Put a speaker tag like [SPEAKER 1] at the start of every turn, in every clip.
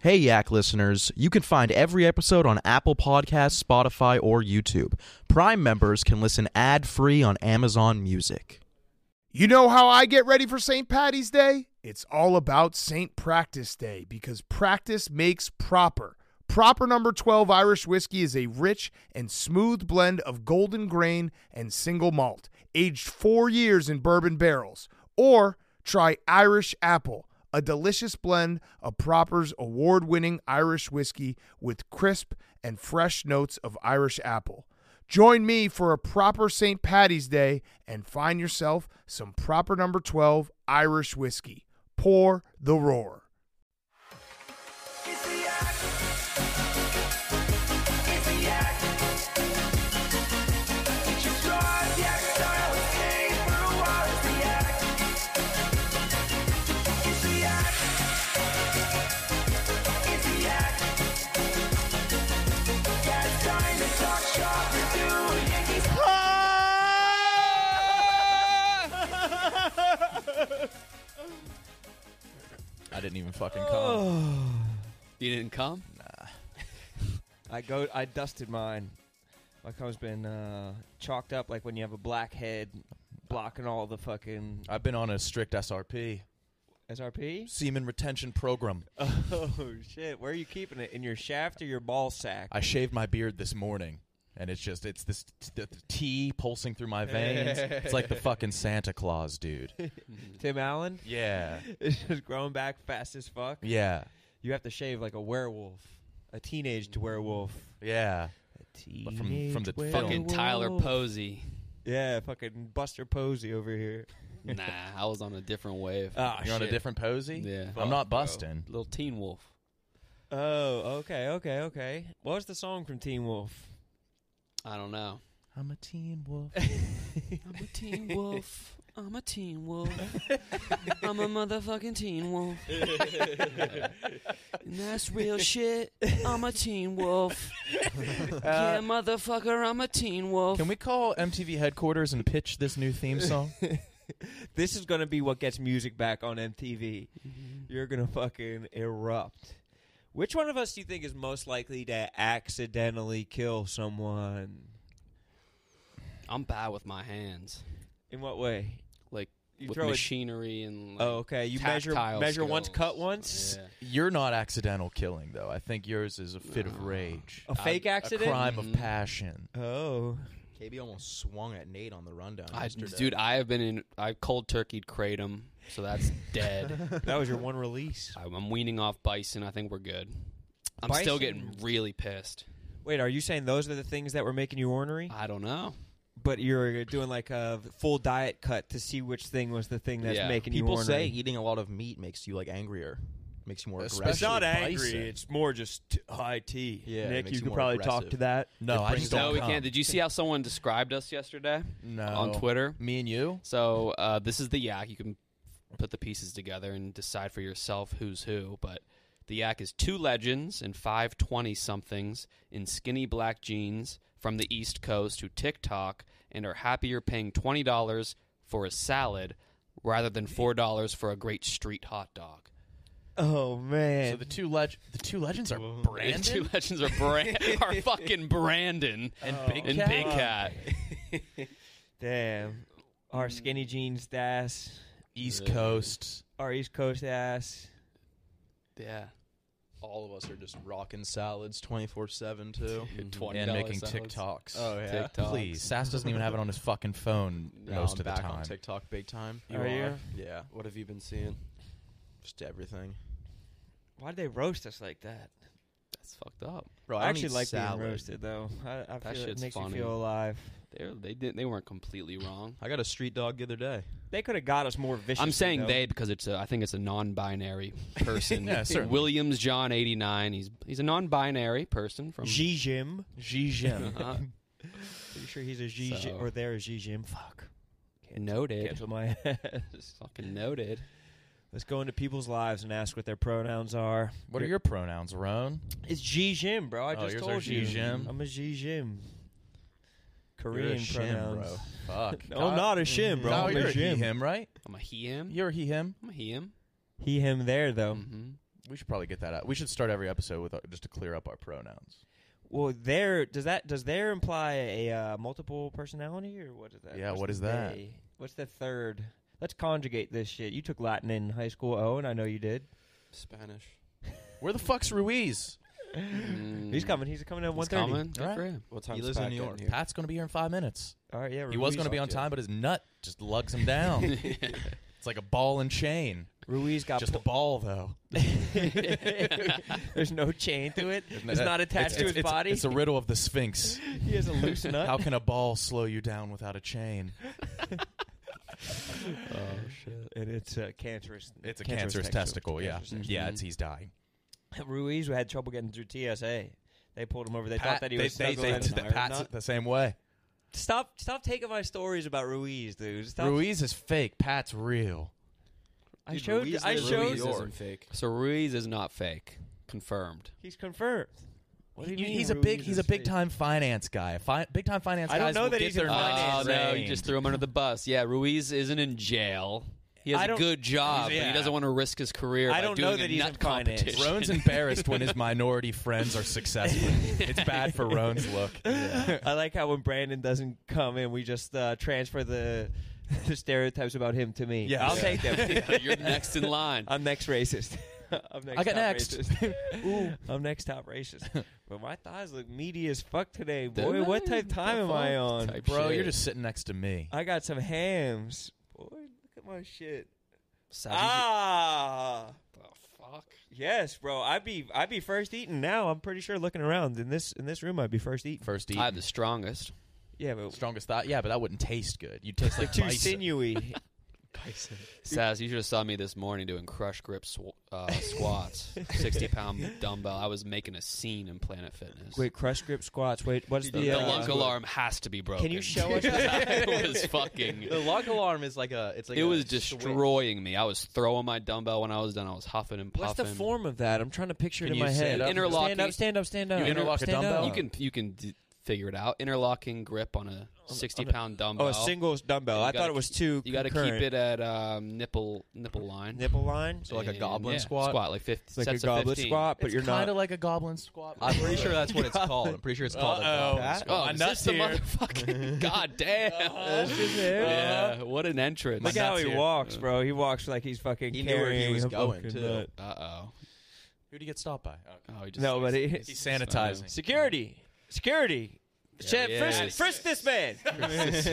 [SPEAKER 1] Hey, Yak listeners, you can find every episode on Apple Podcasts, Spotify, or YouTube. Prime members can listen ad free on Amazon Music.
[SPEAKER 2] You know how I get ready for St. Patty's Day? It's all about St. Practice Day because practice makes proper. Proper number 12 Irish whiskey is a rich and smooth blend of golden grain and single malt, aged four years in bourbon barrels. Or try Irish Apple, a delicious blend of Proper's award winning Irish whiskey with crisp and fresh notes of Irish apple. Join me for a proper St. Patty's Day and find yourself some proper number 12 Irish whiskey. Pour the roar.
[SPEAKER 3] It's the yak. It's the yak. Get your drive, yak style. Stay for a while. It's the yak. It's the yak. It's the yak. Yeah, it's time to talk shop. We're doing Yankees.
[SPEAKER 4] I didn't even fucking come.
[SPEAKER 5] You didn't come?
[SPEAKER 6] I go. I dusted mine. My comb's been uh, chalked up like when you have a black head blocking all the fucking
[SPEAKER 4] I've been on a strict SRP,
[SPEAKER 6] SRP.
[SPEAKER 4] semen retention program.
[SPEAKER 6] Oh shit! Where are you keeping it? In your shaft or your ball sack?
[SPEAKER 4] I shaved my beard this morning, and it's just it's this t- the the tea pulsing through my veins. it's like the fucking Santa Claus, dude.
[SPEAKER 6] Tim Allen.
[SPEAKER 4] Yeah,
[SPEAKER 6] It's just growing back fast as fuck.
[SPEAKER 4] yeah,
[SPEAKER 6] You have to shave like a werewolf, a teenaged werewolf.
[SPEAKER 4] yeah.
[SPEAKER 6] Teenage
[SPEAKER 4] from the film.
[SPEAKER 5] Fucking Tyler Posey.
[SPEAKER 6] Yeah, fucking Buster Posey over here.
[SPEAKER 5] Nah, I was on a different wave.
[SPEAKER 6] Ah,
[SPEAKER 4] You're on a
[SPEAKER 6] shit.
[SPEAKER 4] different posy.
[SPEAKER 5] Yeah.
[SPEAKER 4] I'm not busting.
[SPEAKER 5] Little Teen Wolf.
[SPEAKER 6] Oh, okay, okay, okay. What was the song from Teen Wolf?
[SPEAKER 5] I don't know.
[SPEAKER 4] I'm a teen wolf.
[SPEAKER 5] I'm a teen wolf. I'm a teen wolf. I'm a motherfucking teen wolf. and that's real shit. I'm a teen wolf. yeah, motherfucker, I'm a teen wolf.
[SPEAKER 4] Can we call MTV headquarters and pitch this new theme song?
[SPEAKER 6] This is gonna be what gets music back on MTV. You're gonna fucking erupt. Which one of us do you think is most likely to accidentally kill someone?
[SPEAKER 5] I'm bad with my hands.
[SPEAKER 6] In what way?
[SPEAKER 5] Like
[SPEAKER 6] You
[SPEAKER 5] with
[SPEAKER 6] throw a-
[SPEAKER 5] machinery and like,
[SPEAKER 6] Oh, okay. You measure
[SPEAKER 5] tactile
[SPEAKER 6] measure once,
[SPEAKER 5] skills.
[SPEAKER 6] cut once.
[SPEAKER 5] Yeah.
[SPEAKER 4] You're not accidental killing though. I think yours is a fit of rage,
[SPEAKER 6] A fake accident.
[SPEAKER 4] a crime of passion.
[SPEAKER 6] Oh,
[SPEAKER 1] KB Mm-hmm. almost swung at Nate on the rundown.
[SPEAKER 5] I, dude, I have been in. I cold turkeyed kratom, so that's dead.
[SPEAKER 6] that was your one release.
[SPEAKER 5] I'm I'm weaning off bison. I think we're good. I'm
[SPEAKER 6] Bison-
[SPEAKER 5] still getting really pissed.
[SPEAKER 6] Wait, are you saying those are the things that were making you ornery?
[SPEAKER 5] I don't know.
[SPEAKER 6] But you're doing like a full diet cut to see which thing was the thing that's
[SPEAKER 5] Yeah.
[SPEAKER 6] making you
[SPEAKER 1] People
[SPEAKER 6] ornery.
[SPEAKER 1] say eating a lot of meat makes you like angrier, makes you more
[SPEAKER 4] It's
[SPEAKER 1] aggressive.
[SPEAKER 6] It's not
[SPEAKER 4] Actually,
[SPEAKER 6] angry.
[SPEAKER 4] bison.
[SPEAKER 6] It's more just t- high tea.
[SPEAKER 1] Yeah, it
[SPEAKER 6] Nick,
[SPEAKER 1] makes
[SPEAKER 6] you
[SPEAKER 1] you
[SPEAKER 6] could
[SPEAKER 1] more
[SPEAKER 6] probably
[SPEAKER 1] aggressive.
[SPEAKER 6] talk to that.
[SPEAKER 4] No, I
[SPEAKER 1] brings
[SPEAKER 4] just
[SPEAKER 1] down-
[SPEAKER 4] don't
[SPEAKER 5] No, we
[SPEAKER 4] come.
[SPEAKER 5] can't. Did you see how someone described us yesterday
[SPEAKER 4] No.
[SPEAKER 5] on Twitter?
[SPEAKER 4] Me and you?
[SPEAKER 5] So uh, this is the yak. You can put the pieces together and decide for yourself who's who. But the yak is two legends and five twenty somethings in skinny black jeans from the East Coast who TikTok and are happier paying twenty dollars for a salad rather than four dollars for a great street hot dog.
[SPEAKER 6] Oh man.
[SPEAKER 4] So the two leg- the two legends are
[SPEAKER 5] The two
[SPEAKER 4] Brandon
[SPEAKER 5] legends are Brand are fucking Brandon
[SPEAKER 4] and
[SPEAKER 6] Oh,
[SPEAKER 4] Big
[SPEAKER 5] and
[SPEAKER 4] Cat.
[SPEAKER 5] Big Cat.
[SPEAKER 6] Damn. Our skinny jeans ass.
[SPEAKER 4] East Coast.
[SPEAKER 6] Our East Coast ass.
[SPEAKER 5] Yeah.
[SPEAKER 1] All of us are just rocking salads twenty four seven too.
[SPEAKER 5] $20
[SPEAKER 4] And making
[SPEAKER 5] salads.
[SPEAKER 4] TikToks.
[SPEAKER 1] Oh yeah,
[SPEAKER 5] TikToks.
[SPEAKER 4] Please. Sass doesn't even have it on his fucking phone
[SPEAKER 1] No,
[SPEAKER 4] most
[SPEAKER 1] I'm
[SPEAKER 4] of the
[SPEAKER 1] back
[SPEAKER 4] time.
[SPEAKER 1] on TikTok big time. Oh,
[SPEAKER 6] You Are are? you?
[SPEAKER 1] Yeah,
[SPEAKER 7] What have you been seeing?
[SPEAKER 1] just everything.
[SPEAKER 6] Why'd they roast us like that?
[SPEAKER 5] That's fucked up.
[SPEAKER 1] Bro,
[SPEAKER 6] I,
[SPEAKER 1] don't
[SPEAKER 6] actually
[SPEAKER 1] eat
[SPEAKER 6] like
[SPEAKER 1] salad.
[SPEAKER 6] being roasted though. I, I
[SPEAKER 5] That
[SPEAKER 6] feel it
[SPEAKER 5] shit's
[SPEAKER 6] makes
[SPEAKER 5] funny.
[SPEAKER 6] me feel alive.
[SPEAKER 5] They they didn't they weren't completely wrong.
[SPEAKER 1] I got a street dog the other day.
[SPEAKER 6] They could have got us more vicious.
[SPEAKER 5] I'm saying they because it's a, I think it's a non-binary person.
[SPEAKER 4] Yeah, certainly.
[SPEAKER 5] Williams John 89. He's he's a non-binary person from.
[SPEAKER 6] Xi Jim.
[SPEAKER 4] Xi Jim.
[SPEAKER 5] Uh,
[SPEAKER 6] Pretty sure he's a Xi Jim
[SPEAKER 5] So-
[SPEAKER 6] or they're a Xi Jim. Fuck.
[SPEAKER 5] noted.
[SPEAKER 6] Cancel my ass.
[SPEAKER 5] Fucking noted.
[SPEAKER 6] Let's go into people's lives and ask what their pronouns are.
[SPEAKER 4] what are your pronouns, Roan?
[SPEAKER 6] It's Xi Jim, bro. I
[SPEAKER 4] Oh,
[SPEAKER 6] just
[SPEAKER 4] yours are
[SPEAKER 6] told
[SPEAKER 4] Xi
[SPEAKER 6] you.
[SPEAKER 4] Jim.
[SPEAKER 6] I'm a Xi Jim.
[SPEAKER 4] You're a
[SPEAKER 6] Korean
[SPEAKER 4] shim,
[SPEAKER 6] pronouns.
[SPEAKER 4] bro. Fuck.
[SPEAKER 6] No, I'm not a shim, bro.
[SPEAKER 4] No,
[SPEAKER 6] I'm
[SPEAKER 4] you're
[SPEAKER 6] a
[SPEAKER 4] a he
[SPEAKER 6] Jim.
[SPEAKER 4] him, right?
[SPEAKER 5] I'm a he him.
[SPEAKER 4] You're a he him.
[SPEAKER 5] I'm a he him.
[SPEAKER 4] Hmm.
[SPEAKER 6] He, him, there, though.
[SPEAKER 5] Mm-hmm.
[SPEAKER 4] We should probably get that out. We should start every episode with uh, just to clear up our pronouns.
[SPEAKER 6] Well, there does that does there imply a uh, multiple personality or what is that?
[SPEAKER 4] Yeah,
[SPEAKER 6] what's
[SPEAKER 4] what
[SPEAKER 6] the
[SPEAKER 4] is that?
[SPEAKER 6] they? What's the third? Let's conjugate this shit. You took Latin in high school, Owen. I know you did.
[SPEAKER 5] Spanish.
[SPEAKER 4] Where the fuck's Ruiz?
[SPEAKER 6] He's coming. He's coming at one
[SPEAKER 5] He's
[SPEAKER 6] thirty.
[SPEAKER 5] coming. Good
[SPEAKER 4] All
[SPEAKER 5] for
[SPEAKER 4] right.
[SPEAKER 5] him.
[SPEAKER 7] What time
[SPEAKER 4] Mm. he lives in New York. Pat's going to be here in five minutes.
[SPEAKER 6] All right, yeah.
[SPEAKER 4] he was
[SPEAKER 6] Ruiz-
[SPEAKER 4] going to be on time, but his nut just lugs him down. it's like a ball and chain.
[SPEAKER 6] Ruiz got.
[SPEAKER 4] Just a ball, though.
[SPEAKER 6] pulled- There's no chain to it. It's not attached to
[SPEAKER 4] It's-
[SPEAKER 6] his
[SPEAKER 4] it's-
[SPEAKER 6] body.
[SPEAKER 4] It's a riddle of the Sphinx.
[SPEAKER 6] he has a loose nut.
[SPEAKER 4] How can a ball slow you down without a chain?
[SPEAKER 5] Oh shit.
[SPEAKER 6] and it's a cancerous.
[SPEAKER 4] It's a cancerous, testicle. Yeah,
[SPEAKER 6] Cancerous
[SPEAKER 4] yeah.
[SPEAKER 5] Mhm.
[SPEAKER 4] It's he's dying.
[SPEAKER 6] testicle. Mm-hmm. Ruiz had trouble getting through TSA. They pulled him over. They thought
[SPEAKER 4] Pat-
[SPEAKER 6] that he
[SPEAKER 4] they-
[SPEAKER 6] was
[SPEAKER 4] they-
[SPEAKER 6] snuggling
[SPEAKER 4] they- they-
[SPEAKER 6] an iron
[SPEAKER 4] Pat's
[SPEAKER 6] nut.
[SPEAKER 4] the same way.
[SPEAKER 6] Stop! Stop taking my stories about Ruiz, dude. Stop.
[SPEAKER 4] Ruiz is fake. Pat's real.
[SPEAKER 6] I showed. I showed.
[SPEAKER 7] Ruiz isn't fake.
[SPEAKER 5] So Ruiz is not fake. Confirmed.
[SPEAKER 6] He's confirmed. What do you
[SPEAKER 4] He-
[SPEAKER 6] mean
[SPEAKER 4] he's a
[SPEAKER 6] Ruiz
[SPEAKER 4] big. He's
[SPEAKER 6] is
[SPEAKER 4] a big
[SPEAKER 6] fake?
[SPEAKER 4] time finance guy. A Fi- big time finance.
[SPEAKER 6] I don't
[SPEAKER 4] guys
[SPEAKER 6] know
[SPEAKER 4] will
[SPEAKER 6] that
[SPEAKER 4] get
[SPEAKER 6] he's in
[SPEAKER 4] their
[SPEAKER 5] Oh
[SPEAKER 6] finance.
[SPEAKER 4] nuts
[SPEAKER 5] no, you
[SPEAKER 4] drained.
[SPEAKER 5] just threw him under the bus. Yeah, Ruiz isn't in jail. He has
[SPEAKER 6] I
[SPEAKER 5] a
[SPEAKER 6] don't-
[SPEAKER 5] good job, but
[SPEAKER 4] Yeah.
[SPEAKER 5] he doesn't want to risk his career.
[SPEAKER 6] I
[SPEAKER 5] by
[SPEAKER 6] don't
[SPEAKER 5] doing
[SPEAKER 6] know
[SPEAKER 5] a
[SPEAKER 6] that he's
[SPEAKER 5] nut
[SPEAKER 6] in finance.
[SPEAKER 5] competition.
[SPEAKER 4] Roan's embarrassed when his minority friends are successful. It's bad for Roan's look.
[SPEAKER 6] I like how when Brandon doesn't come in, we just uh, transfer the, the stereotypes about him to me.
[SPEAKER 4] Yeah.
[SPEAKER 6] I'll
[SPEAKER 4] Yeah.
[SPEAKER 6] take them.
[SPEAKER 5] You're next in line.
[SPEAKER 6] I'm next racist. I'm next
[SPEAKER 4] I
[SPEAKER 6] top
[SPEAKER 4] got next.
[SPEAKER 6] racist. I'm next top racist. But my thighs look meaty as fuck today,
[SPEAKER 5] They're
[SPEAKER 6] boy. What
[SPEAKER 5] nice.
[SPEAKER 6] type time am
[SPEAKER 5] Fuck
[SPEAKER 6] I on?
[SPEAKER 5] type
[SPEAKER 4] Bro,
[SPEAKER 5] shit.
[SPEAKER 4] you're just sitting next to me.
[SPEAKER 6] I got some hams, boy. Look at my shit.
[SPEAKER 5] Savage.
[SPEAKER 6] Ah.
[SPEAKER 5] The fuck.
[SPEAKER 6] Yes, bro. I'd be I'd be first eating now. I'm pretty sure looking around in this in this room I'd be first eating.
[SPEAKER 4] First
[SPEAKER 5] I have
[SPEAKER 4] eat.
[SPEAKER 5] the strongest.
[SPEAKER 6] Yeah, but
[SPEAKER 4] Strongest thought. Yeah, but that wouldn't taste good. You'd taste
[SPEAKER 6] they're
[SPEAKER 4] like
[SPEAKER 6] too
[SPEAKER 4] bison.
[SPEAKER 6] sinewy.
[SPEAKER 5] Saz, you should have saw me this morning doing crush grip sw- uh, squats, sixty pound dumbbell. I was making a scene in Planet Fitness.
[SPEAKER 6] Wait, crush grip squats. Wait, what's
[SPEAKER 5] the,
[SPEAKER 6] the
[SPEAKER 5] the
[SPEAKER 6] uh,
[SPEAKER 5] lunk alarm has to be broken.
[SPEAKER 6] Can you show us?
[SPEAKER 5] it was fucking.
[SPEAKER 7] The log alarm is like a. It's like
[SPEAKER 5] It
[SPEAKER 7] a
[SPEAKER 5] was
[SPEAKER 7] switch.
[SPEAKER 5] destroying me. I was throwing my dumbbell when I was done. I was huffing and puffing.
[SPEAKER 6] What's the form of that? I'm trying to picture it
[SPEAKER 4] Can
[SPEAKER 6] in
[SPEAKER 4] you
[SPEAKER 6] my
[SPEAKER 4] stand
[SPEAKER 6] head.
[SPEAKER 4] up?
[SPEAKER 6] Stand
[SPEAKER 5] Interlocking-
[SPEAKER 6] up, stand up, stand up.
[SPEAKER 4] You interlock a
[SPEAKER 6] stand
[SPEAKER 4] dumbbell?
[SPEAKER 6] Up.
[SPEAKER 5] You can you can d- figure it out. Interlocking grip on a sixty pound dumbbell.
[SPEAKER 6] Oh, a single dumbbell.
[SPEAKER 5] You
[SPEAKER 6] I
[SPEAKER 5] gotta
[SPEAKER 6] thought it was
[SPEAKER 5] keep-
[SPEAKER 6] two.
[SPEAKER 5] You got to keep
[SPEAKER 6] concurrent.
[SPEAKER 5] it at um, nipple nipple line.
[SPEAKER 6] nipple line.
[SPEAKER 7] So like a
[SPEAKER 5] And,
[SPEAKER 7] goblin
[SPEAKER 5] yeah,
[SPEAKER 7] squat?
[SPEAKER 5] Squat like fifty.
[SPEAKER 6] It's like
[SPEAKER 5] sets
[SPEAKER 6] a
[SPEAKER 5] of
[SPEAKER 6] goblet
[SPEAKER 5] 15.
[SPEAKER 6] squat, but you're
[SPEAKER 4] Kind
[SPEAKER 6] not.
[SPEAKER 4] of like a goblin squat.
[SPEAKER 7] I'm pretty sure that's what it's called. I'm pretty sure it's
[SPEAKER 6] Uh,
[SPEAKER 7] called.
[SPEAKER 4] Uh-oh.
[SPEAKER 7] a goblin squat.
[SPEAKER 5] Oh,
[SPEAKER 4] My
[SPEAKER 5] is
[SPEAKER 4] nuts
[SPEAKER 5] this the
[SPEAKER 4] here.
[SPEAKER 5] motherfucking god damn! Yeah, what an entrance!
[SPEAKER 6] Look how he walks, bro. He walks like he's fucking
[SPEAKER 7] He knew where he
[SPEAKER 6] carrying
[SPEAKER 7] was
[SPEAKER 6] a
[SPEAKER 7] going,
[SPEAKER 6] fucking
[SPEAKER 7] too.
[SPEAKER 6] nut.
[SPEAKER 5] Uh oh.
[SPEAKER 4] Who'd he get stopped by?
[SPEAKER 5] Oh, he just
[SPEAKER 6] No, but he,
[SPEAKER 4] He's sanitizing.
[SPEAKER 6] security, security. Chef,
[SPEAKER 5] he
[SPEAKER 6] frisk,
[SPEAKER 5] is.
[SPEAKER 6] frisk this man.
[SPEAKER 5] All
[SPEAKER 6] frisk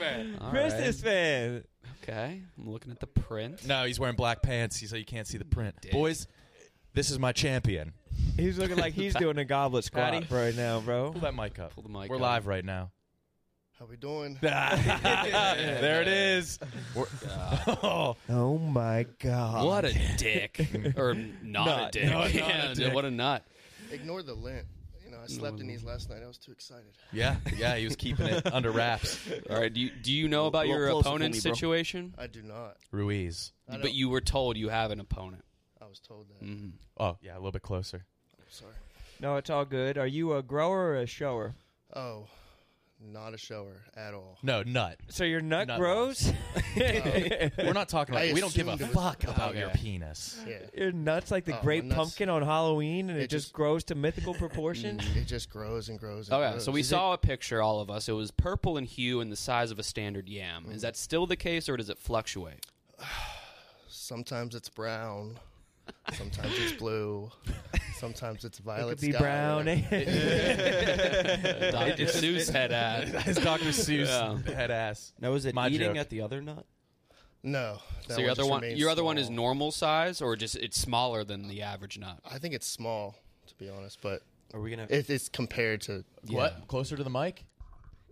[SPEAKER 5] right.
[SPEAKER 6] this man.
[SPEAKER 5] Okay, I'm looking at the print.
[SPEAKER 4] No, he's wering black pants, so you can't see the print. Boys, this is my champion.
[SPEAKER 6] He's looking like he's doing a goblet squat
[SPEAKER 4] Patty.
[SPEAKER 6] right now, bro.
[SPEAKER 4] Pull that mic up.
[SPEAKER 5] Pull the mic
[SPEAKER 4] We're
[SPEAKER 5] up.
[SPEAKER 4] live right now.
[SPEAKER 8] How we doing?
[SPEAKER 4] there it is. We're-
[SPEAKER 6] Oh my god.
[SPEAKER 5] What a dick, or not,
[SPEAKER 6] Not-
[SPEAKER 5] a dick.
[SPEAKER 6] no, not a
[SPEAKER 5] Yeah,
[SPEAKER 6] dick.
[SPEAKER 5] What a nut.
[SPEAKER 8] Ignore the lint. You know, I slept
[SPEAKER 5] Mm.
[SPEAKER 8] in these last night. I was too excited.
[SPEAKER 4] yeah, yeah, he was keeping it under wraps.
[SPEAKER 5] All right, do you, do you know about
[SPEAKER 7] little
[SPEAKER 5] your
[SPEAKER 7] closer for
[SPEAKER 5] opponent's
[SPEAKER 7] me, bro.
[SPEAKER 5] situation?
[SPEAKER 8] I do not.
[SPEAKER 4] Ruiz.
[SPEAKER 8] I don't-
[SPEAKER 5] But you were told you have an opponent.
[SPEAKER 8] I was told that.
[SPEAKER 5] Mm.
[SPEAKER 4] Oh, yeah, a little bit closer.
[SPEAKER 8] Sorry.
[SPEAKER 6] No, it's all good. Are you a grower or a shower?
[SPEAKER 8] Oh, not a shower at all.
[SPEAKER 4] No, nut.
[SPEAKER 6] So your nut
[SPEAKER 4] Nut
[SPEAKER 6] grows?
[SPEAKER 4] We're not talking
[SPEAKER 8] I
[SPEAKER 4] like we don't give a
[SPEAKER 8] assumed it was-
[SPEAKER 4] fuck about
[SPEAKER 5] Okay.
[SPEAKER 4] your penis.
[SPEAKER 8] Yeah.
[SPEAKER 6] your nut's like the
[SPEAKER 8] Oh,
[SPEAKER 6] great
[SPEAKER 8] my nuts.
[SPEAKER 6] pumpkin on Halloween and it,
[SPEAKER 8] It
[SPEAKER 6] just,
[SPEAKER 8] just-
[SPEAKER 6] grows to mythical proportions?
[SPEAKER 8] It just grows and grows and
[SPEAKER 5] Oh yeah,
[SPEAKER 8] grows.
[SPEAKER 5] so we
[SPEAKER 8] Is
[SPEAKER 5] saw a picture, all of us. It was purple in hue and the size of a standard yam. Is that still the case, or does it fluctuate?
[SPEAKER 8] it- sometimes it's brown. Sometimes it's blue. Sometimes it's
[SPEAKER 6] it
[SPEAKER 8] violet.
[SPEAKER 6] could be
[SPEAKER 8] sky.
[SPEAKER 6] brown.
[SPEAKER 5] Dr. Seuss head ad.
[SPEAKER 4] It's Dr. Seuss
[SPEAKER 5] Yeah.
[SPEAKER 4] head ass.
[SPEAKER 7] No, is it
[SPEAKER 4] My
[SPEAKER 7] eating
[SPEAKER 4] joke.
[SPEAKER 7] at the other nut?
[SPEAKER 8] No. that
[SPEAKER 5] So your
[SPEAKER 8] just
[SPEAKER 5] other one,
[SPEAKER 8] remains
[SPEAKER 5] your other one is
[SPEAKER 8] small.
[SPEAKER 5] normal size, or just it's smaller than the average nut.
[SPEAKER 8] I think it's small, to be honest, but
[SPEAKER 7] Are we gonna?
[SPEAKER 8] it, it's compared to.
[SPEAKER 4] What? Closer to the mic?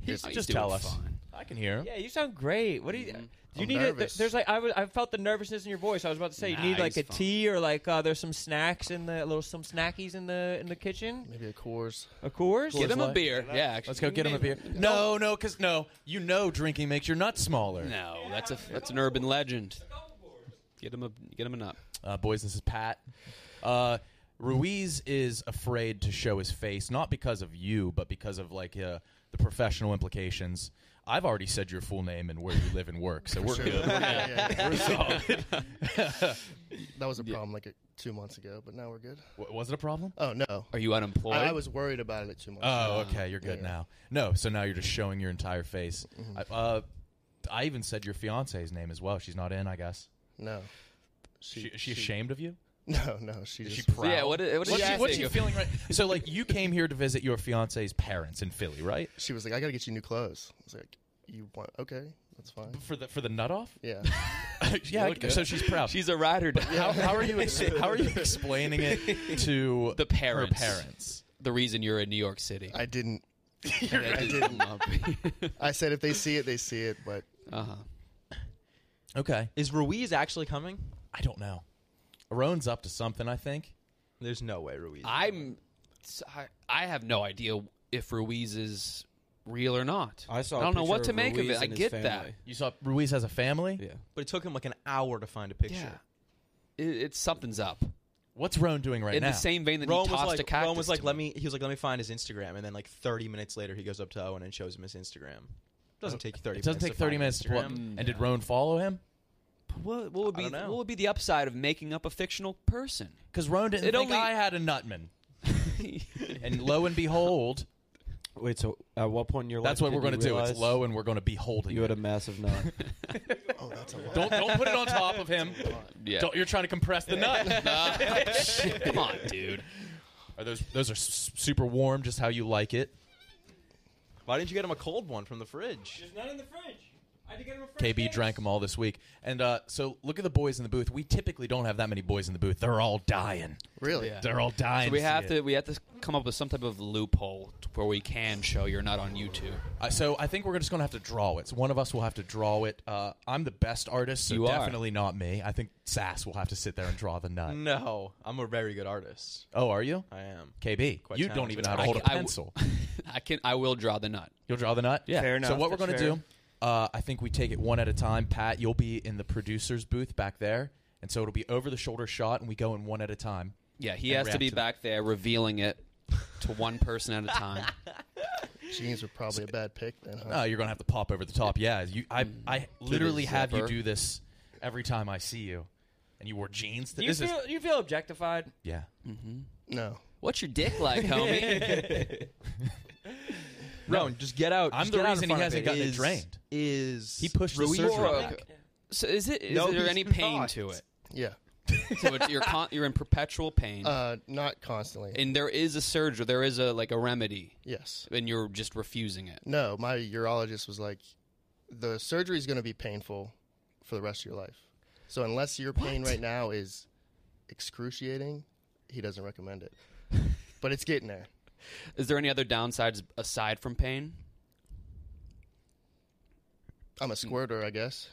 [SPEAKER 5] He's
[SPEAKER 4] just
[SPEAKER 5] doing
[SPEAKER 4] tell us.
[SPEAKER 5] fine.
[SPEAKER 4] I can hear him.
[SPEAKER 6] yeah, you sound great. What do you do you
[SPEAKER 8] I'm
[SPEAKER 6] need a,
[SPEAKER 8] nervous.
[SPEAKER 6] there's like I was I felt the nervousness in your voice. I was about to say you
[SPEAKER 5] Nah,
[SPEAKER 6] need like
[SPEAKER 5] he's
[SPEAKER 6] a
[SPEAKER 5] fine.
[SPEAKER 6] tea or like uh, there's some snacks in the little some snackies in the in the kitchen.
[SPEAKER 8] Maybe a Coors.
[SPEAKER 6] Of course.
[SPEAKER 5] Get him a beer. Yeah, actually.
[SPEAKER 4] Let's go get him a beer. No, no, because no, you know, drinking makes your nuts smaller.
[SPEAKER 5] No, that's a that's an urban legend. Get him a get him a nut.
[SPEAKER 4] Uh, boys, this is Pat. Uh, Ruiz is afraid to show his face, not because of you, but because of like uh, the professional implications. I've already said your full name and where you live and work, so we're
[SPEAKER 8] Sure.
[SPEAKER 4] good.
[SPEAKER 8] Yeah, yeah, yeah. That was a problem like two months ago, but now we're good.
[SPEAKER 4] W- was it a problem?
[SPEAKER 8] Oh no,
[SPEAKER 5] Are you unemployed?
[SPEAKER 8] I, I was worried about it two months.
[SPEAKER 4] Oh,
[SPEAKER 8] ago.
[SPEAKER 4] okay. You're good
[SPEAKER 8] Yeah.
[SPEAKER 4] now. No, so now you're just showing your entire face. I, uh, I even said your fiance's name as well. She's not in, I guess.
[SPEAKER 8] No,
[SPEAKER 4] She, is she ashamed of you?
[SPEAKER 8] No, no, she
[SPEAKER 4] Is
[SPEAKER 8] just.
[SPEAKER 4] she
[SPEAKER 5] So,
[SPEAKER 4] proud?
[SPEAKER 5] yeah. What, i- what did
[SPEAKER 4] What's
[SPEAKER 5] you
[SPEAKER 4] she,
[SPEAKER 5] think
[SPEAKER 4] what's she
[SPEAKER 5] of-
[SPEAKER 4] feeling right? So, like, you came here to visit your fiance's parents in Philly, right?
[SPEAKER 8] she was like, I gotta get you new clothes. I was like, you want? Okay, that's fine.
[SPEAKER 4] For the for the nut off?
[SPEAKER 8] Yeah.
[SPEAKER 4] yeah. I- So she's proud.
[SPEAKER 5] She's a rider.
[SPEAKER 4] how, how are you ex- how are you explaining it to
[SPEAKER 5] The parents.
[SPEAKER 4] Her parents.
[SPEAKER 5] the reason you're in New York City.
[SPEAKER 8] I didn't.
[SPEAKER 5] I didn't love
[SPEAKER 8] I said if they see it, they see it. But
[SPEAKER 5] Uh huh.
[SPEAKER 4] Okay.
[SPEAKER 1] Is Ruiz actually coming?
[SPEAKER 4] I don't know. Arone's up to something, I think.
[SPEAKER 1] There's no way Ruiz. is coming.
[SPEAKER 5] I'm. I- I have no idea if Ruiz is real or not.
[SPEAKER 7] I saw.
[SPEAKER 5] I
[SPEAKER 7] a
[SPEAKER 5] don't know
[SPEAKER 7] picture
[SPEAKER 5] what to
[SPEAKER 7] of
[SPEAKER 5] make of
[SPEAKER 7] Ruiz
[SPEAKER 5] it. I
[SPEAKER 7] and his
[SPEAKER 5] get that.
[SPEAKER 7] family.
[SPEAKER 4] You saw Ruiz has a family.
[SPEAKER 7] Yeah.
[SPEAKER 1] But it took him like an hour to find a picture.
[SPEAKER 5] Yeah. It, it's something's up.
[SPEAKER 4] What's Roan doing right
[SPEAKER 5] In
[SPEAKER 4] now?
[SPEAKER 5] the same vein that
[SPEAKER 1] Rome
[SPEAKER 5] he
[SPEAKER 1] was
[SPEAKER 5] tossed a
[SPEAKER 1] like,
[SPEAKER 5] cactus.
[SPEAKER 1] Rome was like,
[SPEAKER 5] to
[SPEAKER 1] let me. He was like, let me find his Instagram, and then like 30 minutes later, he goes up to Owen and shows him his Instagram. Doesn't take you 30.
[SPEAKER 4] It doesn't take
[SPEAKER 1] minutes to
[SPEAKER 4] thirty
[SPEAKER 1] find
[SPEAKER 4] minutes. To pull up.
[SPEAKER 1] Instagram.
[SPEAKER 4] And did Roan follow him?
[SPEAKER 5] What, what would
[SPEAKER 1] I
[SPEAKER 5] be
[SPEAKER 1] don't know.
[SPEAKER 5] what would be the upside of making up a fictional person?
[SPEAKER 4] Because Roan didn't
[SPEAKER 5] It
[SPEAKER 4] think
[SPEAKER 5] only-
[SPEAKER 4] I had a nutman. and lo and behold,
[SPEAKER 7] Wait. So at what point in your life?
[SPEAKER 4] that's what we're
[SPEAKER 7] going
[SPEAKER 4] going
[SPEAKER 7] to
[SPEAKER 4] to do. It's low, and we're going to be holding
[SPEAKER 7] You had
[SPEAKER 4] it.
[SPEAKER 7] a massive nut.
[SPEAKER 8] oh, that's a lot.
[SPEAKER 4] Don't don't put it on top of him.
[SPEAKER 5] yeah.
[SPEAKER 4] Don't, you're trying to compress the nut.
[SPEAKER 5] Come on, dude.
[SPEAKER 4] Are those those are s- super warm, just how you like it.
[SPEAKER 1] Why didn't you get him a cold one from the fridge?
[SPEAKER 6] There's none in the fridge. I had to get him a
[SPEAKER 4] KB drank them all this week, and uh, so look at the boys in the booth. We typically don't have that many boys in the booth. They're all dying.
[SPEAKER 8] Really?
[SPEAKER 4] They're all dying.
[SPEAKER 5] So we have
[SPEAKER 4] see it.
[SPEAKER 5] to we have to come up with some type of loophole t- where we can show you're not on YouTube.
[SPEAKER 4] Uh, so I think we're just going to have to draw it. So one of us will have to draw it. Uh, I'm the best artist, so
[SPEAKER 5] You are.
[SPEAKER 4] definitely not me. I think Sass will have to sit there and draw the nut.
[SPEAKER 7] Mm.
[SPEAKER 1] No, I'm a very good artist.
[SPEAKER 4] Oh, are you?
[SPEAKER 1] I am.
[SPEAKER 4] KB,
[SPEAKER 1] Quite
[SPEAKER 4] you don't
[SPEAKER 1] talented.
[SPEAKER 4] even know how to
[SPEAKER 5] I
[SPEAKER 4] hold a
[SPEAKER 5] ca- I w-
[SPEAKER 4] pencil.
[SPEAKER 5] I can I will draw the nut.
[SPEAKER 4] You'll draw the nut. Yeah.
[SPEAKER 6] Fair
[SPEAKER 4] So
[SPEAKER 6] enough.
[SPEAKER 4] what we're
[SPEAKER 6] That's
[SPEAKER 4] going to do? Uh, I think we take it one at a time. Pat, you'll be in the producer's booth back there, and so it'll be over the shoulder shot, and we go in one at a time.
[SPEAKER 5] Yeah, he
[SPEAKER 4] And
[SPEAKER 5] has to
[SPEAKER 4] react
[SPEAKER 5] be
[SPEAKER 4] to that.
[SPEAKER 5] back there revealing it to one person at a time.
[SPEAKER 8] Jeans were probably a bad pick then. Huh?
[SPEAKER 4] Oh, you're gonna have to pop over the top. Yeah, you. I
[SPEAKER 1] Mm.
[SPEAKER 4] I literally have you
[SPEAKER 5] zipper.
[SPEAKER 4] do this every time I see you, and you wore jeans.
[SPEAKER 6] Do
[SPEAKER 4] Th-
[SPEAKER 6] you,
[SPEAKER 4] This is
[SPEAKER 6] feel, you feel objectified?
[SPEAKER 4] yeah.
[SPEAKER 1] Mm.
[SPEAKER 8] No.
[SPEAKER 5] What's your dick like, homie?
[SPEAKER 1] Roan, just get out.
[SPEAKER 4] I'm
[SPEAKER 1] just
[SPEAKER 4] the
[SPEAKER 1] get out in
[SPEAKER 4] reason he
[SPEAKER 1] front of
[SPEAKER 4] hasn't
[SPEAKER 1] it.
[SPEAKER 4] gotten it
[SPEAKER 1] Is-
[SPEAKER 4] drained.
[SPEAKER 1] Is
[SPEAKER 4] He pushed the
[SPEAKER 1] Ruiz
[SPEAKER 4] surgery
[SPEAKER 1] broke.
[SPEAKER 4] back.
[SPEAKER 5] uh, So is it is
[SPEAKER 1] No
[SPEAKER 5] there
[SPEAKER 1] peace
[SPEAKER 5] any
[SPEAKER 1] in
[SPEAKER 5] pain
[SPEAKER 1] thought.
[SPEAKER 5] to it?
[SPEAKER 8] Yeah.
[SPEAKER 5] So it's, you're con- you're in perpetual pain,
[SPEAKER 8] Uh, not constantly.
[SPEAKER 5] and there is a surge or there is a like a remedy,
[SPEAKER 8] yes.
[SPEAKER 5] and you're just refusing it.
[SPEAKER 8] No. My urologist was like, the surgery is going to be painful for the rest of your life. So unless your pain right now is excruciating, he doesn't recommend it. but it's getting there.
[SPEAKER 5] Is there any other downsides aside from pain?
[SPEAKER 8] I'm a squirter, I guess.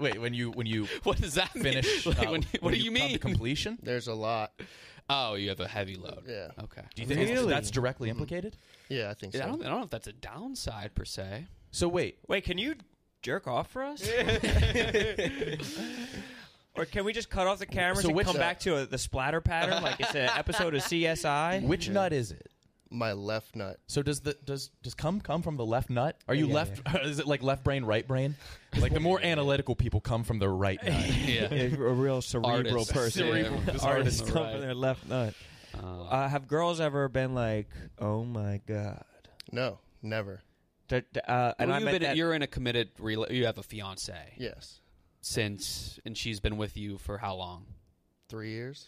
[SPEAKER 4] Wait, when you when you
[SPEAKER 5] What does that
[SPEAKER 4] finish,
[SPEAKER 5] mean? Like,
[SPEAKER 4] uh,
[SPEAKER 5] when- what
[SPEAKER 4] when
[SPEAKER 5] do you
[SPEAKER 4] come to
[SPEAKER 5] mean?
[SPEAKER 4] completion?
[SPEAKER 8] There's a lot.
[SPEAKER 5] Oh, you have a heavy load.
[SPEAKER 8] Yeah.
[SPEAKER 5] Okay.
[SPEAKER 4] Do you think
[SPEAKER 6] Really?
[SPEAKER 4] that's directly
[SPEAKER 1] Mm-hmm.
[SPEAKER 4] implicated?
[SPEAKER 8] Yeah, I think
[SPEAKER 5] Oh. I
[SPEAKER 8] so.
[SPEAKER 5] don't, I don't know if that's a downside per se.
[SPEAKER 4] So wait,
[SPEAKER 6] Wait, can you jerk off for us? or can we just cut off the cameras
[SPEAKER 4] So
[SPEAKER 6] and
[SPEAKER 4] which-
[SPEAKER 6] come back to a, the splatter pattern like it's an episode of CSI?
[SPEAKER 4] which nut is it?
[SPEAKER 8] My left nut.
[SPEAKER 4] So does the does does cum come from the left nut? Are you left? is it like left brain, right brain? Like the more analytical people come from their right nut.
[SPEAKER 5] Yeah.
[SPEAKER 6] uh, a real cerebral
[SPEAKER 5] Artists.
[SPEAKER 6] person.
[SPEAKER 5] Cerebral. This
[SPEAKER 6] Artists
[SPEAKER 5] artist.
[SPEAKER 6] come
[SPEAKER 5] Right.
[SPEAKER 6] from their left nut. Uh, have girls ever been like, "Oh my god"?
[SPEAKER 8] No, never.
[SPEAKER 6] D- d- uh, and
[SPEAKER 5] Well,
[SPEAKER 6] I
[SPEAKER 5] you've
[SPEAKER 6] meant
[SPEAKER 5] been-
[SPEAKER 6] that-
[SPEAKER 5] you're in a committed. Rela- you have a fiance
[SPEAKER 8] Yes.
[SPEAKER 5] since, and she's been with you for how long?
[SPEAKER 8] Three years.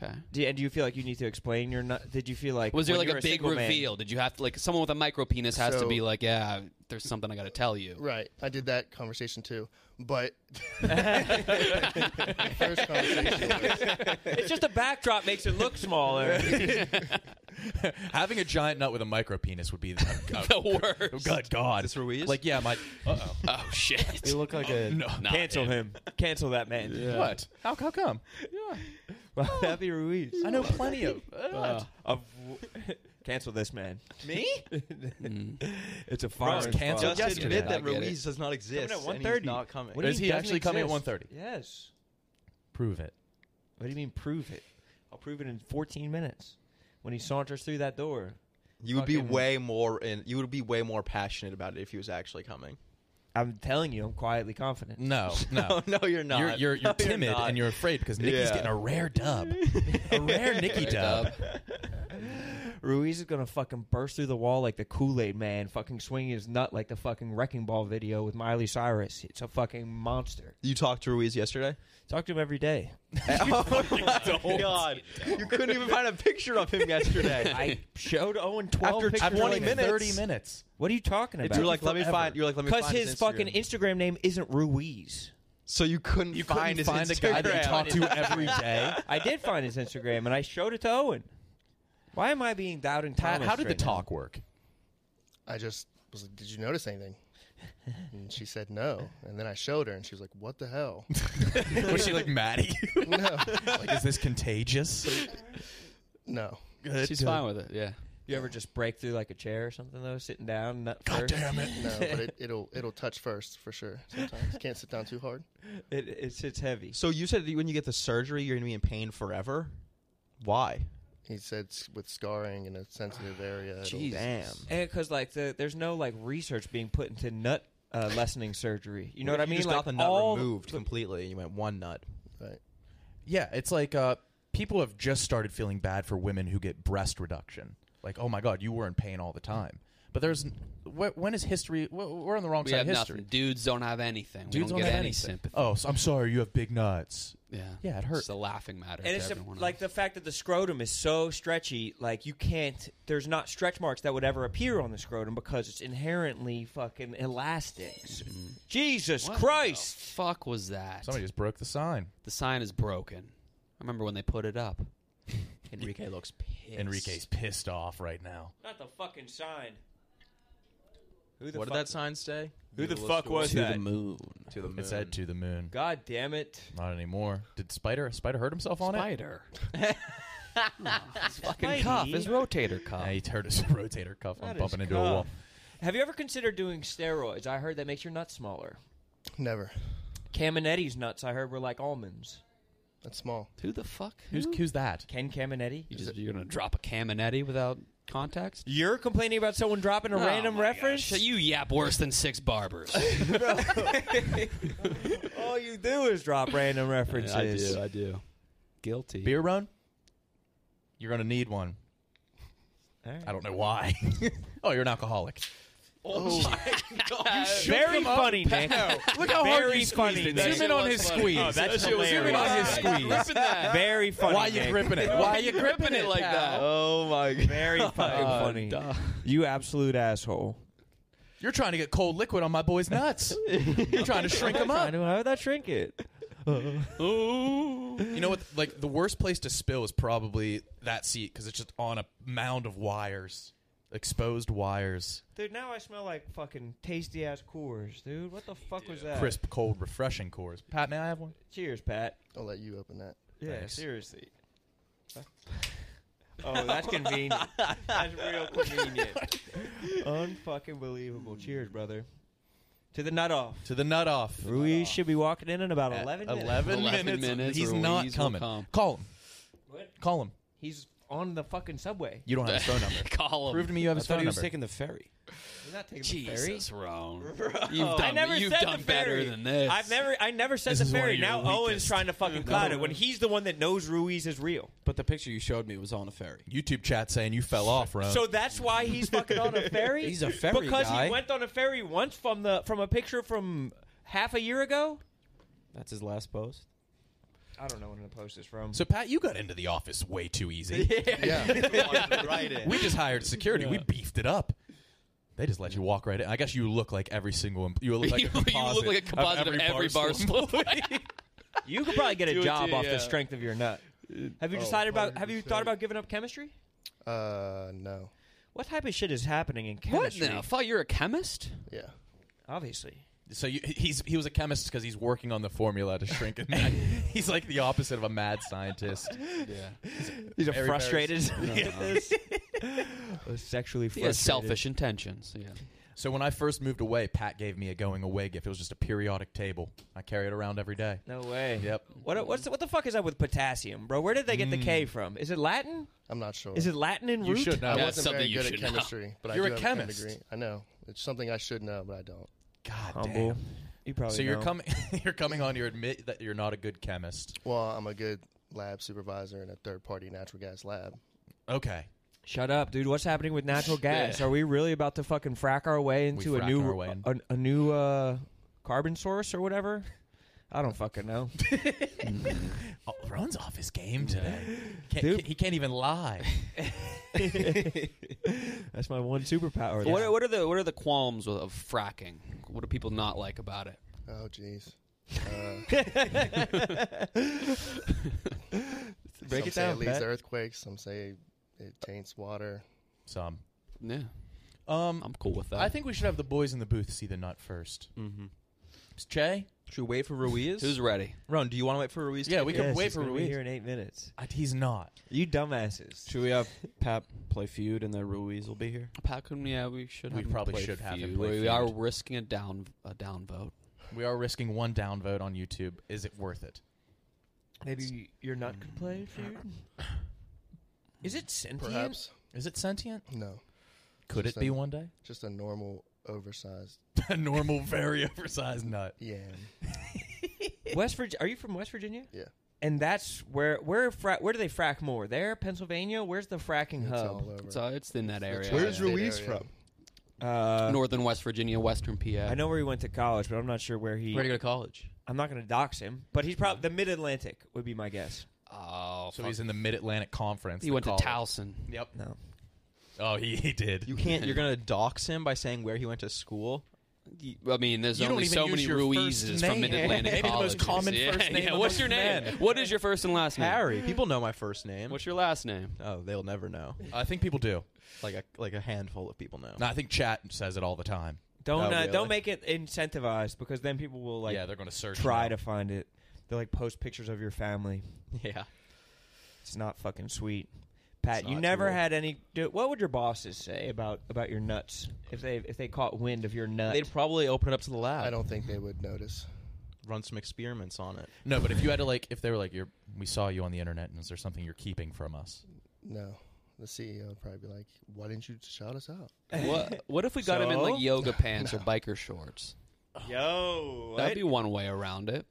[SPEAKER 5] Okay.
[SPEAKER 6] do, and do you feel like you need to explain your nut? Did you feel like
[SPEAKER 5] Was there
[SPEAKER 6] when
[SPEAKER 5] like
[SPEAKER 6] you
[SPEAKER 5] a
[SPEAKER 6] were
[SPEAKER 5] big
[SPEAKER 6] single man-
[SPEAKER 5] reveal? Did you have to like someone with a micro penis has to
[SPEAKER 8] So-
[SPEAKER 5] be like, yeah, there's something I got to tell you.
[SPEAKER 8] Right. I did that conversation too. But the first conversation was,
[SPEAKER 6] it's just a backdrop makes it look smaller.
[SPEAKER 4] Having a giant nut with a micro penis would be the,
[SPEAKER 5] The worst.
[SPEAKER 4] Good God!
[SPEAKER 1] Is this Ruiz?
[SPEAKER 4] Like yeah, my. Uh oh.
[SPEAKER 5] Oh shit.
[SPEAKER 7] You look like a.
[SPEAKER 4] No.
[SPEAKER 5] Nah,
[SPEAKER 6] Cancel
[SPEAKER 5] dude.
[SPEAKER 6] him. Cancel that man.
[SPEAKER 4] What? How, how come?
[SPEAKER 6] Well, that'd be Ruiz.
[SPEAKER 4] I know plenty of.
[SPEAKER 5] Uh,
[SPEAKER 6] Of w- cancel this man.
[SPEAKER 4] me?
[SPEAKER 5] Mm.
[SPEAKER 6] It's a fire.
[SPEAKER 4] Ross, cancel
[SPEAKER 1] Just
[SPEAKER 4] Yesterday.
[SPEAKER 1] admit
[SPEAKER 5] I
[SPEAKER 1] that
[SPEAKER 5] get
[SPEAKER 1] Ruiz does not exist.
[SPEAKER 6] Coming at
[SPEAKER 1] and he's
[SPEAKER 6] 1:30.
[SPEAKER 1] not coming.
[SPEAKER 4] Is he actually coming at 1:30?
[SPEAKER 6] Yes.
[SPEAKER 4] Prove it.
[SPEAKER 6] What do you mean prove it? I'll prove it in 14 minutes when he saunters through that door.
[SPEAKER 1] You would be
[SPEAKER 6] Fucking-
[SPEAKER 1] way more in. You would be way more passionate about it if he was actually coming.
[SPEAKER 6] I'm telling you, I'm quietly confident.
[SPEAKER 4] No, no.
[SPEAKER 7] Oh, no, you're not.
[SPEAKER 4] You're you're, you're
[SPEAKER 7] No,
[SPEAKER 4] timid
[SPEAKER 7] not.
[SPEAKER 4] and you're afraid because Nikki's
[SPEAKER 7] Yeah.
[SPEAKER 4] getting a rare dub, a rare Nikki
[SPEAKER 7] Uh,
[SPEAKER 4] dub.
[SPEAKER 6] Ruiz is gonna fucking burst through the wall like the Kool Aid Man, fucking swinging his nut like the fucking wrecking ball video with Miley Cyrus. It's a fucking monster.
[SPEAKER 7] You talked to Ruiz yesterday.
[SPEAKER 6] Talk to him every day.
[SPEAKER 7] oh my god! You couldn't even find a picture of him yesterday.
[SPEAKER 6] I showed Owen twelve
[SPEAKER 7] After
[SPEAKER 6] pictures
[SPEAKER 7] 20
[SPEAKER 6] of him.
[SPEAKER 7] minutes.
[SPEAKER 4] thirty minutes.
[SPEAKER 6] What are you talking about?
[SPEAKER 7] You're like, let me find. You're like, let me
[SPEAKER 6] because
[SPEAKER 7] find
[SPEAKER 6] his, fucking
[SPEAKER 7] Instagram.
[SPEAKER 6] Instagram name isn't Ruiz.
[SPEAKER 7] so you couldn't
[SPEAKER 4] You
[SPEAKER 7] find
[SPEAKER 4] couldn't
[SPEAKER 7] his
[SPEAKER 4] find a
[SPEAKER 7] Instagram.
[SPEAKER 4] guy that you talk to every day.
[SPEAKER 6] I did find his Instagram and I showed it to Owen. Why am I being doubting
[SPEAKER 4] How,
[SPEAKER 6] Thomas?
[SPEAKER 4] how did the
[SPEAKER 6] right now?
[SPEAKER 4] talk work?
[SPEAKER 8] I just was like, "Did you notice anything?" And she said no. And then I showed her, and she was like, "What the hell?"
[SPEAKER 4] Was she like mad at you?
[SPEAKER 8] No,
[SPEAKER 4] like, is this contagious?
[SPEAKER 8] no.
[SPEAKER 4] Good.
[SPEAKER 5] She's fine with it. Yeah.
[SPEAKER 6] You ever just break through like a chair or something though, sitting down? Nut first?
[SPEAKER 4] it.
[SPEAKER 8] No, but it, it'll it'll touch first for sure. Sometimes can't sit down too hard.
[SPEAKER 6] It, it sits heavy.
[SPEAKER 7] So you said that when you get the surgery, you're gonna be in pain forever. Why?
[SPEAKER 8] He said s- with scarring in a sensitive area. it'll-
[SPEAKER 7] Damn.
[SPEAKER 6] And because like the, there's no like research being put into nut uh, lessening surgery. You know what I mean?
[SPEAKER 7] You just
[SPEAKER 6] like
[SPEAKER 7] got the nut
[SPEAKER 6] all-
[SPEAKER 7] removed completely. You went one nut.
[SPEAKER 8] Right.
[SPEAKER 4] Yeah, it's like uh, people have just started feeling bad for women who get breast reduction. Like, oh my god, you were in pain all the time. But there's wh- when is history? wh- We're on the wrong
[SPEAKER 5] We
[SPEAKER 4] side
[SPEAKER 5] have
[SPEAKER 4] of history.
[SPEAKER 5] nothing. Dudes don't have anything. we
[SPEAKER 4] Dudes
[SPEAKER 5] don't,
[SPEAKER 4] have
[SPEAKER 5] get any
[SPEAKER 4] anything.
[SPEAKER 5] sympathy.
[SPEAKER 4] Oh, so I'm sorry, you have big nuts.
[SPEAKER 5] Yeah.
[SPEAKER 4] Yeah, it hurt.
[SPEAKER 5] It's a laughing matter.
[SPEAKER 6] And
[SPEAKER 5] to
[SPEAKER 6] it's the-
[SPEAKER 5] everyone
[SPEAKER 6] like
[SPEAKER 5] else.
[SPEAKER 6] the fact that the scrotum is so stretchy, like you can't. There's not stretch marks that would ever appear on the scrotum because it's inherently fucking elastic. Jesus
[SPEAKER 5] Mm-hmm. What
[SPEAKER 6] Christ!
[SPEAKER 5] The fuck was that?
[SPEAKER 4] Somebody just broke the sign.
[SPEAKER 5] The sign is broken. I remember when they put it up. Enrique looks pissed.
[SPEAKER 4] Enrique's pissed off right now.
[SPEAKER 6] Not the fucking sign. Who the
[SPEAKER 7] What did
[SPEAKER 6] fuck?
[SPEAKER 7] that sign say?
[SPEAKER 6] Who the fuck was
[SPEAKER 7] to
[SPEAKER 6] that?
[SPEAKER 7] The moon. To the moon.
[SPEAKER 4] It said to the moon.
[SPEAKER 6] God damn it!
[SPEAKER 4] Not anymore. Did Spider Spider hurt himself on it?
[SPEAKER 5] Spider. his fucking
[SPEAKER 6] Spidey.
[SPEAKER 5] cuff. His rotator cuff.
[SPEAKER 4] Yeah, he hurt his rotator cuff on
[SPEAKER 6] That is
[SPEAKER 4] bumping into a wall.
[SPEAKER 6] cuff. Have you ever considered doing steroids? I heard that makes your nuts smaller.
[SPEAKER 8] Never.
[SPEAKER 6] Caminetti's nuts, I heard, were like almonds.
[SPEAKER 8] That's small.
[SPEAKER 5] Who the fuck?
[SPEAKER 4] Who's
[SPEAKER 5] who?
[SPEAKER 4] who's that?
[SPEAKER 6] Ken Caminetti?
[SPEAKER 5] You just, you're gonna drop a Caminetti without context?
[SPEAKER 6] You're complaining about someone dropping a
[SPEAKER 5] Oh
[SPEAKER 6] random
[SPEAKER 5] my
[SPEAKER 6] reference?
[SPEAKER 5] gosh, You yap worse than six barbers.
[SPEAKER 6] All you do is drop random references.
[SPEAKER 5] I do. Guilty.
[SPEAKER 4] Beer run? You're gonna need one.
[SPEAKER 6] Alright.
[SPEAKER 4] I don't know why. oh, you're an alcoholic.
[SPEAKER 6] Very funny, Nick.
[SPEAKER 4] Look how
[SPEAKER 6] hard Very you squeezed funny, it. Nick.
[SPEAKER 4] Zoom in on his squeeze.
[SPEAKER 6] Oh, that's
[SPEAKER 4] Zoom in on his
[SPEAKER 6] hilarious.
[SPEAKER 4] squeeze.
[SPEAKER 6] Very funny.
[SPEAKER 4] Why are you
[SPEAKER 6] Nick.
[SPEAKER 4] gripping it? Why are you gripping it
[SPEAKER 5] like that?
[SPEAKER 7] Oh my god.
[SPEAKER 6] Very fucking funny. You absolute asshole.
[SPEAKER 4] You're trying to get cold liquid on my boy's nuts. you're trying to shrink him
[SPEAKER 6] I
[SPEAKER 4] up.
[SPEAKER 6] knew how would that shrink it?
[SPEAKER 4] You know what? Like the worst place to spill is probably that seat because it's just on a mound of wires, exposed wires,
[SPEAKER 6] Dude, now I smell like fucking tasty ass Coors, dude. What the fuck was that?
[SPEAKER 4] crisp, cold, refreshing cores. Pat, may I have one?
[SPEAKER 6] Cheers, Pat.
[SPEAKER 8] I'll let you open that.
[SPEAKER 6] Yeah,
[SPEAKER 4] Thanks.
[SPEAKER 6] seriously. oh, that's convenient. That's real convenient. Unfucking believable. Cheers, brother. To the nut off.
[SPEAKER 4] To the nut off.
[SPEAKER 6] Ruiz should be walking in in about
[SPEAKER 4] At
[SPEAKER 6] 11 minutes.
[SPEAKER 4] 11
[SPEAKER 5] 11
[SPEAKER 4] minutes.
[SPEAKER 5] minutes,
[SPEAKER 4] He's
[SPEAKER 5] Ruiz
[SPEAKER 4] not
[SPEAKER 5] will
[SPEAKER 4] coming.
[SPEAKER 5] come.
[SPEAKER 4] Call him.
[SPEAKER 6] What?
[SPEAKER 4] Call him.
[SPEAKER 6] He's on the fucking subway.
[SPEAKER 4] You don't have his phone number.
[SPEAKER 5] Call him.
[SPEAKER 4] Prove to me you have
[SPEAKER 7] I
[SPEAKER 4] his phone
[SPEAKER 7] thought he was
[SPEAKER 4] number.
[SPEAKER 7] taking the ferry.
[SPEAKER 6] He's not taking
[SPEAKER 5] Jesus,
[SPEAKER 6] the ferry.
[SPEAKER 5] Roan. You've done,
[SPEAKER 6] I never
[SPEAKER 5] you've
[SPEAKER 6] said
[SPEAKER 5] done
[SPEAKER 6] the ferry.
[SPEAKER 5] better than this.
[SPEAKER 6] I've never, I never said
[SPEAKER 4] This
[SPEAKER 6] the
[SPEAKER 4] is one of
[SPEAKER 6] ferry.
[SPEAKER 4] your
[SPEAKER 6] Now Owen's
[SPEAKER 4] weakest. Mm.
[SPEAKER 6] trying to fucking cloud it when he's the one that knows Ruiz is real.
[SPEAKER 7] But the picture you showed me was on a ferry.
[SPEAKER 4] YouTube chat saying you fell off, Ron.
[SPEAKER 6] So that's why he's fucking on a ferry.
[SPEAKER 7] He's a ferry
[SPEAKER 6] because
[SPEAKER 7] guy.
[SPEAKER 6] he went on a ferry once from the from a picture from half a year ago.
[SPEAKER 7] That's his last post.
[SPEAKER 6] I don't know when to post this from.
[SPEAKER 4] So, Pat, you got into the office way too easy.
[SPEAKER 8] Yeah.
[SPEAKER 7] right in.
[SPEAKER 4] we just hired security. We beefed it up. They just let you walk right in. I guess you look like every single. Em- you look like
[SPEAKER 5] You-
[SPEAKER 4] a
[SPEAKER 5] you look
[SPEAKER 4] composite
[SPEAKER 5] like a composite of every Barstool
[SPEAKER 4] employee.
[SPEAKER 6] you could probably get a job
[SPEAKER 5] yeah.
[SPEAKER 6] off the strength of your nut. Have you
[SPEAKER 4] Oh,
[SPEAKER 6] decided about? Have you thought
[SPEAKER 8] 100%.
[SPEAKER 6] about giving up chemistry?
[SPEAKER 8] Uh, no.
[SPEAKER 6] What type of shit is happening in
[SPEAKER 5] What
[SPEAKER 6] chemistry?
[SPEAKER 5] now? Fuck, you're a chemist?
[SPEAKER 8] Yeah.
[SPEAKER 6] Obviously,
[SPEAKER 4] so you, he's he was a chemist because he's working on the formula to shrink it. back. he's like the opposite of a mad scientist.
[SPEAKER 6] these are
[SPEAKER 4] Very
[SPEAKER 6] frustrated. Sexually
[SPEAKER 5] He
[SPEAKER 6] frustrated.
[SPEAKER 5] has selfish intentions. Yeah.
[SPEAKER 4] So when I first moved away, Pat gave me a going away gift. It was just a periodic table. I carry it around every day.
[SPEAKER 6] No way.
[SPEAKER 4] Yep.
[SPEAKER 6] What what's what the fuck is up with potassium, bro? Where did they get the K from? Is it Latin?
[SPEAKER 8] I'm not sure.
[SPEAKER 6] Is it Latin in root?
[SPEAKER 8] I
[SPEAKER 5] That's
[SPEAKER 8] wasn't
[SPEAKER 5] something
[SPEAKER 8] very
[SPEAKER 5] you
[SPEAKER 8] good
[SPEAKER 5] should
[SPEAKER 8] at
[SPEAKER 5] know.
[SPEAKER 8] chemistry, but
[SPEAKER 4] You're
[SPEAKER 8] I
[SPEAKER 4] a
[SPEAKER 8] do have chem
[SPEAKER 4] chemist.
[SPEAKER 8] degree. I know. It's something I should know, but I don't.
[SPEAKER 4] God
[SPEAKER 6] Humble.
[SPEAKER 4] damn.
[SPEAKER 6] You probably
[SPEAKER 4] So you're
[SPEAKER 6] know.
[SPEAKER 4] coming you're coming on. You admit that you're not a good chemist.
[SPEAKER 8] Well, I'm a good lab supervisor in a third party natural gas lab.
[SPEAKER 4] Okay.
[SPEAKER 6] Shut up, dude. What's happening with natural gas? Are we really about to fucking frack our way into a
[SPEAKER 4] frack
[SPEAKER 6] new
[SPEAKER 4] our way in.
[SPEAKER 6] a, a new uh, carbon source or whatever? I don't fucking know.
[SPEAKER 4] Oh, Ron's off his game today. Can't,
[SPEAKER 6] Dude.
[SPEAKER 4] He can't even lie.
[SPEAKER 6] That's my one superpower.
[SPEAKER 5] What, are- what are the what are the qualms of, of fracking? What do people not like about it?
[SPEAKER 8] Oh, jeez. Uh,
[SPEAKER 6] Break
[SPEAKER 8] some
[SPEAKER 6] it
[SPEAKER 8] say
[SPEAKER 6] down.
[SPEAKER 8] it leads
[SPEAKER 6] Pat.
[SPEAKER 8] to earthquakes. Some say it taints water.
[SPEAKER 4] Some.
[SPEAKER 5] Yeah,
[SPEAKER 4] Um,
[SPEAKER 5] I'm cool with that.
[SPEAKER 4] I think we should have the boys in the booth see the nut first. Mm-hmm. Che?
[SPEAKER 7] Should we wait for Ruiz?
[SPEAKER 5] who's ready?
[SPEAKER 7] Ron? Do you want to wait for Ruiz? to
[SPEAKER 4] Yeah,
[SPEAKER 7] get
[SPEAKER 4] we
[SPEAKER 7] here?
[SPEAKER 4] can
[SPEAKER 6] Yes,
[SPEAKER 4] wait
[SPEAKER 6] he's
[SPEAKER 4] for
[SPEAKER 6] gonna be
[SPEAKER 4] Ruiz.
[SPEAKER 6] here in eight minutes.
[SPEAKER 4] Uh, He's not.
[SPEAKER 6] You dumbasses.
[SPEAKER 7] Should we have Pap play feud and then Ruiz will be here?
[SPEAKER 5] How come? Yeah, we should.
[SPEAKER 4] We
[SPEAKER 5] have him
[SPEAKER 4] probably
[SPEAKER 5] play
[SPEAKER 4] should have him
[SPEAKER 5] feud.
[SPEAKER 4] play
[SPEAKER 5] We
[SPEAKER 4] feud.
[SPEAKER 5] are risking a down a down vote.
[SPEAKER 4] We are risking one downvote on YouTube. Is it worth it?
[SPEAKER 6] Maybe your nut could play food. Is it sentient?
[SPEAKER 8] Perhaps
[SPEAKER 4] Is it sentient?
[SPEAKER 8] no.
[SPEAKER 4] Could
[SPEAKER 8] Just
[SPEAKER 4] it be
[SPEAKER 8] a-
[SPEAKER 4] one day?
[SPEAKER 8] Just a normal oversized
[SPEAKER 4] a normal, very oversized nut.
[SPEAKER 8] yam.
[SPEAKER 6] West Virginia. Are you from West Virginia?
[SPEAKER 8] Yeah.
[SPEAKER 6] And that's where where fra- where do they frack more? There, Pennsylvania. Where's the fracking
[SPEAKER 4] Oh,
[SPEAKER 8] It's all
[SPEAKER 6] hub?
[SPEAKER 8] over.
[SPEAKER 5] So it's in that area.
[SPEAKER 8] Where's
[SPEAKER 5] yeah.
[SPEAKER 8] your- Ruiz from?
[SPEAKER 6] Uh,
[SPEAKER 5] Northern West Virginia, Western PA.
[SPEAKER 6] I know where he went to college, but I'm not sure where he.
[SPEAKER 5] Where to go to college?
[SPEAKER 6] I'm not going to dox him, but he's probably the Mid Atlantic would be my guess.
[SPEAKER 5] Oh,
[SPEAKER 4] So he's in the Mid Atlantic Conference.
[SPEAKER 5] he
[SPEAKER 4] the
[SPEAKER 5] went to
[SPEAKER 4] college.
[SPEAKER 5] Towson.
[SPEAKER 4] Yep.
[SPEAKER 6] No.
[SPEAKER 4] Oh, he, he did.
[SPEAKER 7] You can't. You're gonna dox him by saying where he went to school.
[SPEAKER 5] I mean, there's
[SPEAKER 4] You don't
[SPEAKER 5] only
[SPEAKER 4] even
[SPEAKER 5] so
[SPEAKER 4] use
[SPEAKER 5] many
[SPEAKER 4] your
[SPEAKER 5] Ruizes
[SPEAKER 4] first
[SPEAKER 5] from
[SPEAKER 4] name.
[SPEAKER 5] Mid Atlantic.
[SPEAKER 4] Maybe the most common
[SPEAKER 5] yeah,
[SPEAKER 4] first name
[SPEAKER 5] Yeah. What's your
[SPEAKER 4] amongst
[SPEAKER 5] name?
[SPEAKER 4] men.
[SPEAKER 5] What is your first and last name?
[SPEAKER 7] Harry. People know my first name.
[SPEAKER 5] What's your last name?
[SPEAKER 7] oh, they'll never know.
[SPEAKER 4] I think people do.
[SPEAKER 7] Like a like a handful of people know.
[SPEAKER 4] No, I think chat says it all the time.
[SPEAKER 6] Don't
[SPEAKER 7] Oh,
[SPEAKER 6] uh,
[SPEAKER 7] really?
[SPEAKER 6] don't make it incentivized because then people will like
[SPEAKER 4] yeah, they're going to search.
[SPEAKER 6] try
[SPEAKER 4] now.
[SPEAKER 6] to find it. They like post pictures of your family.
[SPEAKER 7] Yeah.
[SPEAKER 6] It's not fucking sweet. Pat,
[SPEAKER 7] It's
[SPEAKER 6] you
[SPEAKER 7] not
[SPEAKER 6] never
[SPEAKER 7] cool.
[SPEAKER 6] had any. do- What would your bosses say about about your nuts if they if they caught wind of your nut?
[SPEAKER 7] They'd probably open it up to the lab.
[SPEAKER 8] I don't think they would notice.
[SPEAKER 7] run some experiments on it.
[SPEAKER 4] No, but if you had to like, if they were like, "You're, we saw you on the internet, and is there something you're keeping from us?"
[SPEAKER 8] No. The CEO would probably be like, "Why didn't you shout us out?"
[SPEAKER 5] What What if we got him in like
[SPEAKER 6] So?
[SPEAKER 5] yoga pants or biker shorts?
[SPEAKER 6] Yo,
[SPEAKER 5] That'd be one way around it.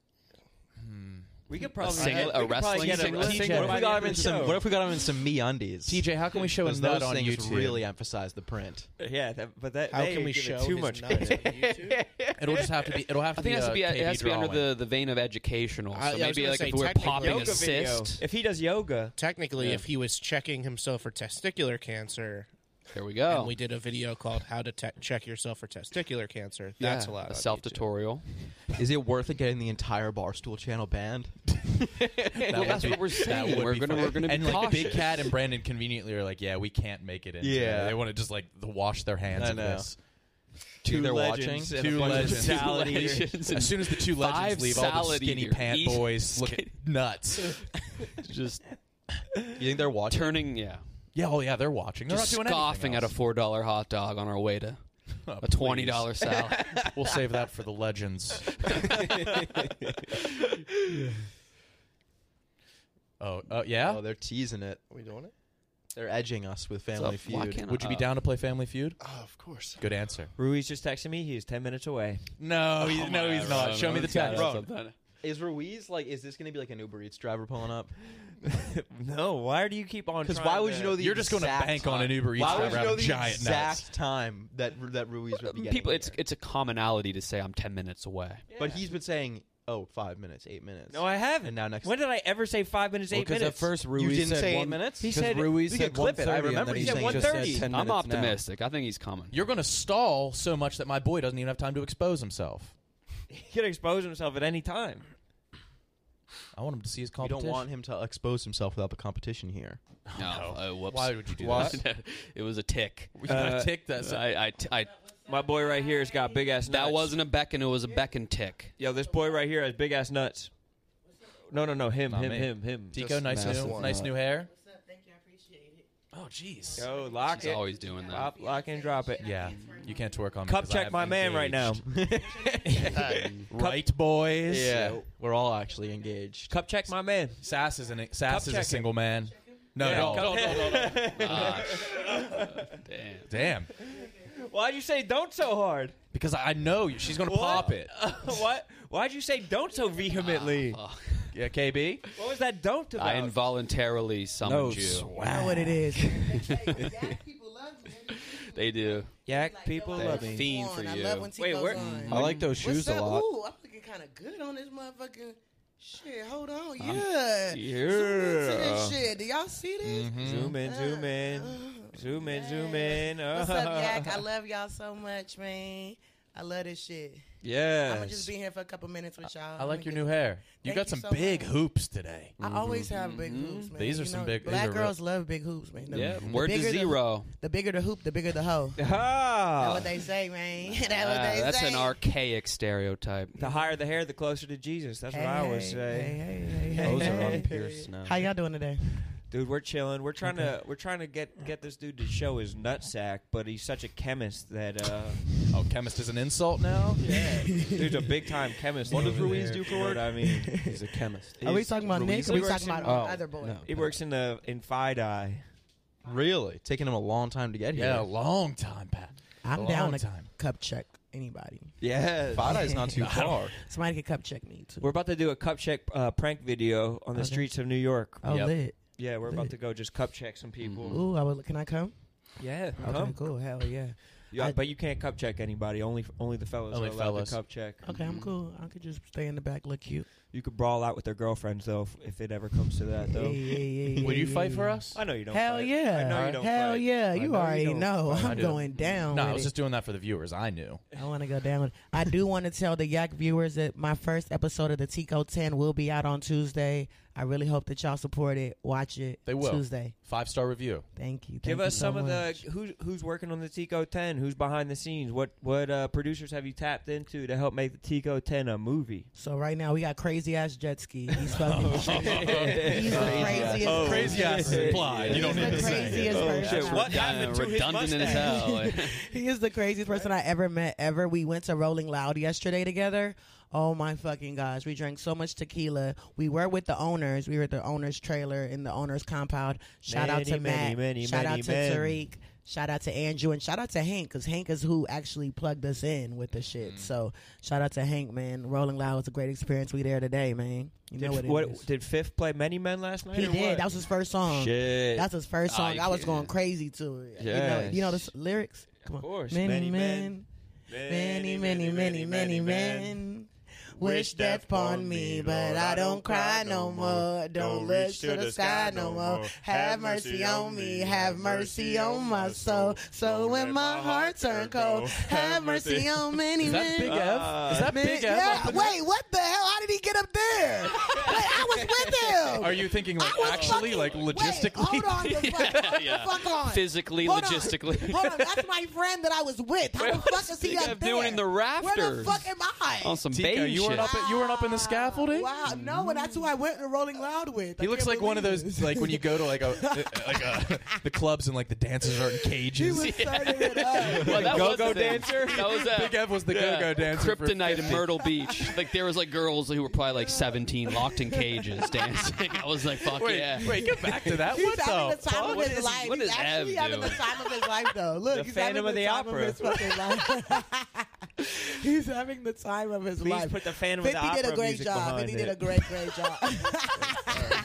[SPEAKER 6] we could probably
[SPEAKER 5] singlet-
[SPEAKER 6] we
[SPEAKER 5] a
[SPEAKER 6] could probably
[SPEAKER 5] wrestling
[SPEAKER 6] get
[SPEAKER 5] singlet?
[SPEAKER 6] wrestling
[SPEAKER 5] What if we
[SPEAKER 6] by the
[SPEAKER 7] got
[SPEAKER 6] end
[SPEAKER 7] him in
[SPEAKER 6] of the
[SPEAKER 7] some?
[SPEAKER 6] show.
[SPEAKER 7] What if we got him in some me undies?
[SPEAKER 4] TJ, how can we show a
[SPEAKER 7] Those,
[SPEAKER 4] nut
[SPEAKER 7] those
[SPEAKER 4] on
[SPEAKER 7] things
[SPEAKER 4] YouTube?
[SPEAKER 7] really emphasize the print.
[SPEAKER 6] Yeah, that, but that
[SPEAKER 9] How
[SPEAKER 6] they
[SPEAKER 9] can we
[SPEAKER 6] give it
[SPEAKER 9] show
[SPEAKER 6] too
[SPEAKER 9] his
[SPEAKER 6] much?
[SPEAKER 9] nuts
[SPEAKER 6] credit.
[SPEAKER 9] on YouTube?
[SPEAKER 4] It'll just have to be. It'll have to
[SPEAKER 5] I think it has to
[SPEAKER 4] be.
[SPEAKER 5] be
[SPEAKER 4] a
[SPEAKER 5] it has
[SPEAKER 4] KB
[SPEAKER 5] to be under
[SPEAKER 4] drawing.
[SPEAKER 5] the, the vein of educational. So
[SPEAKER 9] I- I was
[SPEAKER 5] maybe
[SPEAKER 9] gonna
[SPEAKER 5] like
[SPEAKER 9] say
[SPEAKER 5] if we're
[SPEAKER 9] technically-
[SPEAKER 5] popping a
[SPEAKER 9] Yoga
[SPEAKER 6] video.
[SPEAKER 5] cyst,
[SPEAKER 6] If he does yoga,
[SPEAKER 9] Technically,
[SPEAKER 6] Yeah.
[SPEAKER 9] if he was checking himself for testicular cancer,
[SPEAKER 5] there we
[SPEAKER 9] and
[SPEAKER 5] go.
[SPEAKER 9] we did a video called "How to te- Check Yourself for Testicular Cancer," that's
[SPEAKER 5] Yeah,
[SPEAKER 9] a lot.
[SPEAKER 5] A self tutorial.
[SPEAKER 7] Is it worth it getting the entire Barstool channel banned?
[SPEAKER 5] Well,
[SPEAKER 4] would
[SPEAKER 5] that's
[SPEAKER 4] be-
[SPEAKER 5] what we're
[SPEAKER 4] that
[SPEAKER 5] saying.
[SPEAKER 4] would
[SPEAKER 5] We're
[SPEAKER 4] be
[SPEAKER 5] gonna-
[SPEAKER 4] fun.
[SPEAKER 5] we're gonna be
[SPEAKER 4] and like Big
[SPEAKER 5] cautious.
[SPEAKER 4] Cat and Brandon conveniently are like, yeah, we can't make it in. today."
[SPEAKER 7] Yeah.
[SPEAKER 4] they want to just like the wash their hands
[SPEAKER 7] I
[SPEAKER 4] of
[SPEAKER 7] know.
[SPEAKER 4] this.
[SPEAKER 7] Two They're
[SPEAKER 6] legends
[SPEAKER 7] watching.
[SPEAKER 6] and a bunch of
[SPEAKER 4] legends.
[SPEAKER 6] salad
[SPEAKER 5] Two
[SPEAKER 6] eaters.
[SPEAKER 5] legends and
[SPEAKER 4] As soon as the two
[SPEAKER 5] five
[SPEAKER 4] legends leave, all the
[SPEAKER 5] salad
[SPEAKER 4] skinny
[SPEAKER 5] eater-
[SPEAKER 4] pant
[SPEAKER 5] eat-
[SPEAKER 4] boys look nuts.
[SPEAKER 5] just
[SPEAKER 7] You think they're watching?
[SPEAKER 5] turning, yeah,
[SPEAKER 4] yeah, oh yeah, they're watching. They're
[SPEAKER 5] just
[SPEAKER 4] not doing
[SPEAKER 5] scoffing at a four dollar hot dog on our way to a twenty dollar salad.
[SPEAKER 4] We'll save that for the legends. oh, uh, yeah.
[SPEAKER 7] Oh, they're teasing it.
[SPEAKER 8] Are we doing it?
[SPEAKER 7] They're edging us with Family
[SPEAKER 5] So, why
[SPEAKER 7] Feud.
[SPEAKER 5] can't I-
[SPEAKER 4] Would you be down to play Family Feud?
[SPEAKER 8] Oh, of course.
[SPEAKER 4] Good answer. Oh
[SPEAKER 6] Ruiz just texted me. He's ten minutes away.
[SPEAKER 4] No, he, no, he's not. Show me the text.
[SPEAKER 7] Is Ruiz like? Is this going to be like an Uber Eats driver pulling up?
[SPEAKER 6] No, why do you keep on?
[SPEAKER 7] Because
[SPEAKER 6] trying
[SPEAKER 7] why would
[SPEAKER 6] to-
[SPEAKER 7] you know the?
[SPEAKER 4] You're just gonna
[SPEAKER 7] exact
[SPEAKER 4] bank on
[SPEAKER 7] time-
[SPEAKER 4] an Uber Eats
[SPEAKER 7] Why would you
[SPEAKER 4] driver
[SPEAKER 7] know
[SPEAKER 4] having
[SPEAKER 7] the
[SPEAKER 4] giant
[SPEAKER 7] exact
[SPEAKER 4] nuts?
[SPEAKER 7] time that that Ruiz would be getting?
[SPEAKER 5] uh, People, it's
[SPEAKER 7] here?
[SPEAKER 5] it's a commonality to say I'm ten minutes away.
[SPEAKER 7] but he's been saying, oh, five minutes, eight minutes.
[SPEAKER 6] No, I haven't.
[SPEAKER 7] And now next-
[SPEAKER 6] When did I ever say five minutes, eight
[SPEAKER 9] Because
[SPEAKER 6] minutes?
[SPEAKER 9] at first Ruiz
[SPEAKER 7] you didn't
[SPEAKER 9] said
[SPEAKER 7] say
[SPEAKER 9] one,
[SPEAKER 7] eight minutes.
[SPEAKER 6] He
[SPEAKER 9] Because
[SPEAKER 6] said-
[SPEAKER 9] Ruiz
[SPEAKER 7] we
[SPEAKER 9] said
[SPEAKER 7] can clip it. I
[SPEAKER 9] 1:30, and
[SPEAKER 7] remember
[SPEAKER 9] then
[SPEAKER 7] he
[SPEAKER 9] he's
[SPEAKER 7] said
[SPEAKER 9] saying just
[SPEAKER 7] 1:30.
[SPEAKER 9] 10
[SPEAKER 5] I'm
[SPEAKER 9] minutes now.
[SPEAKER 5] optimistic. I think he's coming.
[SPEAKER 4] You're going to stall so much that my boy doesn't even have time to expose himself.
[SPEAKER 6] he could expose himself at any time.
[SPEAKER 4] I want him to see his
[SPEAKER 7] You
[SPEAKER 4] competition.
[SPEAKER 7] don't want him to expose himself without the competition here.
[SPEAKER 5] no, oh, whoops.
[SPEAKER 4] Why would you do
[SPEAKER 7] What?
[SPEAKER 4] that?
[SPEAKER 5] it was a tick.
[SPEAKER 4] We gotta
[SPEAKER 6] Uh,
[SPEAKER 4] tick that.
[SPEAKER 5] I, I, I,
[SPEAKER 6] My boy right here has got big ass. nuts.
[SPEAKER 5] that wasn't a beckon. It was a beckon tick.
[SPEAKER 6] Yo, this boy right here has big ass nuts. No, no, no, him,
[SPEAKER 4] Not
[SPEAKER 6] him,
[SPEAKER 4] me.
[SPEAKER 6] him, him.
[SPEAKER 4] Tico,
[SPEAKER 8] Just
[SPEAKER 4] nice
[SPEAKER 8] massive
[SPEAKER 4] new,
[SPEAKER 8] one,
[SPEAKER 4] nice
[SPEAKER 8] huh?
[SPEAKER 4] new hair.
[SPEAKER 5] Oh, jeez.
[SPEAKER 6] Yo, lock
[SPEAKER 5] He's
[SPEAKER 6] it.
[SPEAKER 5] always doing that.
[SPEAKER 6] Pop, lock and drop it.
[SPEAKER 4] Yeah, you can't twerk on me.
[SPEAKER 6] Cup
[SPEAKER 4] 'cause I
[SPEAKER 6] check
[SPEAKER 4] am
[SPEAKER 6] my man right now.
[SPEAKER 4] engaged.
[SPEAKER 8] Hey,
[SPEAKER 4] right, boys?
[SPEAKER 7] Yeah, we're all actually engaged.
[SPEAKER 6] Cup check my man.
[SPEAKER 4] Sass is an Sass
[SPEAKER 6] Cup
[SPEAKER 4] is
[SPEAKER 6] check
[SPEAKER 4] a
[SPEAKER 6] him.
[SPEAKER 4] single man. No,
[SPEAKER 6] Yeah,
[SPEAKER 4] no,
[SPEAKER 6] cup-
[SPEAKER 4] no, no, no, no.
[SPEAKER 5] Ah, sh- damn.
[SPEAKER 4] Damn.
[SPEAKER 6] Why'd you say don't so hard?
[SPEAKER 4] Because I I know you- she's gonna pop it.
[SPEAKER 6] what? Why'd you say don't so vehemently?
[SPEAKER 4] Ah, Yeah, KB.
[SPEAKER 6] what was that don't about?
[SPEAKER 5] I involuntarily summoned you.
[SPEAKER 6] Wow, what it is.
[SPEAKER 5] They do.
[SPEAKER 6] Yak people
[SPEAKER 5] They
[SPEAKER 6] love me.
[SPEAKER 5] fiend for you.
[SPEAKER 6] Wait, where? Mm-hmm.
[SPEAKER 4] I like those shoes a lot.
[SPEAKER 10] Ooh, I'm looking kind of good on this motherfucking shit. Hold on, yeah,
[SPEAKER 6] Yeah. Mm-hmm.
[SPEAKER 10] shit. Do y'all see this?
[SPEAKER 4] Mm-hmm.
[SPEAKER 6] Zoom in, zoom in, zoom in, zoom in.
[SPEAKER 10] What's up, Yak? I love y'all so much, man. I love this shit.
[SPEAKER 6] Yes.
[SPEAKER 10] I'm gonna just be here for a couple minutes with y'all.
[SPEAKER 4] I like your
[SPEAKER 10] I'ma
[SPEAKER 4] new
[SPEAKER 10] get-
[SPEAKER 4] hair. You
[SPEAKER 10] Thank
[SPEAKER 4] got
[SPEAKER 10] you
[SPEAKER 4] some
[SPEAKER 10] so
[SPEAKER 4] big
[SPEAKER 10] much.
[SPEAKER 4] hoops today.
[SPEAKER 10] I always have big hoops, man.
[SPEAKER 4] These are
[SPEAKER 10] You
[SPEAKER 4] some
[SPEAKER 10] know,
[SPEAKER 4] big- these
[SPEAKER 10] Black
[SPEAKER 4] are real-
[SPEAKER 10] girls love big hoops, man. The-
[SPEAKER 5] Yeah,
[SPEAKER 10] the
[SPEAKER 5] word to
[SPEAKER 10] bigger the-
[SPEAKER 5] zero.
[SPEAKER 10] The bigger the hoop, the bigger the hoe. That's
[SPEAKER 6] Ah.
[SPEAKER 10] what they say, man. That's what
[SPEAKER 5] Ah,
[SPEAKER 10] they
[SPEAKER 5] that's
[SPEAKER 10] say.
[SPEAKER 5] an archaic stereotype.
[SPEAKER 6] The higher the hair, the closer to Jesus. That's
[SPEAKER 10] Hey,
[SPEAKER 6] what I
[SPEAKER 10] hey,
[SPEAKER 6] always say.
[SPEAKER 10] hey, hey, hey, hey,
[SPEAKER 5] Those are
[SPEAKER 10] hey.
[SPEAKER 5] unpierced now.
[SPEAKER 10] How y'all doing today?
[SPEAKER 6] Dude, we're chilling. We're trying to we're trying to get get this dude to show his nutsack, but he's such a chemist that uh,
[SPEAKER 4] Oh, chemist is an insult now.
[SPEAKER 6] dude's a big time chemist.
[SPEAKER 7] What does
[SPEAKER 6] over
[SPEAKER 7] Ruiz
[SPEAKER 6] there,
[SPEAKER 7] do for
[SPEAKER 6] you know
[SPEAKER 7] work?
[SPEAKER 6] what I mean,
[SPEAKER 7] He's a chemist.
[SPEAKER 10] Are we talking about Nick or we
[SPEAKER 6] Ruiz?
[SPEAKER 10] talking about
[SPEAKER 7] Oh,
[SPEAKER 10] other boy?
[SPEAKER 7] no.
[SPEAKER 6] he works in the in FIDI.
[SPEAKER 1] Really? Taking him a long time to get here.
[SPEAKER 4] Yeah, a long time, Pat.
[SPEAKER 10] I'm
[SPEAKER 4] Long
[SPEAKER 10] down to
[SPEAKER 4] time.
[SPEAKER 10] cup check anybody.
[SPEAKER 6] Yes.
[SPEAKER 1] Fada is not too far.
[SPEAKER 10] Somebody could cup check me too.
[SPEAKER 6] We're about to do a cup check uh, prank video on the
[SPEAKER 10] Okay.
[SPEAKER 6] streets of New York.
[SPEAKER 10] oh,
[SPEAKER 4] Yep.
[SPEAKER 10] lit.
[SPEAKER 6] Yeah, we're about to go just cup check some people.
[SPEAKER 10] Ooh, I would, can I come?
[SPEAKER 6] Yeah,
[SPEAKER 10] Okay,
[SPEAKER 6] come.
[SPEAKER 10] cool. Hell yeah.
[SPEAKER 6] Yeah,
[SPEAKER 10] I-
[SPEAKER 6] but you can't cup check anybody. Only only the fellas
[SPEAKER 4] Only
[SPEAKER 6] are allowed
[SPEAKER 4] fellas.
[SPEAKER 6] to cup check.
[SPEAKER 10] Okay, I'm cool. I could just stay in the back, look cute.
[SPEAKER 6] You could brawl out with their girlfriends though, if- if it ever comes to that though.
[SPEAKER 4] Would you fight for us?
[SPEAKER 6] I know you don't.
[SPEAKER 10] Hell
[SPEAKER 6] fight.
[SPEAKER 10] yeah!
[SPEAKER 6] I know you don't.
[SPEAKER 10] Hell
[SPEAKER 6] fight.
[SPEAKER 10] yeah!
[SPEAKER 6] I
[SPEAKER 10] You
[SPEAKER 6] know
[SPEAKER 10] already
[SPEAKER 6] don't
[SPEAKER 10] know
[SPEAKER 6] fight.
[SPEAKER 10] I'm going down.
[SPEAKER 4] No, I
[SPEAKER 10] with
[SPEAKER 4] was
[SPEAKER 10] it.
[SPEAKER 4] just doing that for the viewers. I knew.
[SPEAKER 10] I want to go down. with- I do want to tell the Yak viewers that my first episode of the Tico 10 will be out on Tuesday. I really hope that y'all support it. Watch it.
[SPEAKER 4] They will.
[SPEAKER 10] Tuesday.
[SPEAKER 4] Five star review.
[SPEAKER 10] Thank you. Thank
[SPEAKER 6] Give
[SPEAKER 10] you
[SPEAKER 6] us
[SPEAKER 10] so
[SPEAKER 6] some of the
[SPEAKER 10] much.
[SPEAKER 6] who's who's working on the Tico Ten, who's behind the scenes, what what uh, producers have you tapped into to help make the Tico Ten a movie?
[SPEAKER 10] So right now we got crazy ass jet ski. He's fucking. he's the craziest.
[SPEAKER 6] Oh,
[SPEAKER 4] Crazy ass is implied. You don't
[SPEAKER 10] He's
[SPEAKER 4] need to
[SPEAKER 10] the
[SPEAKER 4] say. it.
[SPEAKER 10] craziest person.
[SPEAKER 6] shit.
[SPEAKER 10] I've
[SPEAKER 6] What happened to his
[SPEAKER 5] redundant as hell.
[SPEAKER 10] He is the craziest person I ever met. Ever we went to Rolling Loud yesterday together. Oh my fucking gosh, we drank so much tequila. We were with the owners. We were at the owners' trailer in the owners' compound. Shout out to
[SPEAKER 6] Many,
[SPEAKER 10] Matt.
[SPEAKER 6] many, many,
[SPEAKER 10] shout
[SPEAKER 6] many
[SPEAKER 10] out to
[SPEAKER 6] men.
[SPEAKER 10] Tariq. Shout out to Andrew and shout out to Hank because Hank is who actually plugged us in with the shit.
[SPEAKER 6] Mm.
[SPEAKER 10] So shout out to Hank, man. Rolling Loud was a great experience. We there today, man. You know what
[SPEAKER 6] Did,
[SPEAKER 10] it is.
[SPEAKER 6] what, did Fifth play Many Men last night?
[SPEAKER 10] He
[SPEAKER 6] or
[SPEAKER 10] did.
[SPEAKER 6] What?
[SPEAKER 10] That was his first song.
[SPEAKER 6] Shit.
[SPEAKER 10] That's his first
[SPEAKER 5] Ah,
[SPEAKER 10] song.
[SPEAKER 5] you
[SPEAKER 10] I was
[SPEAKER 5] can't-
[SPEAKER 10] going crazy to it. You know,
[SPEAKER 6] Yes.
[SPEAKER 10] you know the s- lyrics. Come on.
[SPEAKER 6] course.
[SPEAKER 10] many
[SPEAKER 6] Many
[SPEAKER 10] men, many, many, many, many men. Wish death upon me, but I don't cry no more. Don't look to the sky no more. Have mercy on me, have mercy on my soul. So when my heart turn cold, have mercy on many men.
[SPEAKER 4] F? Uh, Is that
[SPEAKER 10] Man,
[SPEAKER 4] Big
[SPEAKER 10] yeah.
[SPEAKER 4] F?
[SPEAKER 10] Wait, what the hell? How did he get up there? Wait, I was with him.
[SPEAKER 4] Are you thinking like
[SPEAKER 10] I was
[SPEAKER 4] actually,
[SPEAKER 10] fucking-
[SPEAKER 4] like
[SPEAKER 10] Wait,
[SPEAKER 4] logistically?
[SPEAKER 10] hold on, the fuck,
[SPEAKER 5] Yeah.
[SPEAKER 10] the fuck on.
[SPEAKER 5] Physically,
[SPEAKER 10] Hold on.
[SPEAKER 5] logistically.
[SPEAKER 10] Hold on, that's my friend that I was with. How the fuck is he
[SPEAKER 5] Speaking
[SPEAKER 10] up
[SPEAKER 5] of
[SPEAKER 10] there?
[SPEAKER 5] doing in the
[SPEAKER 10] Where the
[SPEAKER 5] rafters.
[SPEAKER 10] fuck am I?
[SPEAKER 5] On some
[SPEAKER 4] Tika,
[SPEAKER 5] baby
[SPEAKER 4] you
[SPEAKER 5] shit.
[SPEAKER 4] weren't up. At, you weren't up in the scaffolding.
[SPEAKER 10] Wow, no, and that's who I went to Rolling Loud with. I
[SPEAKER 4] He looks
[SPEAKER 10] can't
[SPEAKER 4] like one of
[SPEAKER 10] believe
[SPEAKER 4] those,
[SPEAKER 10] it.
[SPEAKER 4] like when you go to like a, like a, the clubs and like the dancers are in
[SPEAKER 10] He
[SPEAKER 4] cages.
[SPEAKER 10] was turning it up.
[SPEAKER 5] well, that was
[SPEAKER 4] go-go
[SPEAKER 5] the thing. That was that.
[SPEAKER 4] Big F was the
[SPEAKER 5] Yeah.
[SPEAKER 4] go-go dancer. for
[SPEAKER 5] Kryptonite in
[SPEAKER 4] 50.
[SPEAKER 5] Myrtle Beach. Like there was like girls who were probably like 17 locked in cages dancing. I was like, fuck
[SPEAKER 4] Wait,
[SPEAKER 5] yeah.
[SPEAKER 4] wait, get back to that.
[SPEAKER 10] He's
[SPEAKER 4] what
[SPEAKER 10] having
[SPEAKER 4] the?
[SPEAKER 10] the time
[SPEAKER 5] fuck?
[SPEAKER 10] of
[SPEAKER 5] What
[SPEAKER 10] his
[SPEAKER 5] is-
[SPEAKER 10] life.
[SPEAKER 5] what
[SPEAKER 10] he's
[SPEAKER 5] is
[SPEAKER 10] actually
[SPEAKER 5] Ev
[SPEAKER 10] having the
[SPEAKER 5] doing?
[SPEAKER 10] time of his life, though. Look,
[SPEAKER 6] The
[SPEAKER 10] he's
[SPEAKER 6] Phantom
[SPEAKER 10] having
[SPEAKER 6] of the
[SPEAKER 10] time
[SPEAKER 6] Opera.
[SPEAKER 10] Of his fucking life. he's having the time of his
[SPEAKER 6] Please
[SPEAKER 10] life.
[SPEAKER 6] put the Phantom of
[SPEAKER 10] 50
[SPEAKER 6] the Opera
[SPEAKER 10] did a great
[SPEAKER 6] music
[SPEAKER 10] job.
[SPEAKER 6] behind
[SPEAKER 10] 50 did
[SPEAKER 6] it.
[SPEAKER 10] a great, great job.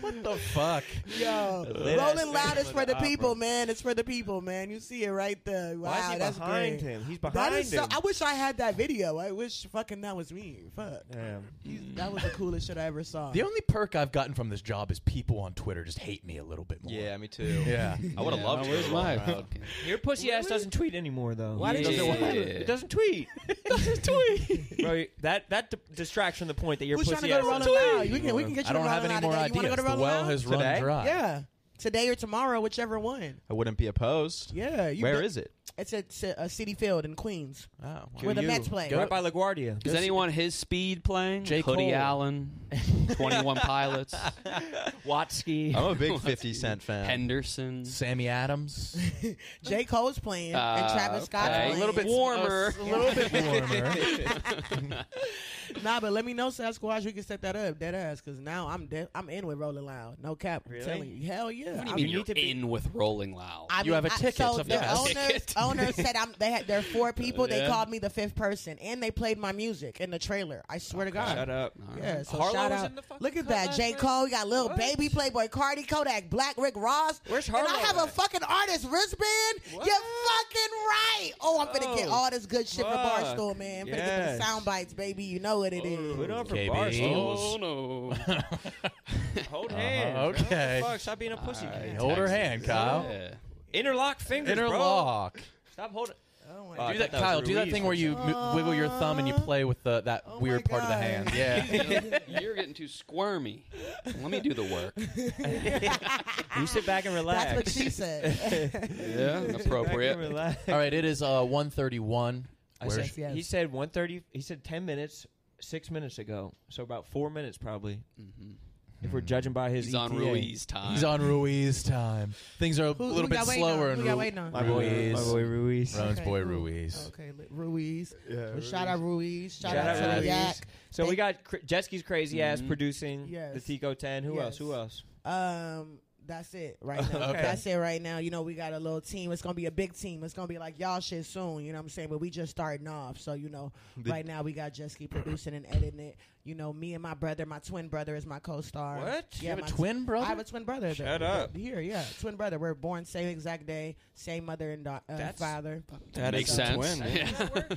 [SPEAKER 4] What the fuck?
[SPEAKER 10] Yo,
[SPEAKER 6] Lit ass
[SPEAKER 10] Rolling Loud
[SPEAKER 6] Phantom
[SPEAKER 10] is
[SPEAKER 6] of
[SPEAKER 10] for
[SPEAKER 6] the
[SPEAKER 10] the people,
[SPEAKER 6] Opera.
[SPEAKER 10] man. It's for the people, man. You see it right there. Wow,
[SPEAKER 6] Why is he
[SPEAKER 10] that's
[SPEAKER 6] behind
[SPEAKER 10] great.
[SPEAKER 6] him? He's
[SPEAKER 10] That
[SPEAKER 6] behind
[SPEAKER 10] is
[SPEAKER 6] him.
[SPEAKER 10] so, I wish I had that video. I wish fucking that was me. Fuck.
[SPEAKER 6] Damn.
[SPEAKER 10] He's- That was the coolest shit I ever saw.
[SPEAKER 4] The only perk I've gotten from this job is people on Twitter just hate me a little bit more.
[SPEAKER 7] Yeah, me too.
[SPEAKER 4] Yeah.
[SPEAKER 7] I would have loved to.
[SPEAKER 5] Where's
[SPEAKER 7] have gone
[SPEAKER 5] my
[SPEAKER 7] around.
[SPEAKER 5] fucking-
[SPEAKER 6] Your pussy ass doesn't tweet anymore though. Why
[SPEAKER 5] did you
[SPEAKER 6] doesn't,
[SPEAKER 5] say that?
[SPEAKER 6] It doesn't tweet. doesn't tweet. Bro, that that d- distracts from the point that your
[SPEAKER 10] Who's trying to
[SPEAKER 6] pussy
[SPEAKER 10] go
[SPEAKER 6] ass
[SPEAKER 10] to Rolling
[SPEAKER 6] doesn't
[SPEAKER 10] Loud?
[SPEAKER 6] tweet.
[SPEAKER 10] We can, we can get you
[SPEAKER 4] I don't
[SPEAKER 10] to
[SPEAKER 4] have
[SPEAKER 10] Rolling
[SPEAKER 4] any
[SPEAKER 10] Loud
[SPEAKER 4] more
[SPEAKER 10] today. You wanna go
[SPEAKER 4] ideas.
[SPEAKER 10] to
[SPEAKER 4] The
[SPEAKER 10] Rolling
[SPEAKER 4] well
[SPEAKER 10] Loud?
[SPEAKER 4] has run
[SPEAKER 6] Today?
[SPEAKER 4] dry.
[SPEAKER 10] Yeah. Today or tomorrow, whichever one.
[SPEAKER 7] I wouldn't be opposed.
[SPEAKER 10] Yeah. You
[SPEAKER 7] Where is it?
[SPEAKER 10] It's at ci- uh, City Field in Queens
[SPEAKER 7] Oh,
[SPEAKER 10] where the Mets play.
[SPEAKER 6] Right by LaGuardia.
[SPEAKER 5] Is anyone his speed playing?
[SPEAKER 4] J.
[SPEAKER 5] Hoodie
[SPEAKER 4] Cole.
[SPEAKER 5] Allen, 21 Pilots,
[SPEAKER 6] Watsky.
[SPEAKER 7] I'm a big 50 Cent fan.
[SPEAKER 5] Henderson.
[SPEAKER 4] Sammy Adams.
[SPEAKER 10] J. Cole's playing and Travis Scott's
[SPEAKER 5] okay.
[SPEAKER 10] playing.
[SPEAKER 5] A little bit warmer.
[SPEAKER 4] A little bit warmer.
[SPEAKER 10] Nah, but let me know, Sasquatch. We can set that up, dead ass, because now I'm de- I'm in with Rolling Loud. No cap. I'm
[SPEAKER 6] Really?
[SPEAKER 10] telling you. Hell yeah. do.
[SPEAKER 5] What do you
[SPEAKER 10] I mean,
[SPEAKER 5] mean you're in with Rolling Loud?
[SPEAKER 10] I
[SPEAKER 4] You have a
[SPEAKER 10] I-
[SPEAKER 4] ticket,
[SPEAKER 10] So
[SPEAKER 4] something
[SPEAKER 10] the
[SPEAKER 4] like that.
[SPEAKER 10] owners,
[SPEAKER 5] Ticket.
[SPEAKER 10] owners said I'm, they had, there are four people. They
[SPEAKER 5] Yeah.
[SPEAKER 10] called me the fifth person, and they played my music in the trailer. I swear to God.
[SPEAKER 6] Shut up.
[SPEAKER 10] Yeah, so
[SPEAKER 6] Harlow
[SPEAKER 10] shout
[SPEAKER 6] was
[SPEAKER 10] out.
[SPEAKER 6] in the fucking
[SPEAKER 10] Look at
[SPEAKER 6] cut
[SPEAKER 10] that.
[SPEAKER 6] last
[SPEAKER 10] J.
[SPEAKER 6] night?
[SPEAKER 10] Cole, you got Lil
[SPEAKER 6] What?
[SPEAKER 10] Baby, Playboy Cardi, Kodak Black, Rick Ross.
[SPEAKER 6] Where's
[SPEAKER 10] And I
[SPEAKER 6] Harlow
[SPEAKER 10] have a
[SPEAKER 6] at?
[SPEAKER 10] fucking artist wristband. You're fucking right. Oh, I'm gonna get
[SPEAKER 6] Oh,
[SPEAKER 10] all this good shit from
[SPEAKER 6] fuck.
[SPEAKER 10] Barstool, man. I'm gonna get the
[SPEAKER 6] Yes. Oh,
[SPEAKER 10] sound bites, baby. You know what it is.
[SPEAKER 6] Put on for
[SPEAKER 4] KB.
[SPEAKER 6] Barstool.
[SPEAKER 5] oh no!
[SPEAKER 6] Hold
[SPEAKER 4] Uh-huh,
[SPEAKER 6] hands.
[SPEAKER 4] okay.
[SPEAKER 6] Fuck, stop being a pussy.
[SPEAKER 5] Alright,
[SPEAKER 6] kid.
[SPEAKER 4] hold her
[SPEAKER 5] Texas.
[SPEAKER 4] hand, Kyle.
[SPEAKER 5] Yeah.
[SPEAKER 6] Interlock fingers, bro.
[SPEAKER 4] Interlock.
[SPEAKER 6] Stop holding.
[SPEAKER 10] Oh, my
[SPEAKER 6] Uh, I thought
[SPEAKER 4] do that,
[SPEAKER 6] that was
[SPEAKER 4] Kyle. Do that
[SPEAKER 6] Ruiz
[SPEAKER 4] thing where you m- wiggle your thumb and you play with the, that
[SPEAKER 10] Oh
[SPEAKER 4] weird
[SPEAKER 10] my
[SPEAKER 4] part of the
[SPEAKER 10] God.
[SPEAKER 4] hand. Yeah.
[SPEAKER 5] You're getting too squirmy. Let me do the work.
[SPEAKER 6] You sit back and relax.
[SPEAKER 10] That's what she said.
[SPEAKER 5] Yeah,
[SPEAKER 6] Sit back and
[SPEAKER 5] appropriate.
[SPEAKER 6] relax.
[SPEAKER 4] All right. It is uh, one thirty-one.
[SPEAKER 6] I said, He said 130. He said 10 minutes, six minutes ago. So about four minutes probably. If we're judging by his E
[SPEAKER 5] He's on
[SPEAKER 6] ETA.
[SPEAKER 5] Ruiz time.
[SPEAKER 4] He's on Ruiz time. Things are a
[SPEAKER 10] Who-
[SPEAKER 4] little
[SPEAKER 10] who
[SPEAKER 4] bit
[SPEAKER 10] y'all waiting on?
[SPEAKER 4] slower.
[SPEAKER 10] Who
[SPEAKER 4] in
[SPEAKER 10] y'all
[SPEAKER 4] Ru-
[SPEAKER 10] waiting on?
[SPEAKER 6] My boy, my
[SPEAKER 4] Ruiz.
[SPEAKER 6] boy Ruiz.
[SPEAKER 4] Roan's
[SPEAKER 10] Okay,
[SPEAKER 4] boy
[SPEAKER 10] cool.
[SPEAKER 4] Ruiz.
[SPEAKER 10] okay, li- Ruiz.
[SPEAKER 8] Yeah.
[SPEAKER 10] Well, Shout out Ruiz. Shout,
[SPEAKER 6] Shout
[SPEAKER 10] out,
[SPEAKER 6] out
[SPEAKER 10] to the
[SPEAKER 6] Ruiz. Mm-hmm.
[SPEAKER 10] Yak.
[SPEAKER 6] So
[SPEAKER 10] They-
[SPEAKER 6] we got Cr- Jetski's crazy ass
[SPEAKER 5] Mhm.
[SPEAKER 6] producing
[SPEAKER 10] Yes.
[SPEAKER 6] the Tico 10. Who else? Who
[SPEAKER 10] Yes.
[SPEAKER 6] else?
[SPEAKER 10] Um, that's it right now.
[SPEAKER 4] Okay.
[SPEAKER 10] That's it right now. You know, we got a little team. It's gonna be a big team. It's gonna be like y'all shit soon. You know what I'm saying? But we just starting off. So you know, right now we got Jesky producing and editing it. You know, me and my brother, my twin brother is my co-star.
[SPEAKER 6] What? You
[SPEAKER 10] Yeah,
[SPEAKER 4] You have
[SPEAKER 10] my
[SPEAKER 4] a twin brother.
[SPEAKER 10] I have a twin brother.
[SPEAKER 6] Shut
[SPEAKER 10] that-
[SPEAKER 6] up.
[SPEAKER 10] that- Here, yeah, twin brother. We're born same exact day, same mother and da- uh,
[SPEAKER 6] That's-
[SPEAKER 10] father.
[SPEAKER 7] That
[SPEAKER 5] Makes
[SPEAKER 7] is a
[SPEAKER 5] sense.
[SPEAKER 7] twin, man.
[SPEAKER 5] Yeah.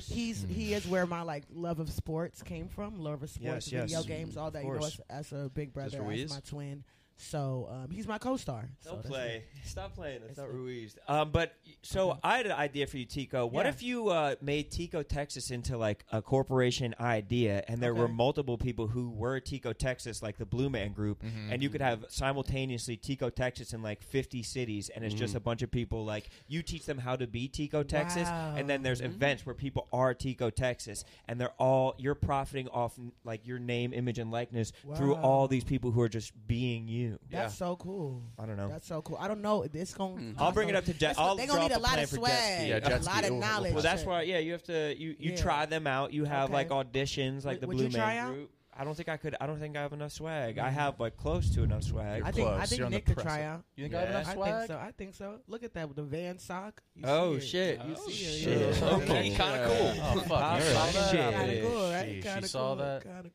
[SPEAKER 10] He's he is where my like love of sports came from. Love of sports,
[SPEAKER 7] Yes, yes.
[SPEAKER 10] video games, all that. You know,
[SPEAKER 7] course.
[SPEAKER 10] as, as a big brother, as
[SPEAKER 5] Ruiz?
[SPEAKER 10] my twin. So um, he's my co-star. so
[SPEAKER 6] Don't
[SPEAKER 10] that's it.
[SPEAKER 6] play. Stop playing. That's
[SPEAKER 10] It's
[SPEAKER 6] not
[SPEAKER 10] the-
[SPEAKER 6] Ruiz. Um, but so I had an idea for you, Tico. What
[SPEAKER 10] Yeah.
[SPEAKER 6] if you uh, made Tico Texas into like a corporation idea, and there were
[SPEAKER 10] Okay.
[SPEAKER 6] multiple people who were Tico Texas, like the Blue Man Group,
[SPEAKER 10] Mm-hmm,
[SPEAKER 6] and you could have simultaneously Tico Texas in like fifty cities, and it's
[SPEAKER 10] Mm.
[SPEAKER 6] just a bunch of people like you teach them how to be Tico Texas, and then
[SPEAKER 10] Wow.
[SPEAKER 6] there's events where people are Tico Texas, and they're all you're profiting off like your name, image, and likeness through
[SPEAKER 10] Wow.
[SPEAKER 6] all these people who are just being you.
[SPEAKER 10] That's so cool.
[SPEAKER 6] I don't know.
[SPEAKER 10] That's so cool. I don't know. This going.
[SPEAKER 6] I'll bring it up to Jet. I'll
[SPEAKER 10] They're gonna
[SPEAKER 6] drop
[SPEAKER 10] need a
[SPEAKER 6] the
[SPEAKER 10] lot
[SPEAKER 6] plan
[SPEAKER 10] of
[SPEAKER 6] for jet
[SPEAKER 10] swag,
[SPEAKER 6] ski.
[SPEAKER 4] Yeah,
[SPEAKER 10] a
[SPEAKER 4] jet
[SPEAKER 10] lot
[SPEAKER 4] ski.
[SPEAKER 10] of
[SPEAKER 4] We'll- we'll
[SPEAKER 10] knowledge.
[SPEAKER 4] plan.
[SPEAKER 6] Well, that's
[SPEAKER 10] Shit.
[SPEAKER 6] why. Yeah, you have to. You you
[SPEAKER 10] Yeah.
[SPEAKER 6] try them out. You have
[SPEAKER 10] Okay.
[SPEAKER 6] like auditions, like
[SPEAKER 10] Would-
[SPEAKER 6] the
[SPEAKER 10] would
[SPEAKER 6] Blue
[SPEAKER 10] you try
[SPEAKER 6] Man
[SPEAKER 10] out? Mm-hmm.
[SPEAKER 6] Group. I don't think I could. I don't think I have enough swag. I have like close to enough swag.
[SPEAKER 10] I think I
[SPEAKER 4] Close. You're
[SPEAKER 10] think
[SPEAKER 4] on the
[SPEAKER 10] Nick could
[SPEAKER 4] press
[SPEAKER 10] try
[SPEAKER 4] it.
[SPEAKER 10] out.
[SPEAKER 4] You think I have
[SPEAKER 10] I
[SPEAKER 4] enough
[SPEAKER 10] think
[SPEAKER 4] swag?
[SPEAKER 10] so. I think so. Look at that with the van sock. You
[SPEAKER 6] oh
[SPEAKER 10] see it.
[SPEAKER 6] shit!
[SPEAKER 5] Oh,
[SPEAKER 6] You
[SPEAKER 10] You see it,
[SPEAKER 6] shit.
[SPEAKER 10] yeah.
[SPEAKER 5] Okay,
[SPEAKER 4] Yeah.
[SPEAKER 5] kinda cool.
[SPEAKER 4] Oh fuck!
[SPEAKER 6] Kinda
[SPEAKER 4] you saw that?
[SPEAKER 6] shit.
[SPEAKER 10] Kinda
[SPEAKER 6] Yeah,
[SPEAKER 10] cool, right?
[SPEAKER 4] She, she
[SPEAKER 10] Kinda
[SPEAKER 4] saw
[SPEAKER 10] cool,
[SPEAKER 4] that.
[SPEAKER 10] Kinda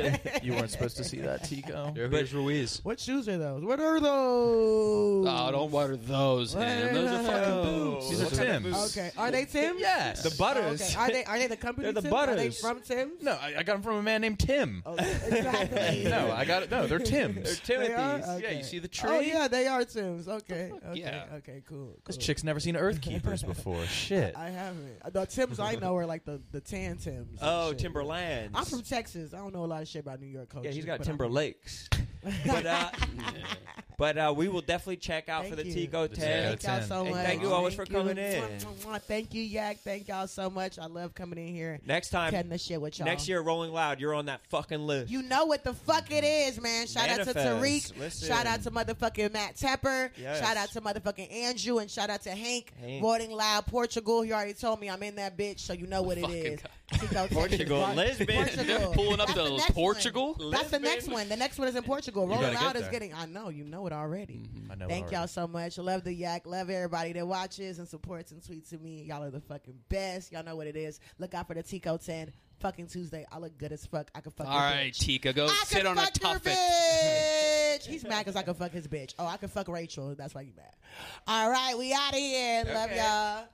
[SPEAKER 10] cool.
[SPEAKER 4] You weren't supposed to see that, Tico.
[SPEAKER 7] There goes Ruiz.
[SPEAKER 10] What shoes are those? What are those?
[SPEAKER 5] Oh, don't water those, man. Those are fucking boots.
[SPEAKER 4] These are Tim's.
[SPEAKER 10] Okay, are they Tim?
[SPEAKER 4] Yes.
[SPEAKER 6] The butters.
[SPEAKER 10] Okay. Are they are they the company?
[SPEAKER 6] They're the
[SPEAKER 10] Timbs? Are they
[SPEAKER 6] butters.
[SPEAKER 10] from Tim's?
[SPEAKER 4] No, I, I got them from a man named Tim.
[SPEAKER 10] Okay, exactly.
[SPEAKER 4] No, I got it. No, they're
[SPEAKER 6] They're
[SPEAKER 4] Tim's.
[SPEAKER 10] They are?
[SPEAKER 6] Timothy's.
[SPEAKER 4] Yeah,
[SPEAKER 10] Okay.
[SPEAKER 4] you see the tree?
[SPEAKER 10] Oh yeah, they are Tim's. Okay, okay,
[SPEAKER 5] yeah.
[SPEAKER 10] okay, cool.
[SPEAKER 4] This
[SPEAKER 10] cool.
[SPEAKER 4] chick's never seen Earthkeepers before. Shit.
[SPEAKER 10] I haven't. Uh, The Tim's I know are like the the tan Tim's. and
[SPEAKER 6] Oh,
[SPEAKER 10] shit.
[SPEAKER 6] Timberlands.
[SPEAKER 10] I'm from Texas. I don't know a lot of shit about New York culture.
[SPEAKER 6] Yeah, he's got
[SPEAKER 10] but I'm-
[SPEAKER 6] Timberlakes. but uh, but uh, we will definitely check out for
[SPEAKER 10] Thank
[SPEAKER 6] the
[SPEAKER 10] you.
[SPEAKER 6] Tico
[SPEAKER 4] Tico
[SPEAKER 6] Ten.
[SPEAKER 10] Thank y'all
[SPEAKER 4] 10.
[SPEAKER 10] so
[SPEAKER 6] Hey,
[SPEAKER 10] much.
[SPEAKER 6] thank you always for coming in.
[SPEAKER 10] Mwah, mwah, Thank you, Yak. Thank y'all so much. I love coming in here,
[SPEAKER 6] Next time,
[SPEAKER 10] cutting the shit with y'all.
[SPEAKER 6] next year, Rolling Loud, you're on that fucking list.
[SPEAKER 10] You know what the fuck it is, man. Shout out to
[SPEAKER 6] Manifest.
[SPEAKER 10] Tariq.
[SPEAKER 6] Listen.
[SPEAKER 10] Shout out to motherfucking Matt Tepper.
[SPEAKER 6] Yes.
[SPEAKER 10] Shout out to motherfucking Andrew. And shout out to Hank.
[SPEAKER 6] Hank.
[SPEAKER 10] Voting Loud Portugal. He already told me I'm in that bitch, so you know what it
[SPEAKER 5] Fucking
[SPEAKER 10] is.
[SPEAKER 5] God.
[SPEAKER 10] Tico,
[SPEAKER 6] Portugal,
[SPEAKER 10] Texas,
[SPEAKER 6] Lisbon.
[SPEAKER 10] Portugal.
[SPEAKER 5] Pulling up
[SPEAKER 10] That's the
[SPEAKER 5] to
[SPEAKER 10] next one.
[SPEAKER 5] Portugal?
[SPEAKER 10] That's the next one. The next one is in Portugal. Rolling
[SPEAKER 4] gotta get
[SPEAKER 10] Loud is
[SPEAKER 4] there.
[SPEAKER 10] getting. I know you know it already.
[SPEAKER 5] Mm-hmm.
[SPEAKER 4] I know
[SPEAKER 10] Thank
[SPEAKER 4] already.
[SPEAKER 10] y'all so much. Love the yak. Love everybody that watches and supports and tweets to me. Y'all are the fucking best. Y'all know what it is. Look out for the Tico 10 fucking Tuesday. I look good as fuck. I can fuck
[SPEAKER 5] All
[SPEAKER 10] your
[SPEAKER 5] right,
[SPEAKER 10] bitch.
[SPEAKER 5] Tika, go
[SPEAKER 10] I
[SPEAKER 5] sit
[SPEAKER 10] can
[SPEAKER 5] on a
[SPEAKER 10] fuck your
[SPEAKER 5] tuffet.
[SPEAKER 10] bitch. He's mad because I can fuck his bitch. Oh, I can fuck Rachel. That's why you mad. All right, we out of here. Love y'all.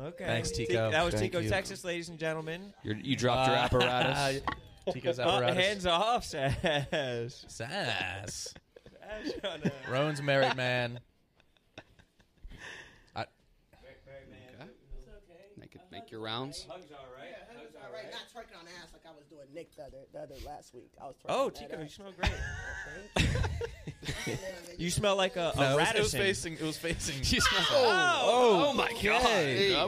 [SPEAKER 6] Okay.
[SPEAKER 4] Thanks,
[SPEAKER 6] Ti-
[SPEAKER 4] Tico.
[SPEAKER 6] That was
[SPEAKER 4] Thank
[SPEAKER 6] Tico,
[SPEAKER 4] you.
[SPEAKER 6] Texas, ladies and gentlemen.
[SPEAKER 5] You're, you dropped your
[SPEAKER 6] Uh,
[SPEAKER 5] apparatus.
[SPEAKER 4] Tico's
[SPEAKER 6] Uh,
[SPEAKER 4] apparatus.
[SPEAKER 6] hands off, Sash.
[SPEAKER 4] Sass. Roan's a married man. I,
[SPEAKER 5] Make, it, make your rounds.
[SPEAKER 10] All right, not twerking on ass like I was doing Nick the other, the other last week. I was twerking
[SPEAKER 6] Oh,
[SPEAKER 10] on
[SPEAKER 6] Tico, you
[SPEAKER 10] that
[SPEAKER 6] smell great.
[SPEAKER 10] ass.
[SPEAKER 6] You smell like a, a
[SPEAKER 4] no, it was, it was
[SPEAKER 6] radisson.
[SPEAKER 4] facing. It was facing.
[SPEAKER 5] She's not-
[SPEAKER 6] Oh,
[SPEAKER 5] oh, my god.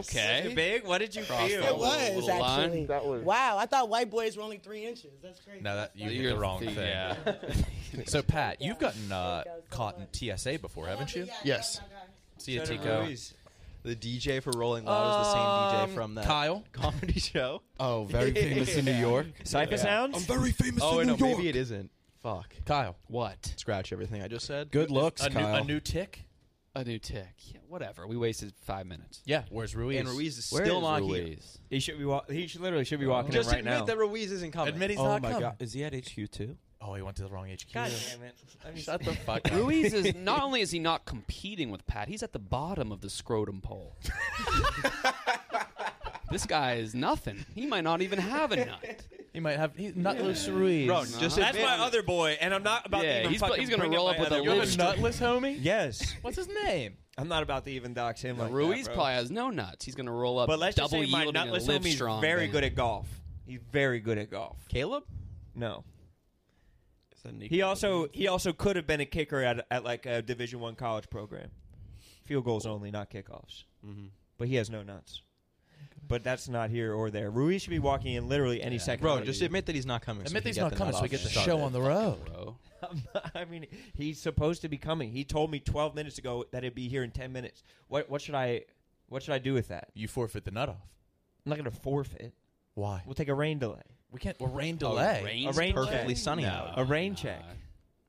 [SPEAKER 5] Okay.
[SPEAKER 6] Too big. What did you
[SPEAKER 5] Cross
[SPEAKER 6] feel?
[SPEAKER 5] that
[SPEAKER 10] It was
[SPEAKER 5] Little line.
[SPEAKER 10] actually. wow, I thought white boys were only three inches. That's crazy.
[SPEAKER 4] No, that you
[SPEAKER 5] You're
[SPEAKER 4] did the wrong
[SPEAKER 5] the-
[SPEAKER 4] thing.
[SPEAKER 5] Yeah.
[SPEAKER 4] So Pat, you've gotten uh, caught in TSA before, haven't you?
[SPEAKER 8] Yes.
[SPEAKER 4] See you,
[SPEAKER 6] Shout out
[SPEAKER 4] Tico. Um,
[SPEAKER 6] Ruiz.
[SPEAKER 7] The DJ for Rolling Loud is the same DJ from that
[SPEAKER 4] Kyle.
[SPEAKER 7] comedy show.
[SPEAKER 1] Oh, very famous in New York.
[SPEAKER 6] Cypher sounds.
[SPEAKER 7] Oh, wait, no, maybe it isn't. Fuck.
[SPEAKER 4] Kyle,
[SPEAKER 5] What?
[SPEAKER 7] Scratch everything I just said.
[SPEAKER 9] Good looks,
[SPEAKER 4] a new,
[SPEAKER 9] Kyle.
[SPEAKER 4] a new tick.
[SPEAKER 5] A new tick. Yeah, whatever. We wasted five minutes.
[SPEAKER 4] Yeah, where's Ruiz?
[SPEAKER 7] And Ruiz is
[SPEAKER 5] Where
[SPEAKER 7] still
[SPEAKER 5] is
[SPEAKER 7] not here.
[SPEAKER 5] Ruiz?
[SPEAKER 6] He should be. Wa- he should literally should be walking
[SPEAKER 7] Just
[SPEAKER 6] in right
[SPEAKER 7] admit
[SPEAKER 6] now.
[SPEAKER 7] that Ruiz isn't coming.
[SPEAKER 4] Admit he's
[SPEAKER 9] oh
[SPEAKER 4] not
[SPEAKER 9] my
[SPEAKER 4] coming.
[SPEAKER 9] god, is he at HQ too?
[SPEAKER 4] Oh, he went to the wrong HQ.
[SPEAKER 6] God damn it! Let me
[SPEAKER 4] Shut the fuck up.
[SPEAKER 5] Ruiz is not only is he not competing with Pat, he's at the bottom of the scrotum pole. this guy is nothing. He might not even have a nut.
[SPEAKER 4] He might have. He's not Luis Ruiz.
[SPEAKER 7] Bro, just
[SPEAKER 6] That's
[SPEAKER 7] admit-
[SPEAKER 6] my other boy, and I'm not about to
[SPEAKER 5] Yeah,
[SPEAKER 6] even
[SPEAKER 5] he's-
[SPEAKER 6] fucking
[SPEAKER 5] he's gonna
[SPEAKER 6] bring
[SPEAKER 5] roll
[SPEAKER 6] up
[SPEAKER 5] up with
[SPEAKER 6] my
[SPEAKER 5] a
[SPEAKER 6] other
[SPEAKER 4] You're
[SPEAKER 6] boy.
[SPEAKER 4] the nutless homie.
[SPEAKER 6] Yes,
[SPEAKER 4] What's his name?
[SPEAKER 6] I'm not about to even dox him. like that,
[SPEAKER 5] Ruiz
[SPEAKER 6] bro.
[SPEAKER 5] probably has no nuts. He's going to roll up
[SPEAKER 6] But let's just
[SPEAKER 5] double
[SPEAKER 6] say my
[SPEAKER 5] yielding and
[SPEAKER 6] nutless
[SPEAKER 5] live
[SPEAKER 6] homie's
[SPEAKER 5] strong.
[SPEAKER 6] very
[SPEAKER 5] man.
[SPEAKER 6] good at golf. He's very good at golf.
[SPEAKER 7] Caleb.
[SPEAKER 6] No, he also he also could have been a kicker at, at like a Division One college program. Field goals only, not kickoffs.
[SPEAKER 5] Mm-hmm.
[SPEAKER 6] But he has no nuts. But that's not here or there. Ruiz should be walking in literally any second.
[SPEAKER 7] Bro,
[SPEAKER 6] now.
[SPEAKER 7] just admit that he's not coming. so
[SPEAKER 4] Admit
[SPEAKER 7] we
[SPEAKER 4] he's
[SPEAKER 7] can get
[SPEAKER 4] not
[SPEAKER 7] the
[SPEAKER 4] coming,
[SPEAKER 7] nut
[SPEAKER 4] so we
[SPEAKER 7] off
[SPEAKER 4] get the
[SPEAKER 7] him.
[SPEAKER 4] show on the road.
[SPEAKER 5] Bro.
[SPEAKER 6] I'm not- I mean, he's supposed to be coming. He told me 12 minutes ago that it'd be here in 10 minutes. What what should I what should I do with that?
[SPEAKER 4] You forfeit the nut off.
[SPEAKER 6] I'm not going to forfeit.
[SPEAKER 4] Why?
[SPEAKER 6] We'll take a rain delay.
[SPEAKER 4] We can't. We're rain delay.
[SPEAKER 5] delay. rain-
[SPEAKER 6] A
[SPEAKER 5] He's
[SPEAKER 6] rain
[SPEAKER 7] perfectly
[SPEAKER 6] check.
[SPEAKER 7] sunny
[SPEAKER 5] No.
[SPEAKER 7] out.
[SPEAKER 6] A rain
[SPEAKER 5] Nah.
[SPEAKER 6] check.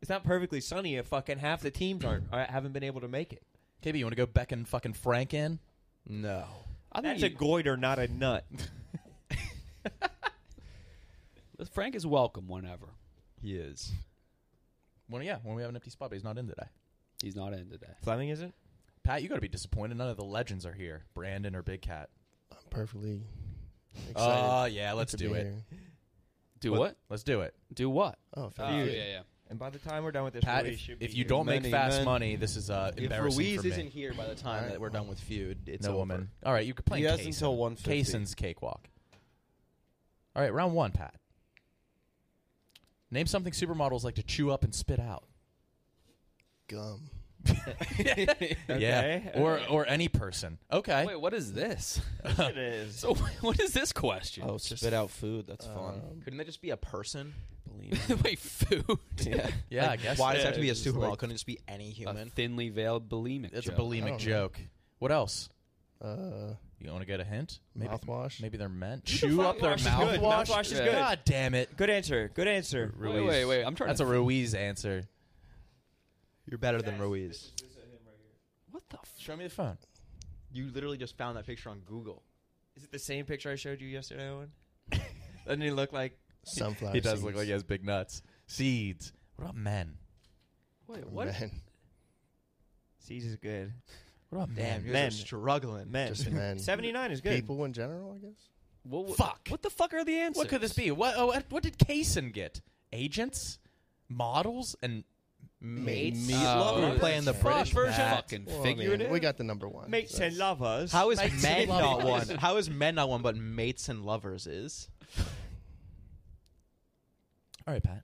[SPEAKER 6] It's not perfectly sunny if fucking half the teams aren't are, haven't been able to make it.
[SPEAKER 4] KB, you want to go beck and fucking Frank in?
[SPEAKER 7] No.
[SPEAKER 5] I think
[SPEAKER 6] That's a
[SPEAKER 5] you-
[SPEAKER 6] goiter, not a nut.
[SPEAKER 5] Frank is welcome whenever.
[SPEAKER 7] He is.
[SPEAKER 4] Well, yeah, when we have an empty spot, but he's not in today.
[SPEAKER 5] He's not in today.
[SPEAKER 6] Fleming isn't.
[SPEAKER 4] Pat, you got to be disappointed. None of the legends are here. Brandon or Big Cat.
[SPEAKER 8] I'm perfectly excited.
[SPEAKER 4] Oh yeah, let's
[SPEAKER 8] to be
[SPEAKER 4] do it.
[SPEAKER 8] here.
[SPEAKER 5] Do what?
[SPEAKER 4] Let's do it.
[SPEAKER 5] Do what?
[SPEAKER 8] Oh,
[SPEAKER 6] Uh,
[SPEAKER 5] Oh,
[SPEAKER 8] thank you.
[SPEAKER 5] yeah, yeah.
[SPEAKER 6] And by the time we're done with this,
[SPEAKER 4] Pat,
[SPEAKER 6] Ruiz
[SPEAKER 4] if,
[SPEAKER 6] should be
[SPEAKER 4] if you
[SPEAKER 6] here.
[SPEAKER 4] don't make
[SPEAKER 7] Many
[SPEAKER 4] fast
[SPEAKER 7] men.
[SPEAKER 4] money, this is uh,
[SPEAKER 7] If
[SPEAKER 4] embarrassing
[SPEAKER 7] Ruiz
[SPEAKER 4] for me.
[SPEAKER 7] isn't here by the time
[SPEAKER 8] Alright,
[SPEAKER 7] that we're done with feud, it's
[SPEAKER 4] no
[SPEAKER 7] over.
[SPEAKER 4] woman. All right, you could play.
[SPEAKER 7] He has
[SPEAKER 4] Kaysen.
[SPEAKER 7] until 1:50.
[SPEAKER 4] Kaysen's cakewalk. All right, round one, Pat. Name something supermodels like to chew up and spit out.
[SPEAKER 8] Gum.
[SPEAKER 6] Okay.
[SPEAKER 4] Yeah, or or any person. Okay.
[SPEAKER 5] Wait, what is this?
[SPEAKER 6] it is.
[SPEAKER 5] So what is this question?
[SPEAKER 9] Oh, spit out food. That's fun.
[SPEAKER 8] Um,
[SPEAKER 7] Couldn't that just be a person?
[SPEAKER 9] Believe
[SPEAKER 6] Oh.
[SPEAKER 5] Wait, food.
[SPEAKER 9] me. yeah.
[SPEAKER 4] yeah, I guess.
[SPEAKER 7] Why
[SPEAKER 4] so.
[SPEAKER 7] does it have to be a
[SPEAKER 5] it's just
[SPEAKER 7] supermodel?
[SPEAKER 5] like-
[SPEAKER 7] Couldn't it just be any
[SPEAKER 5] A
[SPEAKER 7] human?
[SPEAKER 5] thinly veiled bulimic.
[SPEAKER 4] It's a
[SPEAKER 5] joke.
[SPEAKER 8] I don't
[SPEAKER 4] bulimic
[SPEAKER 8] know.
[SPEAKER 4] joke. What else?
[SPEAKER 8] Uh,
[SPEAKER 4] You want to get a hint? Maybe
[SPEAKER 8] mouthwash.
[SPEAKER 4] maybe they're meant. Chew up their
[SPEAKER 6] Mouthwash is good.
[SPEAKER 4] mouthwash.
[SPEAKER 6] Mouthwash is
[SPEAKER 5] Yeah.
[SPEAKER 6] good.
[SPEAKER 4] God damn it.
[SPEAKER 6] Good answer. Good answer.
[SPEAKER 5] Wait, wait, wait. I'm trying
[SPEAKER 4] That's
[SPEAKER 5] to.
[SPEAKER 4] a Ruiz answer.
[SPEAKER 7] You're better than Ruiz.
[SPEAKER 5] what the? F-
[SPEAKER 4] Show me the phone.
[SPEAKER 7] You literally just found that picture on Google.
[SPEAKER 6] Is it the same picture I showed you yesterday, Owen? Doesn't he look like
[SPEAKER 8] sunflower.
[SPEAKER 4] he does
[SPEAKER 8] seeds.
[SPEAKER 4] look like he has big nuts. Seeds. What about men?
[SPEAKER 5] wait, what?
[SPEAKER 8] Men.
[SPEAKER 6] Seeds is good.
[SPEAKER 4] What about
[SPEAKER 7] Damn,
[SPEAKER 4] men?
[SPEAKER 7] you
[SPEAKER 6] Men.
[SPEAKER 7] guys are struggling.
[SPEAKER 6] Men.
[SPEAKER 8] Just men.
[SPEAKER 6] 79 is good.
[SPEAKER 8] People in general, I guess.
[SPEAKER 5] What, what-
[SPEAKER 4] Fuck.
[SPEAKER 5] What the fuck are the answers?
[SPEAKER 4] What could this be? What oh, what, what did Kaysen get? Agents, models, and mates.
[SPEAKER 8] Mates.
[SPEAKER 7] Meat
[SPEAKER 5] Oh,
[SPEAKER 7] lover.
[SPEAKER 5] that's
[SPEAKER 7] Uh, We're playing the British
[SPEAKER 4] fucked version.
[SPEAKER 7] Pat.
[SPEAKER 5] Fucking
[SPEAKER 8] Well, I
[SPEAKER 5] figure
[SPEAKER 8] mean,
[SPEAKER 5] it
[SPEAKER 8] We
[SPEAKER 5] out.
[SPEAKER 8] got the number one.
[SPEAKER 6] Mates
[SPEAKER 8] so-
[SPEAKER 6] and lovers.
[SPEAKER 7] How is
[SPEAKER 4] Mates
[SPEAKER 7] men
[SPEAKER 4] and
[SPEAKER 7] not one?
[SPEAKER 4] lovers.
[SPEAKER 7] How is men not one, but mates and lovers is?
[SPEAKER 4] All right, Pat.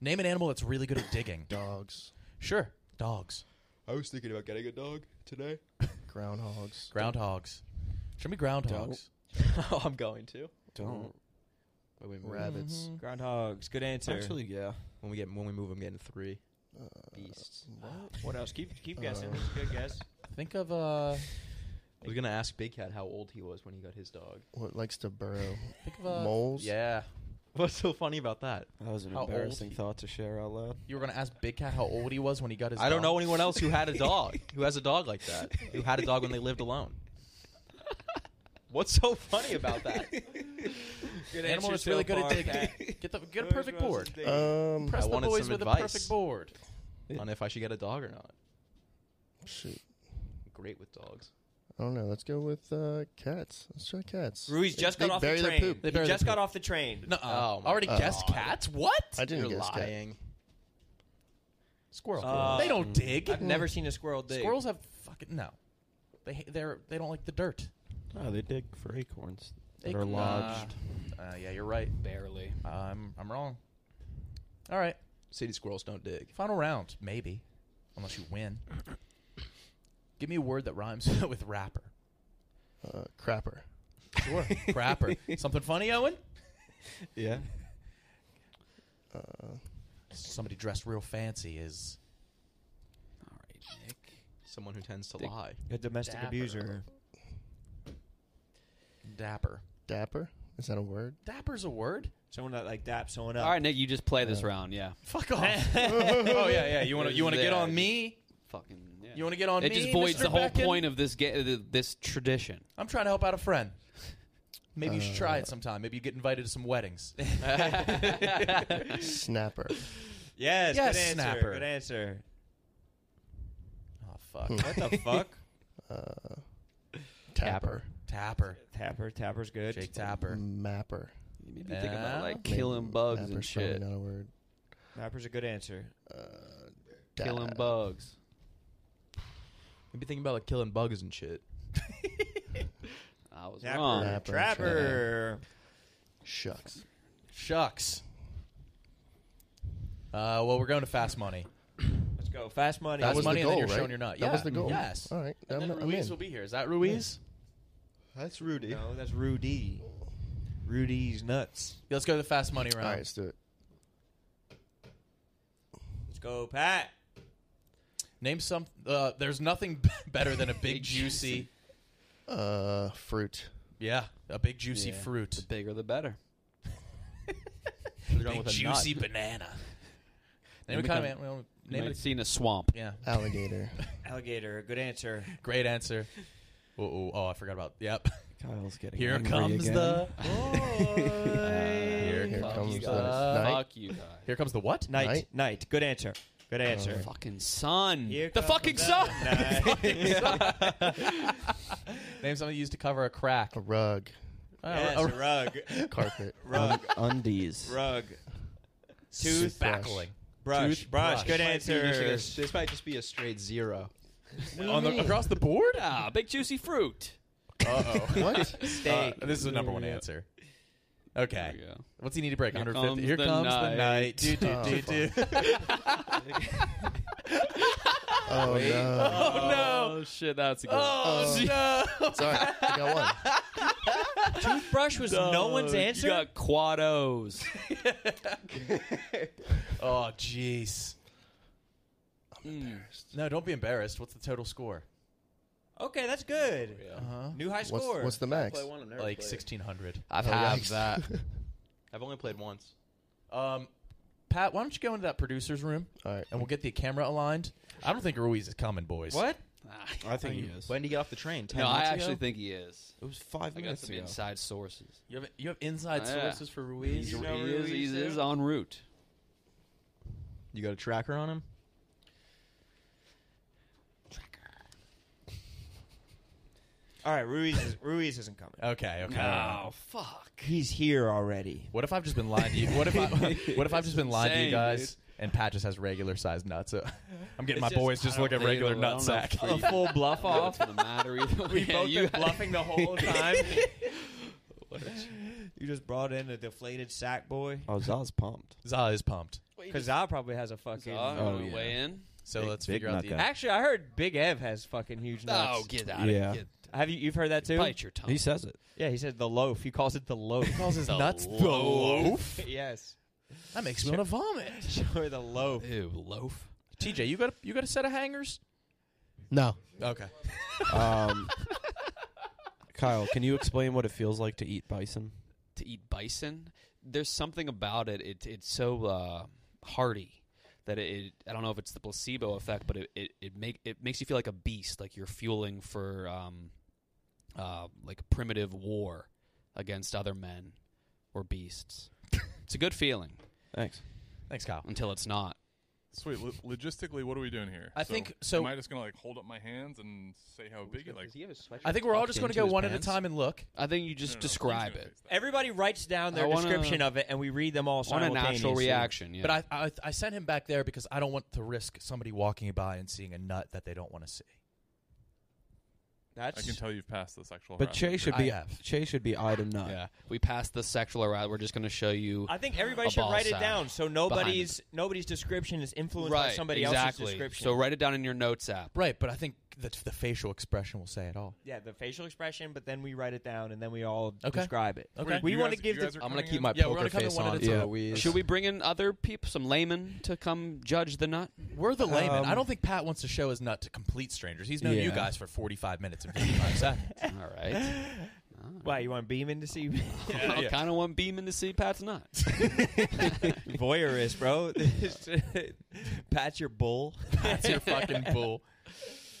[SPEAKER 4] Name an animal that's really good at digging.
[SPEAKER 8] Dogs,
[SPEAKER 4] sure. Dogs.
[SPEAKER 7] I was thinking about getting a dog today.
[SPEAKER 8] groundhogs.
[SPEAKER 4] Groundhogs. Show me groundhogs.
[SPEAKER 7] oh, I'm going to.
[SPEAKER 9] Don't.
[SPEAKER 7] Wait, wait, wait.
[SPEAKER 8] Rabbits.
[SPEAKER 6] Mm-hmm.
[SPEAKER 4] Mhm.
[SPEAKER 6] Groundhogs. Good answer.
[SPEAKER 9] Actually, yeah.
[SPEAKER 7] When we get when we move, I'm getting three beasts.
[SPEAKER 6] What else? Keep keep
[SPEAKER 8] Uh,
[SPEAKER 6] guessing. Good guess.
[SPEAKER 4] Think of uh,
[SPEAKER 7] I was gonna ask Big Cat how old he was when he got his dog.
[SPEAKER 8] What likes to burrow?
[SPEAKER 4] think of uh,
[SPEAKER 8] Moles.
[SPEAKER 4] Yeah.
[SPEAKER 7] What's so funny about that?
[SPEAKER 9] That was an
[SPEAKER 4] How old
[SPEAKER 9] embarrassing
[SPEAKER 4] he-
[SPEAKER 9] thought to share out loud.
[SPEAKER 4] You were gonna ask Big Cat how old he was when he got his.
[SPEAKER 7] I don't
[SPEAKER 4] dog?
[SPEAKER 7] know anyone else who had a dog who has a dog like that who had a dog when they lived alone. What's so funny about that?
[SPEAKER 6] Good
[SPEAKER 4] Animal that's really good at digging. Get the get a perfect board.
[SPEAKER 8] Um.
[SPEAKER 4] Press
[SPEAKER 7] I
[SPEAKER 4] the
[SPEAKER 7] wanted
[SPEAKER 4] boys
[SPEAKER 7] some
[SPEAKER 4] with a
[SPEAKER 7] advice.
[SPEAKER 4] perfect board.
[SPEAKER 7] On if I should get a dog or not.
[SPEAKER 8] Shoot.
[SPEAKER 7] I'm great with dogs.
[SPEAKER 8] I don't know. Let's go with uh, cats. Let's try cats.
[SPEAKER 6] Ruiz
[SPEAKER 8] They-
[SPEAKER 6] just
[SPEAKER 8] they
[SPEAKER 6] got off the
[SPEAKER 8] bury their
[SPEAKER 6] train.
[SPEAKER 8] poop.
[SPEAKER 4] They
[SPEAKER 6] He
[SPEAKER 4] bury
[SPEAKER 6] just
[SPEAKER 4] their
[SPEAKER 6] got off the train.
[SPEAKER 4] No,
[SPEAKER 7] Oh my
[SPEAKER 4] already
[SPEAKER 7] God.
[SPEAKER 4] guessed cats. What?
[SPEAKER 8] I didn't
[SPEAKER 7] You're
[SPEAKER 8] guess cat.
[SPEAKER 7] lying.
[SPEAKER 4] Squirrel.
[SPEAKER 6] Uh,
[SPEAKER 4] they don't dig. Mm.
[SPEAKER 6] I've never seen a squirrel dig.
[SPEAKER 4] Squirrels have fucking no. They ha- they're they don't like the dirt.
[SPEAKER 9] No, Oh, they dig for acorns
[SPEAKER 4] They
[SPEAKER 9] that are
[SPEAKER 4] can-
[SPEAKER 9] lodged.
[SPEAKER 4] Uh, uh, yeah, you're right.
[SPEAKER 5] Barely.
[SPEAKER 4] I'm I'm wrong. All right,
[SPEAKER 7] City squirrels don't dig.
[SPEAKER 4] final round maybe, unless you win. Give me a word that rhymes with rapper.
[SPEAKER 8] Uh, crapper.
[SPEAKER 4] Sure, crapper. Something funny, Owen?
[SPEAKER 9] Yeah.
[SPEAKER 8] Uh,
[SPEAKER 4] Somebody dressed real fancy is
[SPEAKER 5] All right, Nick.
[SPEAKER 7] Someone who tends to
[SPEAKER 5] Dig-
[SPEAKER 7] lie.
[SPEAKER 6] A domestic
[SPEAKER 4] Dapper.
[SPEAKER 6] abuser.
[SPEAKER 4] dapper.
[SPEAKER 8] dapper. Is that a word?
[SPEAKER 4] Dapper's a word.
[SPEAKER 6] Someone that like daps someone up.
[SPEAKER 5] All right, Nick, you just play this round. Yeah.
[SPEAKER 4] Fuck off. oh yeah, yeah. You want to you want to get
[SPEAKER 5] There.
[SPEAKER 4] on me?
[SPEAKER 5] Fucking. Yeah.
[SPEAKER 4] You want to get on
[SPEAKER 5] it
[SPEAKER 4] me?
[SPEAKER 5] just voids
[SPEAKER 4] Mr.
[SPEAKER 5] the whole
[SPEAKER 4] Becken?
[SPEAKER 5] point of this ga- this tradition.
[SPEAKER 4] I'm trying to help out a friend. Maybe you should try it sometime. Maybe you get invited to some weddings.
[SPEAKER 8] Snapper.
[SPEAKER 6] Yes,
[SPEAKER 4] Yes,
[SPEAKER 6] good answer.
[SPEAKER 4] snapper.
[SPEAKER 6] Good answer.
[SPEAKER 4] oh fuck.
[SPEAKER 6] What the fuck?
[SPEAKER 8] Tapper.
[SPEAKER 4] Tapper.
[SPEAKER 6] Tapper. Tapper's good.
[SPEAKER 4] Jake Tapper.
[SPEAKER 8] Mm. Mapper.
[SPEAKER 5] You made me think about
[SPEAKER 4] Yeah.
[SPEAKER 5] like killing bugs and
[SPEAKER 8] Mapper's
[SPEAKER 5] shit.
[SPEAKER 8] probably not a word.
[SPEAKER 6] Tapper's a good answer.
[SPEAKER 5] Killing
[SPEAKER 8] Dab.
[SPEAKER 5] bugs.
[SPEAKER 7] Maybe thinking about like killing bugs and shit.
[SPEAKER 5] I was
[SPEAKER 6] Tapper.
[SPEAKER 5] wrong.
[SPEAKER 8] Tapper,
[SPEAKER 6] Trapper.
[SPEAKER 8] Shucks.
[SPEAKER 4] Shucks. Uh, well, we're going to fast money.
[SPEAKER 6] Let's go. Fast money.
[SPEAKER 4] Fast
[SPEAKER 8] was the
[SPEAKER 4] money, and then
[SPEAKER 8] goal,
[SPEAKER 4] you're
[SPEAKER 8] right?
[SPEAKER 4] showing your nut.
[SPEAKER 8] That was
[SPEAKER 4] Yeah.
[SPEAKER 8] the goal.
[SPEAKER 4] Yes.
[SPEAKER 8] All right.
[SPEAKER 4] And
[SPEAKER 8] I'm,
[SPEAKER 4] then
[SPEAKER 8] I'm
[SPEAKER 4] Ruiz
[SPEAKER 8] in.
[SPEAKER 4] will be here. Is that Ruiz?
[SPEAKER 8] That's Rudy.
[SPEAKER 6] No, that's Rudy. Rudy's nuts.
[SPEAKER 4] Yeah, let's go to the fast money round.
[SPEAKER 8] All right, let's do it.
[SPEAKER 6] Let's go, Pat.
[SPEAKER 4] Name some. Uh, there's nothing b- better than a big juicy.
[SPEAKER 8] Uh, fruit.
[SPEAKER 4] Yeah, a big juicy
[SPEAKER 5] Yeah. The
[SPEAKER 4] fruit.
[SPEAKER 5] bigger the better.
[SPEAKER 7] Should've gone
[SPEAKER 4] Big
[SPEAKER 7] with a
[SPEAKER 4] juicy
[SPEAKER 7] nut.
[SPEAKER 4] banana. Name
[SPEAKER 5] Then
[SPEAKER 4] a
[SPEAKER 5] we
[SPEAKER 4] kind
[SPEAKER 5] can-
[SPEAKER 4] of well,
[SPEAKER 5] You
[SPEAKER 4] name
[SPEAKER 5] might
[SPEAKER 4] it.
[SPEAKER 5] see in a swamp.
[SPEAKER 4] Yeah,
[SPEAKER 8] Alligator.
[SPEAKER 6] Alligator. Good answer.
[SPEAKER 4] great answer. Oh, oh, oh, I forgot about. Yep.
[SPEAKER 5] Kyle's getting
[SPEAKER 4] Here comes the.
[SPEAKER 8] Uh,
[SPEAKER 5] here
[SPEAKER 8] Here
[SPEAKER 5] fuck
[SPEAKER 8] comes
[SPEAKER 5] you
[SPEAKER 8] the
[SPEAKER 5] guys.
[SPEAKER 8] night.
[SPEAKER 5] Fuck you guys.
[SPEAKER 4] Here comes the what?
[SPEAKER 6] Night. Night.
[SPEAKER 8] Night.
[SPEAKER 6] Good answer. Good answer.
[SPEAKER 5] Fucking sun.
[SPEAKER 6] Here
[SPEAKER 5] the
[SPEAKER 6] comes
[SPEAKER 5] fucking sun.
[SPEAKER 6] night.
[SPEAKER 4] Name something used to cover a crack.
[SPEAKER 8] a rug.
[SPEAKER 6] yes,
[SPEAKER 4] Uh,
[SPEAKER 6] rug.
[SPEAKER 8] Carpet.
[SPEAKER 6] Rug.
[SPEAKER 7] Undies.
[SPEAKER 6] Rug.
[SPEAKER 4] Tooth
[SPEAKER 8] Toothbrush.
[SPEAKER 4] backling.
[SPEAKER 6] Brush. Brush.
[SPEAKER 4] Toothbrush.
[SPEAKER 6] Good
[SPEAKER 7] Might be-
[SPEAKER 6] answer.
[SPEAKER 7] This might just be a straight zero.
[SPEAKER 4] On the, across the board?
[SPEAKER 5] Ah, big juicy fruit.
[SPEAKER 8] What?
[SPEAKER 6] Steak.
[SPEAKER 4] Uh, this is the number one answer. Okay.
[SPEAKER 5] There we go.
[SPEAKER 4] What's he need to break?
[SPEAKER 5] Here
[SPEAKER 4] 150.
[SPEAKER 5] comes
[SPEAKER 4] Here
[SPEAKER 5] the
[SPEAKER 4] comes the night.
[SPEAKER 5] night.
[SPEAKER 4] Do, do,
[SPEAKER 8] Oh,
[SPEAKER 4] do, do.
[SPEAKER 8] Oh, no.
[SPEAKER 5] Oh, no. shit, that's a good
[SPEAKER 4] Oh, no.
[SPEAKER 8] Sorry. I got one.
[SPEAKER 6] Brush was no one's
[SPEAKER 5] You
[SPEAKER 6] answer.
[SPEAKER 5] got quados.
[SPEAKER 4] Oh, jeez. No, don't be embarrassed. What's the total score?
[SPEAKER 6] Okay, that's good. Uh-huh. New high
[SPEAKER 8] What's,
[SPEAKER 6] score.
[SPEAKER 8] what's the max?
[SPEAKER 7] Play one and never
[SPEAKER 4] Like
[SPEAKER 7] play it.
[SPEAKER 4] 1,600.
[SPEAKER 5] I've
[SPEAKER 8] Oh,
[SPEAKER 5] had
[SPEAKER 8] yikes.
[SPEAKER 5] that.
[SPEAKER 7] I've only played once.
[SPEAKER 4] Um, Pat, why don't you go into that producer's room
[SPEAKER 8] All right.
[SPEAKER 4] and we'll get the camera aligned? I don't think Ruiz is coming, boys.
[SPEAKER 6] what?
[SPEAKER 9] I think
[SPEAKER 5] he
[SPEAKER 9] he
[SPEAKER 5] is.
[SPEAKER 7] When did you get off the train? Ten
[SPEAKER 5] No, I
[SPEAKER 7] minutes
[SPEAKER 5] actually
[SPEAKER 7] ago?
[SPEAKER 5] think he is.
[SPEAKER 9] it was five
[SPEAKER 5] I got
[SPEAKER 9] minutes
[SPEAKER 5] some
[SPEAKER 9] ago.
[SPEAKER 5] inside sources.
[SPEAKER 4] You have, you have inside
[SPEAKER 5] Oh, Yeah.
[SPEAKER 4] sources for Ruiz?
[SPEAKER 5] He's, he is, he is en route.
[SPEAKER 7] you got a tracker on him.
[SPEAKER 6] All right, Ruiz. Is, Ruiz isn't coming.
[SPEAKER 4] Okay, okay.
[SPEAKER 5] fuck.
[SPEAKER 6] He's here already.
[SPEAKER 4] What if I've just been lying to you? What if I, what if I've just been lying to you
[SPEAKER 5] insane,
[SPEAKER 4] guys? And Pat just has regular sized nuts. Uh, I'm getting my
[SPEAKER 5] just-
[SPEAKER 4] boys just
[SPEAKER 5] I
[SPEAKER 4] look
[SPEAKER 5] don't
[SPEAKER 4] at regular
[SPEAKER 5] think it'll- I
[SPEAKER 4] nut
[SPEAKER 5] don't know
[SPEAKER 4] sack.
[SPEAKER 5] if we-
[SPEAKER 9] Oh.
[SPEAKER 5] A
[SPEAKER 4] full bluff
[SPEAKER 5] Off the matter either way. you
[SPEAKER 4] the whole time.
[SPEAKER 6] You just brought in a deflated sack boy.
[SPEAKER 9] Oh, Za's pumped.
[SPEAKER 4] Za is pumped.
[SPEAKER 6] Because I probably has a fucking.
[SPEAKER 5] Oh,
[SPEAKER 9] Oh,
[SPEAKER 5] yeah.
[SPEAKER 9] yeah.
[SPEAKER 5] weigh in.
[SPEAKER 4] So
[SPEAKER 9] Big-
[SPEAKER 4] let's
[SPEAKER 9] big
[SPEAKER 4] figure out
[SPEAKER 9] nut
[SPEAKER 4] the.
[SPEAKER 9] guy.
[SPEAKER 6] Actually, I heard Big Ev has fucking huge nuts.
[SPEAKER 5] Oh, get out
[SPEAKER 9] Yeah.
[SPEAKER 5] of here.
[SPEAKER 6] Have you? You've heard that too?
[SPEAKER 5] Bite your tongue.
[SPEAKER 9] He says it.
[SPEAKER 6] Yeah, he said the loaf. He calls it the loaf. he calls his
[SPEAKER 4] nuts the loaf.
[SPEAKER 6] yes.
[SPEAKER 4] That makes me want to vomit.
[SPEAKER 6] Sure, the loaf.
[SPEAKER 5] Ew, loaf.
[SPEAKER 4] TJ, you got a, you got a set of hangers?
[SPEAKER 8] No.
[SPEAKER 4] Okay.
[SPEAKER 9] Um, Kyle, can you explain what it feels like to eat bison?
[SPEAKER 5] to eat bison. There's something about it. It it's so uh, hearty that it, it. I don't know if it's the placebo effect, but it, it, it make it makes you feel like a beast, like you're fueling for um, uh, like primitive war against other men or beasts. it's a good feeling
[SPEAKER 9] Thanks.
[SPEAKER 4] Thanks, Kyle.
[SPEAKER 5] until it's not.
[SPEAKER 11] Sweet. Lo- logistically, what are we doing here?
[SPEAKER 4] I think- so-
[SPEAKER 11] Am I just gonna like hold up my hands and say how big it like?
[SPEAKER 4] I think we're all
[SPEAKER 5] Tucked
[SPEAKER 4] just going to
[SPEAKER 5] into
[SPEAKER 4] go
[SPEAKER 5] his
[SPEAKER 4] one
[SPEAKER 5] pants?
[SPEAKER 4] at a time and look.
[SPEAKER 5] I think you just
[SPEAKER 11] No, no, no,
[SPEAKER 5] describe
[SPEAKER 11] he's gonna
[SPEAKER 5] it.
[SPEAKER 11] fix that.
[SPEAKER 6] Everybody writes down their
[SPEAKER 5] I wanna-
[SPEAKER 6] description of it, and we read them all
[SPEAKER 5] On a
[SPEAKER 6] simultaneously.
[SPEAKER 5] natural reaction, yeah.
[SPEAKER 4] But I, I I sent him back there because I don't want to risk somebody walking by and seeing a nut that they don't want to see.
[SPEAKER 11] I can
[SPEAKER 6] That's
[SPEAKER 11] tell you've passed the sexual.
[SPEAKER 9] But Che
[SPEAKER 11] harassment
[SPEAKER 9] should
[SPEAKER 4] I
[SPEAKER 9] be
[SPEAKER 4] have.
[SPEAKER 9] Che should be eyed and nut.
[SPEAKER 5] yeah, we passed the sexual arousal. We're just going to show you.
[SPEAKER 6] I think everybody
[SPEAKER 5] A
[SPEAKER 6] should
[SPEAKER 5] ball
[SPEAKER 6] write it
[SPEAKER 5] sack
[SPEAKER 6] down so nobody's nobody's description is influenced by somebody
[SPEAKER 5] exactly.
[SPEAKER 6] else's description.
[SPEAKER 5] So write it down in your notes app.
[SPEAKER 4] Right, but I think the the facial expression will say it all.
[SPEAKER 6] yeah, the facial expression, but then we write it down and then we all
[SPEAKER 4] Okay.
[SPEAKER 6] describe it.
[SPEAKER 4] Okay.
[SPEAKER 11] Wait,
[SPEAKER 6] We
[SPEAKER 11] you
[SPEAKER 6] want to
[SPEAKER 11] guys-
[SPEAKER 6] give
[SPEAKER 11] you
[SPEAKER 6] the
[SPEAKER 11] guys are
[SPEAKER 7] I'm gonna
[SPEAKER 11] coming
[SPEAKER 7] keep
[SPEAKER 11] in?
[SPEAKER 7] my
[SPEAKER 4] Yeah, we're
[SPEAKER 7] poker
[SPEAKER 4] gonna come in
[SPEAKER 7] face
[SPEAKER 4] one at
[SPEAKER 7] on.
[SPEAKER 4] a time.
[SPEAKER 7] until we-
[SPEAKER 5] Should we bring in other people, some laymen, to come judge the nut?
[SPEAKER 4] We're the layman. I
[SPEAKER 9] Um,
[SPEAKER 4] don't think Pat wants to show his nut to complete strangers. He's known you
[SPEAKER 9] Yeah.
[SPEAKER 4] guys for 45 minutes and 55 seconds.
[SPEAKER 5] All right.
[SPEAKER 6] Why you want Beeman to see?
[SPEAKER 5] I kind of want Beeman to see Pat's not.
[SPEAKER 6] Voyeurist, bro. Pat's your bull.
[SPEAKER 4] Pat's your fucking bull.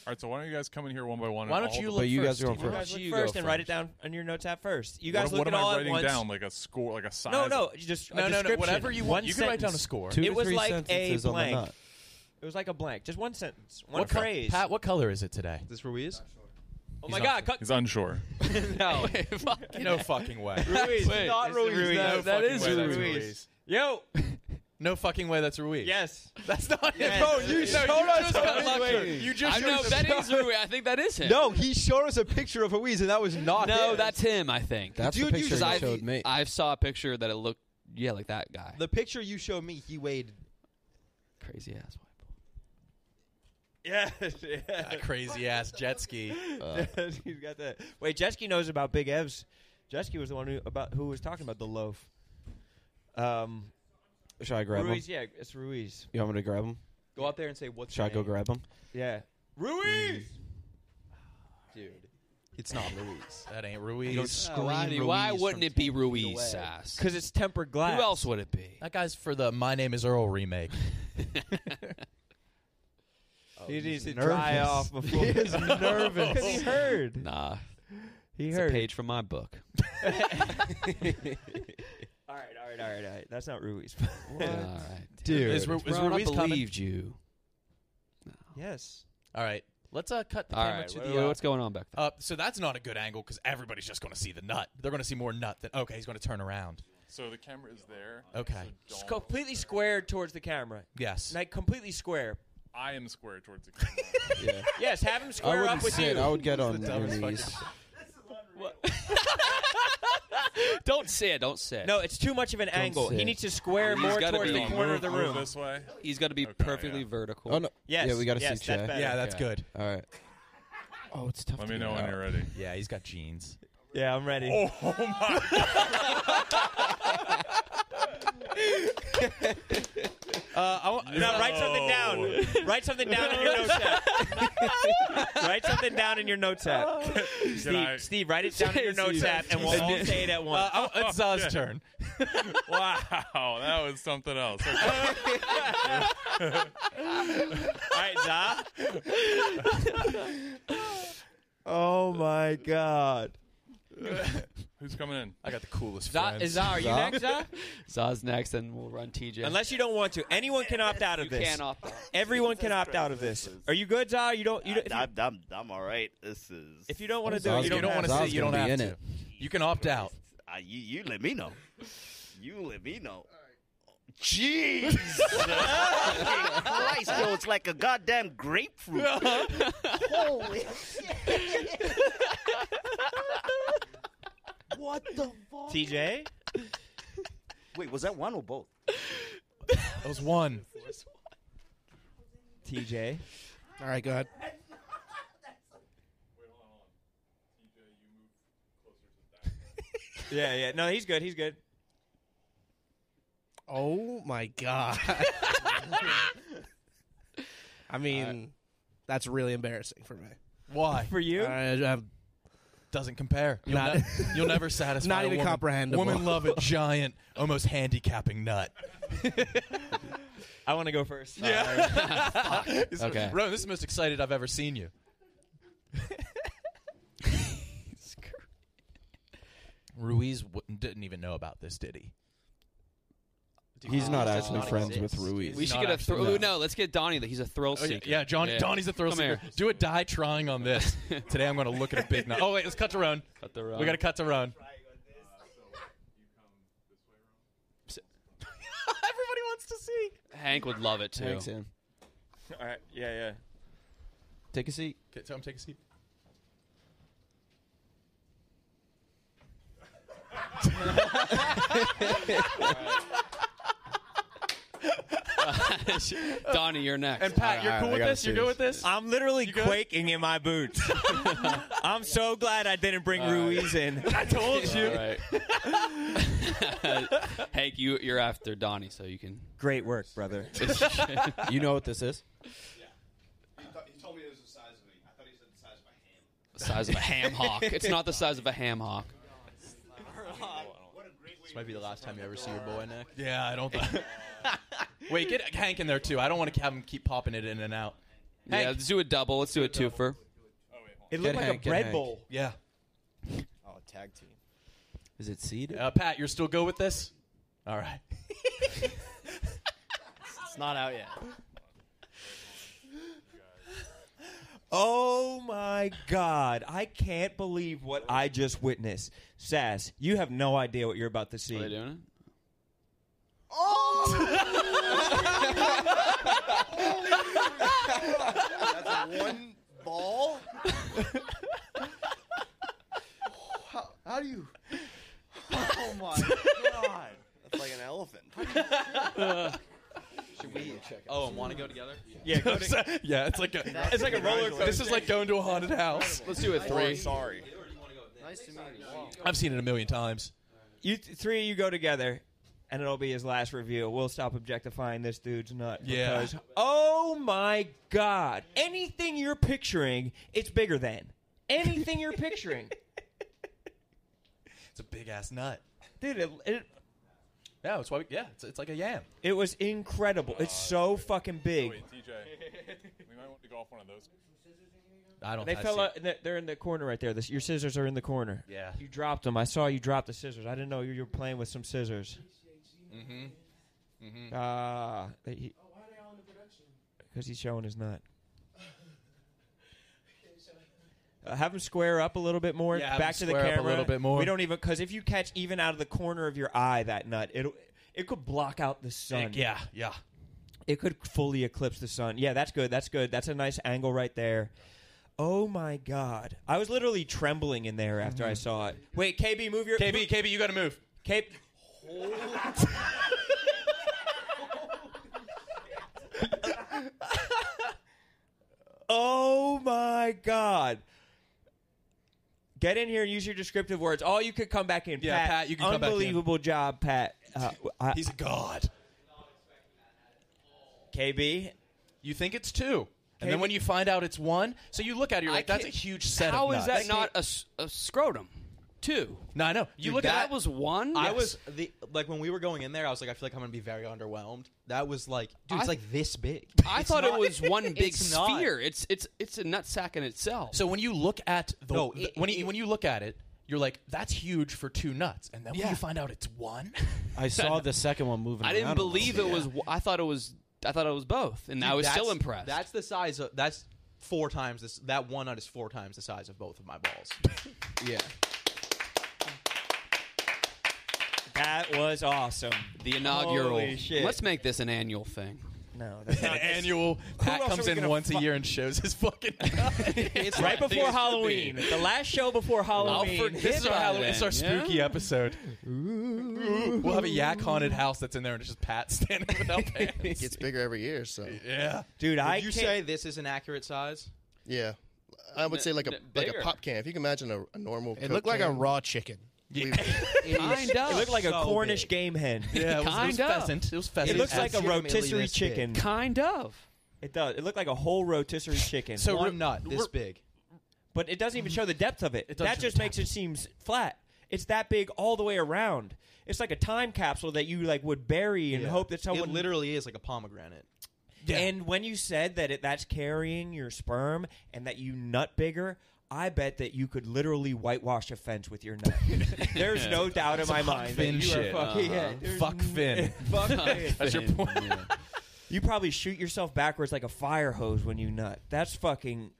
[SPEAKER 11] All right, so why don't you guys come in here one by one?
[SPEAKER 6] Why
[SPEAKER 11] and
[SPEAKER 6] don't
[SPEAKER 11] all
[SPEAKER 6] you
[SPEAKER 11] the-
[SPEAKER 6] look But you guys
[SPEAKER 9] are
[SPEAKER 6] first,
[SPEAKER 9] on
[SPEAKER 6] You guys look first and write it down on your notes app first. You guys
[SPEAKER 11] what,
[SPEAKER 6] look
[SPEAKER 11] what
[SPEAKER 6] at
[SPEAKER 11] am
[SPEAKER 6] all
[SPEAKER 11] I
[SPEAKER 6] at
[SPEAKER 11] writing
[SPEAKER 6] once.
[SPEAKER 11] down? Like a score, like a size.
[SPEAKER 6] No, no, just a
[SPEAKER 4] No, no, no,
[SPEAKER 6] description.
[SPEAKER 4] whatever you want.
[SPEAKER 6] One
[SPEAKER 4] You can write down
[SPEAKER 6] sentence.
[SPEAKER 4] a score.
[SPEAKER 9] Two to
[SPEAKER 6] it was
[SPEAKER 9] three
[SPEAKER 6] like a
[SPEAKER 9] sentences on the
[SPEAKER 6] blank.
[SPEAKER 9] nut.
[SPEAKER 6] It was like a blank, just one sentence, one
[SPEAKER 4] What co-
[SPEAKER 6] phrase.
[SPEAKER 4] Pat, what color is it today?
[SPEAKER 7] This Ruiz?
[SPEAKER 6] oh my God, cut
[SPEAKER 11] He's unsure.
[SPEAKER 6] no,
[SPEAKER 4] No fucking way.
[SPEAKER 6] Ruiz,
[SPEAKER 4] Wait,
[SPEAKER 6] not
[SPEAKER 4] it's
[SPEAKER 6] Ruiz.
[SPEAKER 4] Ruiz.
[SPEAKER 6] That-
[SPEAKER 4] No
[SPEAKER 6] that
[SPEAKER 4] fucking
[SPEAKER 6] is
[SPEAKER 4] way that's
[SPEAKER 6] Ruiz.
[SPEAKER 4] Ruiz.
[SPEAKER 6] Yo,
[SPEAKER 4] No fucking way. That's Ruiz.
[SPEAKER 6] yes,
[SPEAKER 4] That's not
[SPEAKER 6] Yes.
[SPEAKER 4] him.
[SPEAKER 6] Bro, you
[SPEAKER 4] No,
[SPEAKER 6] showed
[SPEAKER 4] you
[SPEAKER 6] us
[SPEAKER 4] just
[SPEAKER 6] how
[SPEAKER 4] got
[SPEAKER 6] it's
[SPEAKER 4] lucky.
[SPEAKER 6] made.
[SPEAKER 4] You just
[SPEAKER 5] I
[SPEAKER 4] showed
[SPEAKER 5] know
[SPEAKER 4] us
[SPEAKER 5] that
[SPEAKER 4] how-
[SPEAKER 5] is Rui. I think that is him.
[SPEAKER 7] No, he showed us a picture of Ruiz, and that was not
[SPEAKER 5] no,
[SPEAKER 7] him.
[SPEAKER 5] that's him. I think.
[SPEAKER 9] That's the picture
[SPEAKER 5] Because
[SPEAKER 9] you
[SPEAKER 5] I
[SPEAKER 9] showed me.
[SPEAKER 5] I saw a picture that it looked yeah like that guy.
[SPEAKER 7] the picture you showed me. He weighed.
[SPEAKER 5] Crazy ass white boy.
[SPEAKER 6] yes,
[SPEAKER 4] That crazy ass jet ski.
[SPEAKER 6] He's got that. Wait, Jesky knows about Big Evs. Jesky was the one who about who was talking about the loaf. Um,
[SPEAKER 9] Should I grab
[SPEAKER 6] Ruiz,
[SPEAKER 9] him?
[SPEAKER 6] yeah, it's Ruiz.
[SPEAKER 9] You want me to grab him?
[SPEAKER 7] Go out there and say what's.
[SPEAKER 9] Should I
[SPEAKER 7] your
[SPEAKER 9] go
[SPEAKER 7] name?"
[SPEAKER 9] grab him?
[SPEAKER 6] Yeah,
[SPEAKER 7] Ruiz? Dude, it's not Ruiz.
[SPEAKER 4] That ain't
[SPEAKER 7] Don't
[SPEAKER 4] Ruiz.
[SPEAKER 7] scream
[SPEAKER 5] Oh, why,
[SPEAKER 7] Ruiz
[SPEAKER 5] why
[SPEAKER 7] from
[SPEAKER 5] wouldn't it
[SPEAKER 7] 10
[SPEAKER 5] be
[SPEAKER 7] feet away.
[SPEAKER 5] Ruiz Sass?
[SPEAKER 6] because it's tempered
[SPEAKER 5] Who
[SPEAKER 6] glass.
[SPEAKER 5] else would it be?
[SPEAKER 4] That guy's for the My Name Is Earl remake.
[SPEAKER 6] He needs to
[SPEAKER 7] nervous.
[SPEAKER 6] dry off before
[SPEAKER 7] He is nervous.
[SPEAKER 6] Because he heard.
[SPEAKER 5] Nah,
[SPEAKER 6] He
[SPEAKER 5] it's a
[SPEAKER 6] heard.
[SPEAKER 5] page from my book.
[SPEAKER 6] All right, all right, all right, all right. That's not Ruiz.
[SPEAKER 5] All right,
[SPEAKER 7] Dude.
[SPEAKER 4] Is Ru- is
[SPEAKER 5] Ron,
[SPEAKER 4] Ruiz
[SPEAKER 5] I
[SPEAKER 4] coming?
[SPEAKER 5] believed you.
[SPEAKER 6] yes.
[SPEAKER 4] All right, let's uh, cut the
[SPEAKER 5] All
[SPEAKER 4] camera
[SPEAKER 5] right,
[SPEAKER 4] to
[SPEAKER 5] wha-
[SPEAKER 4] the.
[SPEAKER 5] wha-
[SPEAKER 4] uh,
[SPEAKER 5] what's going on back there?
[SPEAKER 4] Uh, so that's not a good angle because everybody's just going to see the nut. They're going to see more nut than okay. He's going to turn around.
[SPEAKER 11] So the camera is there.
[SPEAKER 4] Okay.
[SPEAKER 11] So
[SPEAKER 6] It's
[SPEAKER 11] don't-
[SPEAKER 6] completely squared towards the camera.
[SPEAKER 4] Yes.
[SPEAKER 6] Like completely square.
[SPEAKER 11] I am squared towards the camera.
[SPEAKER 9] Yeah.
[SPEAKER 6] Yes, have him
[SPEAKER 9] I
[SPEAKER 6] square
[SPEAKER 9] wouldn't
[SPEAKER 6] up with
[SPEAKER 9] sit.
[SPEAKER 6] you.
[SPEAKER 9] I would get on your
[SPEAKER 4] the dumbest fucking-
[SPEAKER 9] knees.
[SPEAKER 5] don't say it. Don't say it.
[SPEAKER 6] No, it's too much of an angle.
[SPEAKER 9] sit.
[SPEAKER 6] He needs to square more
[SPEAKER 5] gotta
[SPEAKER 6] towards
[SPEAKER 5] be-
[SPEAKER 6] the corner of the
[SPEAKER 11] Move
[SPEAKER 6] room.
[SPEAKER 11] this way.
[SPEAKER 5] he's got to be
[SPEAKER 11] yeah.
[SPEAKER 5] perfectly vertical.
[SPEAKER 9] Oh no.
[SPEAKER 6] Yes.
[SPEAKER 9] Yeah, we got to
[SPEAKER 6] yes,
[SPEAKER 9] see
[SPEAKER 6] that's
[SPEAKER 9] Chad.
[SPEAKER 6] better.
[SPEAKER 4] yeah, that's good.
[SPEAKER 9] All right. Oh, it's tough.
[SPEAKER 11] Let
[SPEAKER 9] to
[SPEAKER 11] me
[SPEAKER 9] get
[SPEAKER 11] know when
[SPEAKER 9] out.
[SPEAKER 11] you're ready.
[SPEAKER 4] Yeah, he's got jeans.
[SPEAKER 6] Yeah, I'm ready.
[SPEAKER 11] Oh my!
[SPEAKER 4] Uh, I wa-
[SPEAKER 6] No, write something down. write something down in your notes app. write something down in your notes app. Steve,
[SPEAKER 11] I-
[SPEAKER 6] Steve, write it down in your notes app, and we'll all say it at once.
[SPEAKER 4] Uh, I wa- it's Zah's turn.
[SPEAKER 11] Wow, that was something else. Okay.
[SPEAKER 6] All right, Za. oh my God.
[SPEAKER 11] Who's coming in?
[SPEAKER 4] I got the coolest
[SPEAKER 6] Za,
[SPEAKER 4] friends.
[SPEAKER 6] is Za, are you next, Za?
[SPEAKER 5] Zah's next, and we'll run TJ.
[SPEAKER 6] Unless you don't want to, anyone can opt out of
[SPEAKER 5] you
[SPEAKER 6] this.
[SPEAKER 5] can opt out.
[SPEAKER 6] Everyone can opt out of this. Are you good, Za? You don't. You don't. If you,
[SPEAKER 12] I'm, I'm, I'm all right. This is.
[SPEAKER 6] if you don't want to do
[SPEAKER 9] Za's
[SPEAKER 6] it,
[SPEAKER 4] you
[SPEAKER 6] you
[SPEAKER 4] don't
[SPEAKER 6] don't
[SPEAKER 9] gonna-
[SPEAKER 4] want
[SPEAKER 6] want
[SPEAKER 4] to
[SPEAKER 9] Zah's
[SPEAKER 4] see. You don't
[SPEAKER 9] gonna be
[SPEAKER 4] have
[SPEAKER 9] in
[SPEAKER 4] to.
[SPEAKER 9] it.
[SPEAKER 4] You can opt out.
[SPEAKER 12] I, Uh, you, you let me know. You let me know. Jeez! Fucking Christ, yo, it's like a goddamn grapefruit.
[SPEAKER 10] Holy shit. what the fuck?
[SPEAKER 6] to. TJ.
[SPEAKER 12] Wait, was that one or both?
[SPEAKER 4] That was one.
[SPEAKER 6] TJ.
[SPEAKER 2] All right, go ahead.
[SPEAKER 6] Yeah, yeah. No, he's good. He's good.
[SPEAKER 2] Oh my god. I mean, that's really embarrassing for me.
[SPEAKER 4] Why?
[SPEAKER 6] For you.
[SPEAKER 2] I, I'm
[SPEAKER 4] Doesn't compare. You'll,
[SPEAKER 2] Not-
[SPEAKER 4] ne- you'll never satisfy.
[SPEAKER 2] Not
[SPEAKER 4] a
[SPEAKER 2] even
[SPEAKER 4] woman.
[SPEAKER 2] comprehensible.
[SPEAKER 4] Women love a giant, almost handicapping nut.
[SPEAKER 6] I want to go first.
[SPEAKER 5] Okay.
[SPEAKER 4] Rowan, this is the most excited I've ever seen you. Ruiz w- didn't even know about this, did he?
[SPEAKER 9] He's not
[SPEAKER 7] Uh,
[SPEAKER 9] actually
[SPEAKER 7] not
[SPEAKER 9] friends with
[SPEAKER 7] exist.
[SPEAKER 9] Ruiz.
[SPEAKER 5] we should
[SPEAKER 4] not
[SPEAKER 5] get a
[SPEAKER 4] actually-
[SPEAKER 5] thrill.
[SPEAKER 4] no.
[SPEAKER 5] No. no, let's get Donnie. That he's a thrill
[SPEAKER 4] Oh, yeah,
[SPEAKER 5] seeker.
[SPEAKER 4] yeah, John, Donnie's a thrill
[SPEAKER 5] Come
[SPEAKER 4] seeker.
[SPEAKER 5] here.
[SPEAKER 4] Do a die trying on this. Today I'm going to look at a big nut. Oh, wait, let's cut to Roan.
[SPEAKER 5] Cut the
[SPEAKER 4] We got to cut to Roan.
[SPEAKER 5] Everybody wants to see. Hank would love it too.
[SPEAKER 9] Thanks, Sam.
[SPEAKER 6] All right. Yeah, yeah.
[SPEAKER 9] Take a seat.
[SPEAKER 4] Okay, Tom, take a seat.
[SPEAKER 5] Donnie, you're next.
[SPEAKER 4] And Pat, you're
[SPEAKER 9] right,
[SPEAKER 4] cool
[SPEAKER 9] I
[SPEAKER 4] with
[SPEAKER 9] gotta
[SPEAKER 4] this? You're
[SPEAKER 9] see
[SPEAKER 4] good with
[SPEAKER 9] this.
[SPEAKER 4] this?
[SPEAKER 6] I'm literally quaking in my boots. I'm so glad I didn't bring Ruiz in.
[SPEAKER 4] I told you.
[SPEAKER 5] All right. Hank, you you're after Donnie, so you can.
[SPEAKER 6] Great work, brother.
[SPEAKER 9] You know what this is?
[SPEAKER 5] the size of a ham hock. It's not the size of a ham hock.
[SPEAKER 7] This might be the last time you ever see your boy, Nick.
[SPEAKER 4] Yeah, I don't. think... Wait, get Hank in there too. I don't want to have him keep popping it in and out.
[SPEAKER 5] Yeah, let's do a double. Let's do a twofer.
[SPEAKER 6] It looked like a bread bowl.
[SPEAKER 4] Yeah.
[SPEAKER 13] Oh, tag team.
[SPEAKER 9] Is it seed?
[SPEAKER 4] Uh, Pat, you're still good with this? All right.
[SPEAKER 13] It's not out yet.
[SPEAKER 6] Oh my God! I can't believe what I just witnessed. Sass, you have no idea what you're about to see.
[SPEAKER 5] Are they doing it?
[SPEAKER 13] That's one ball.
[SPEAKER 2] How, how do you? Oh my god!
[SPEAKER 13] That's like an elephant.
[SPEAKER 7] Should we? Oh, and want to go together?
[SPEAKER 6] Yeah, go to-
[SPEAKER 4] yeah. It's like a
[SPEAKER 13] That's
[SPEAKER 4] it's like a roller.
[SPEAKER 13] incredible.
[SPEAKER 4] coaster. This is like going to a haunted house.
[SPEAKER 5] Let's do a
[SPEAKER 13] Three.
[SPEAKER 5] three.
[SPEAKER 13] Sorry. Nice to meet you.
[SPEAKER 4] I've seen it a million times.
[SPEAKER 6] You th- three, of you go together, and it'll be his last review. We'll stop objectifying this dude's nut.
[SPEAKER 4] Yeah.
[SPEAKER 6] Because, oh my God! Anything you're picturing, it's bigger than anything you're picturing,
[SPEAKER 4] It's a big ass nut.
[SPEAKER 6] dude. It, it,
[SPEAKER 4] Yeah, it's why. We, yeah, it's, it's like a yam.
[SPEAKER 6] it was incredible. It's so fucking big.
[SPEAKER 11] Wait, TJ, we might want to go off one of those.
[SPEAKER 4] I don't.
[SPEAKER 6] They
[SPEAKER 4] I
[SPEAKER 6] fell.
[SPEAKER 4] see.
[SPEAKER 6] Out, they're- they're in the corner right there. This, your scissors are in the corner.
[SPEAKER 4] Yeah.
[SPEAKER 6] You dropped them. I saw you drop the scissors. I didn't know you were playing with some scissors.
[SPEAKER 4] Mm-hmm.
[SPEAKER 6] Ah, because he's showing his nut. Uh, have him square up a little bit more.
[SPEAKER 4] Yeah, have
[SPEAKER 6] back
[SPEAKER 4] him
[SPEAKER 6] to the
[SPEAKER 4] square up a
[SPEAKER 6] camera
[SPEAKER 4] little bit more.
[SPEAKER 6] We don't even because if you catch even out of the corner of your eye that nut, it it could block out the sun.
[SPEAKER 4] Yeah, yeah.
[SPEAKER 6] It could fully eclipse the sun. Yeah, that's good. That's good. That's a nice angle right there. Oh my god! I was literally trembling in there after
[SPEAKER 4] Mm-hmm.
[SPEAKER 6] I saw it. Wait, KB, move your
[SPEAKER 4] KB, KB, you got to move.
[SPEAKER 6] Cape. oh my god. Get in here and use your descriptive words. All you could come back in.
[SPEAKER 4] Yeah, Pat, you can come back in.
[SPEAKER 6] Unbelievable job, Pat. Uh, I-
[SPEAKER 4] He's a god.
[SPEAKER 6] KB.
[SPEAKER 4] You think it's two, and
[SPEAKER 6] KB
[SPEAKER 4] then when you find out it's one, so you look at it, you're
[SPEAKER 5] I
[SPEAKER 4] like, "That's a
[SPEAKER 5] can't-
[SPEAKER 4] huge set
[SPEAKER 5] How
[SPEAKER 4] of
[SPEAKER 5] is
[SPEAKER 4] nuts."
[SPEAKER 5] that not a, s- a scrotum? Two.
[SPEAKER 4] No, I know. You
[SPEAKER 7] Dude,
[SPEAKER 4] look
[SPEAKER 5] that
[SPEAKER 4] at
[SPEAKER 5] was one.
[SPEAKER 7] I was the like when we were going in there, I was like, I feel like I'm gonna be very underwhelmed. That was like, dude,
[SPEAKER 5] I-
[SPEAKER 7] it's like this big.
[SPEAKER 5] I
[SPEAKER 7] It's
[SPEAKER 5] thought
[SPEAKER 7] not-
[SPEAKER 5] it was one big
[SPEAKER 7] it's not.
[SPEAKER 5] sphere. It's it's it's a nutsack in itself.
[SPEAKER 4] So when you look at the,
[SPEAKER 7] No,
[SPEAKER 4] the-
[SPEAKER 7] it-
[SPEAKER 4] when you when you look at it, you're like, "That's huge for two nuts," and then when you find out it's one,
[SPEAKER 9] I saw the second one moving.
[SPEAKER 5] I
[SPEAKER 9] around
[SPEAKER 5] didn't
[SPEAKER 9] a little
[SPEAKER 5] believe
[SPEAKER 9] bit.
[SPEAKER 5] it was. w- I thought it was. I thought it was both, and I was
[SPEAKER 7] That's-
[SPEAKER 5] still impressed.
[SPEAKER 7] That's the size of that's four times this. That one nut is four times the size of both of my balls.
[SPEAKER 9] Yeah.
[SPEAKER 6] That was awesome.
[SPEAKER 5] the inaugural.
[SPEAKER 6] Holy shit.
[SPEAKER 5] Let's make this an annual thing.
[SPEAKER 6] No, that's not it.
[SPEAKER 4] annual Pat
[SPEAKER 6] else are
[SPEAKER 4] comes
[SPEAKER 6] we
[SPEAKER 4] in
[SPEAKER 6] gonna
[SPEAKER 4] once
[SPEAKER 6] fu-
[SPEAKER 4] a year and shows his fucking.
[SPEAKER 7] It's
[SPEAKER 6] right
[SPEAKER 7] not-
[SPEAKER 6] before Halloween. The last show before Halloween.
[SPEAKER 4] this is our
[SPEAKER 5] by
[SPEAKER 4] Halloween. It's our
[SPEAKER 5] then,
[SPEAKER 4] spooky episode. We'll have a yak haunted house that's in there, and it's just Pat standing without
[SPEAKER 8] It
[SPEAKER 4] pants.
[SPEAKER 8] gets bigger every year, so
[SPEAKER 4] yeah,
[SPEAKER 6] Dude, I
[SPEAKER 7] Would you
[SPEAKER 6] can't-
[SPEAKER 7] say this is an accurate size?
[SPEAKER 8] yeah. I would say like a
[SPEAKER 5] n-
[SPEAKER 8] like
[SPEAKER 5] bigger.
[SPEAKER 8] a pop can. If you can imagine a, a normal,
[SPEAKER 13] It looked like a raw chicken.
[SPEAKER 5] Kind
[SPEAKER 6] It
[SPEAKER 5] of.
[SPEAKER 6] looked like a
[SPEAKER 8] So
[SPEAKER 6] Cornish
[SPEAKER 8] big.
[SPEAKER 6] game hen.
[SPEAKER 4] yeah. It was, it was
[SPEAKER 5] Kind of.
[SPEAKER 4] pheasant. It was pheasant.
[SPEAKER 6] It looks
[SPEAKER 7] is
[SPEAKER 6] like a
[SPEAKER 7] legitimately
[SPEAKER 6] rotisserie
[SPEAKER 7] this big.
[SPEAKER 6] chicken.
[SPEAKER 5] kind of.
[SPEAKER 6] It does. It looked like a whole rotisserie chicken.
[SPEAKER 4] So
[SPEAKER 7] one
[SPEAKER 4] re-
[SPEAKER 7] nut this
[SPEAKER 4] re-
[SPEAKER 7] big.
[SPEAKER 6] but it doesn't even show the depth of it.
[SPEAKER 4] It doesn't
[SPEAKER 6] that
[SPEAKER 4] show
[SPEAKER 6] just
[SPEAKER 4] the
[SPEAKER 6] makes it seem s- flat. It's that big all the way around. It's like a time capsule that you like would bury and
[SPEAKER 7] Yeah.
[SPEAKER 6] hope that someone
[SPEAKER 7] It literally is like a pomegranate.
[SPEAKER 4] Yeah.
[SPEAKER 6] And when you said that it, that's carrying your sperm and that you nut bigger, I bet that you could literally whitewash a fence with your nut. There's no doubt in my mind. that
[SPEAKER 4] Finn
[SPEAKER 6] you are
[SPEAKER 4] shit.
[SPEAKER 6] fucking- yeah,
[SPEAKER 5] Uh-huh.
[SPEAKER 6] there's
[SPEAKER 4] Fuck
[SPEAKER 6] n-
[SPEAKER 4] Finn.
[SPEAKER 6] Fuck Finn.
[SPEAKER 4] That's your point.
[SPEAKER 6] You probably shoot yourself backwards like a fire hose when you nut. That's fucking.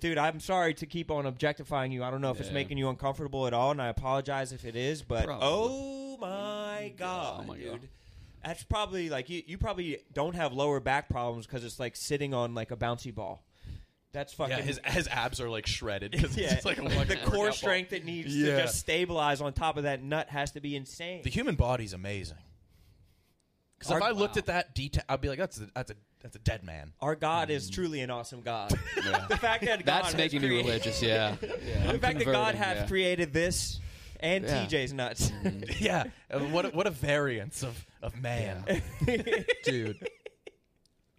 [SPEAKER 6] Dude, I'm sorry to keep on objectifying you. I don't know if it's
[SPEAKER 5] Yeah.
[SPEAKER 6] making you uncomfortable at all, and I apologize if it is, but
[SPEAKER 5] Probably.
[SPEAKER 6] oh my god,
[SPEAKER 5] my
[SPEAKER 6] dude.
[SPEAKER 5] God.
[SPEAKER 6] That's probably like you, you probably don't have lower back problems because it's like sitting on like a bouncy ball. That's fucking.
[SPEAKER 4] Yeah, his his abs are like shredded because
[SPEAKER 6] Yeah.
[SPEAKER 4] it's just like a
[SPEAKER 6] the
[SPEAKER 4] fucking
[SPEAKER 6] core
[SPEAKER 4] workout ball.
[SPEAKER 6] strength that needs to
[SPEAKER 4] Yeah.
[SPEAKER 6] just stabilize on top of that nut has to be insane.
[SPEAKER 4] The human body's amazing. Because if I looked at that detail, I'd be like, "That's a that's a that's a dead man."
[SPEAKER 6] Our God is truly an awesome God. the fact that God
[SPEAKER 5] That's
[SPEAKER 6] has
[SPEAKER 5] making me
[SPEAKER 6] created-
[SPEAKER 5] religious. Yeah.
[SPEAKER 6] The fact that God
[SPEAKER 5] converting,
[SPEAKER 6] hath
[SPEAKER 5] yeah.
[SPEAKER 6] created this and
[SPEAKER 5] Yeah. Mm-hmm.
[SPEAKER 6] TJ's nuts.
[SPEAKER 4] yeah, Uh, what a, what a variance of of man.
[SPEAKER 7] Dude.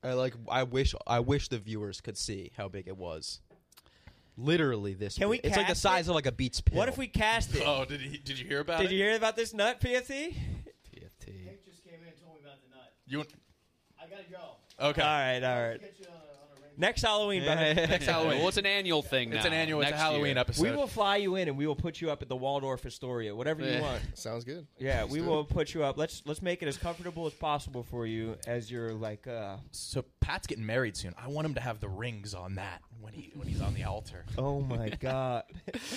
[SPEAKER 7] I like I wish I wish the viewers could see how big it was.
[SPEAKER 1] Literally this.
[SPEAKER 6] Can we
[SPEAKER 1] big. It's like the
[SPEAKER 6] cast
[SPEAKER 1] size
[SPEAKER 6] it?
[SPEAKER 1] of like a Beats pill.
[SPEAKER 6] What if we cast it?
[SPEAKER 4] Oh, did he, did you hear about
[SPEAKER 6] Did
[SPEAKER 4] it?
[SPEAKER 6] you hear about this nut, E? PFT?
[SPEAKER 1] PFT.
[SPEAKER 14] just came in and told me about the nut.
[SPEAKER 4] You want-
[SPEAKER 14] I gotta go.
[SPEAKER 4] Okay.
[SPEAKER 6] All right. All right. Next Halloween,
[SPEAKER 5] Yeah,
[SPEAKER 6] brother.
[SPEAKER 5] yeah, Next yeah. Halloween. Well, it's an annual thing It's now.
[SPEAKER 8] Uh,
[SPEAKER 5] an annual- it's a Next Halloween year. episode.
[SPEAKER 6] We will fly you in, and we will put you up at the Waldorf Astoria, whatever
[SPEAKER 8] Yeah.
[SPEAKER 6] you want.
[SPEAKER 8] Sounds good.
[SPEAKER 6] Yeah,
[SPEAKER 8] Let's
[SPEAKER 6] we
[SPEAKER 8] do
[SPEAKER 6] will
[SPEAKER 8] it.
[SPEAKER 6] put you up. Let's let's make it as comfortable as possible for you as you're like. uh
[SPEAKER 4] So Pat's getting married soon. I want him to have the rings on that when he when he's on the altar.
[SPEAKER 6] Oh my god.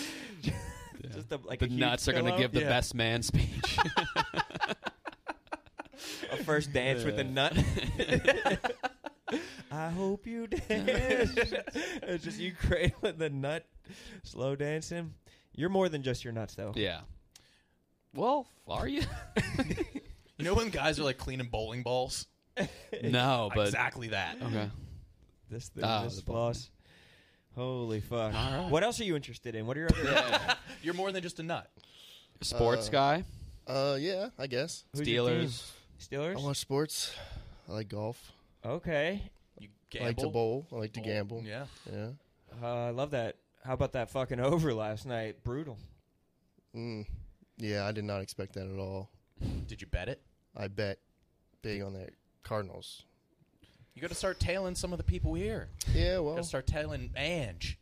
[SPEAKER 6] Just a, like
[SPEAKER 5] the
[SPEAKER 6] a huge
[SPEAKER 5] nuts are going to
[SPEAKER 6] pillow.
[SPEAKER 5] give the best man speech.
[SPEAKER 6] a first dance with a nut. I hope you dance. it's just you cradling the nut, slow dancing. You're more than just your nuts, though.
[SPEAKER 5] Yeah. Well, are you?
[SPEAKER 4] You know when guys are like cleaning bowling balls?
[SPEAKER 8] Oh,
[SPEAKER 5] No, but-
[SPEAKER 4] exactly that.
[SPEAKER 5] Okay.
[SPEAKER 6] This thing,
[SPEAKER 5] Ah,
[SPEAKER 6] this
[SPEAKER 5] the
[SPEAKER 6] floss. Holy fuck!
[SPEAKER 5] All right.
[SPEAKER 6] What else are you interested in? What are your other?
[SPEAKER 4] You're more than just a nut.
[SPEAKER 5] Sports
[SPEAKER 8] Uh,
[SPEAKER 5] guy?
[SPEAKER 8] Uh, yeah, I guess.
[SPEAKER 5] Who's your Steelers.
[SPEAKER 6] Steelers.
[SPEAKER 8] I watch sports. I like golf.
[SPEAKER 6] Okay.
[SPEAKER 4] You
[SPEAKER 8] I like to bowl. I like to gamble.
[SPEAKER 4] Yeah.
[SPEAKER 8] Yeah.
[SPEAKER 6] Uh, I love that. How about that fucking over last night? Brutal.
[SPEAKER 8] Mm. Yeah, I did not expect that at all.
[SPEAKER 4] Did you bet it?
[SPEAKER 8] I bet big on the Cardinals.
[SPEAKER 4] You got to start tailing some of the people here.
[SPEAKER 8] Yeah, well.
[SPEAKER 4] got to start tailing Ange.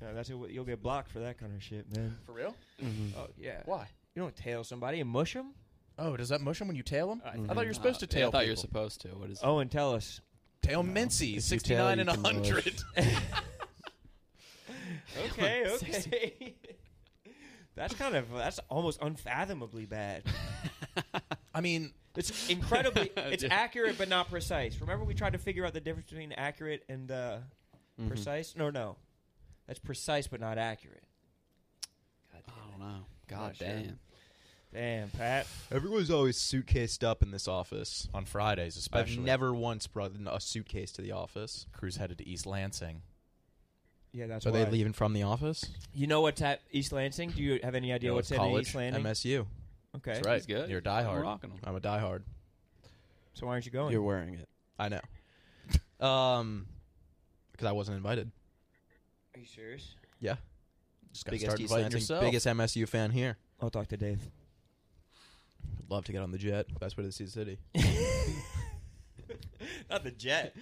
[SPEAKER 6] No, Uh, that's what, you'll get blocked for that kind of shit, man.
[SPEAKER 4] For real?
[SPEAKER 6] Oh yeah.
[SPEAKER 4] Why?
[SPEAKER 6] You don't tail somebody and mush them.
[SPEAKER 4] Oh, does that mush him when you tail
[SPEAKER 5] Uh,
[SPEAKER 4] him? I thought you were supposed to
[SPEAKER 5] Yeah,
[SPEAKER 4] tail.
[SPEAKER 5] I thought you were
[SPEAKER 4] people.
[SPEAKER 5] supposed to. What is
[SPEAKER 6] Oh, and tell us.
[SPEAKER 4] Tail Mincy, sixty nine and hundred.
[SPEAKER 6] Okay, okay. that's kind of that's almost unfathomably bad.
[SPEAKER 4] I mean,
[SPEAKER 6] it's incredibly it's
[SPEAKER 4] Dude.
[SPEAKER 6] accurate but not precise. Remember we tried to figure out the difference between accurate and uh,
[SPEAKER 5] Mhm.
[SPEAKER 6] precise? No, no. That's precise but not accurate.
[SPEAKER 5] I don't know. God
[SPEAKER 6] Not sure.
[SPEAKER 5] damn.
[SPEAKER 6] Damn, Pat.
[SPEAKER 1] Everyone's always suitcased up in this office.
[SPEAKER 4] On Fridays, especially.
[SPEAKER 1] I've never once brought a suitcase to the office.
[SPEAKER 4] Crew's headed to East Lansing.
[SPEAKER 6] Yeah, that's
[SPEAKER 1] Are
[SPEAKER 6] why.
[SPEAKER 1] they leaving from the office?
[SPEAKER 6] You know what's at East Lansing? Do you have any idea
[SPEAKER 1] No,
[SPEAKER 6] what's at
[SPEAKER 1] college,
[SPEAKER 6] East Lansing?
[SPEAKER 1] MSU.
[SPEAKER 6] Okay.
[SPEAKER 1] That's right.
[SPEAKER 5] He's good.
[SPEAKER 4] You're a
[SPEAKER 5] I'm
[SPEAKER 4] diehard.
[SPEAKER 5] rocking 'em.
[SPEAKER 1] I'm a diehard.
[SPEAKER 6] So why aren't you going?
[SPEAKER 9] You're wearing it.
[SPEAKER 1] I know. Um, because I wasn't invited.
[SPEAKER 6] Are you serious?
[SPEAKER 1] Yeah. Just gotta
[SPEAKER 4] Biggest
[SPEAKER 1] start
[SPEAKER 4] East
[SPEAKER 1] inviting
[SPEAKER 4] Lansing
[SPEAKER 1] some-
[SPEAKER 4] yourself.
[SPEAKER 1] Biggest MSU fan here.
[SPEAKER 6] I'll talk to Dave.
[SPEAKER 1] Would love to get on the jet. Best way to see the city.
[SPEAKER 6] Not the jet.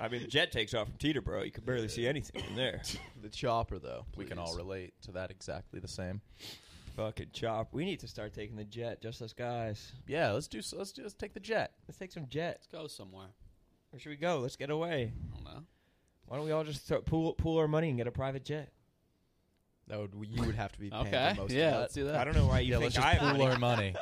[SPEAKER 6] I mean, the jet takes off from Teterboro. You can barely see anything from there.
[SPEAKER 1] the chopper, though.
[SPEAKER 4] We can all relate to that exactly the same.
[SPEAKER 6] Fucking chop. We need to start taking the jet, just us guys.
[SPEAKER 4] Yeah, let's do. Let's do. Let's take the jet.
[SPEAKER 6] Let's take some jet.
[SPEAKER 5] Let's go somewhere.
[SPEAKER 6] Where should we go? Let's get away.
[SPEAKER 5] I don't know.
[SPEAKER 6] Why don't we all just throw, pool pool our money and get a private jet?
[SPEAKER 1] That would you would have to be paying
[SPEAKER 5] Okay.
[SPEAKER 1] for most
[SPEAKER 5] Yeah,
[SPEAKER 1] of
[SPEAKER 5] let's
[SPEAKER 1] that.
[SPEAKER 5] do that.
[SPEAKER 6] I don't know why you
[SPEAKER 4] yeah,
[SPEAKER 6] think
[SPEAKER 4] let's just
[SPEAKER 6] I have
[SPEAKER 4] pool
[SPEAKER 6] money.
[SPEAKER 4] our money.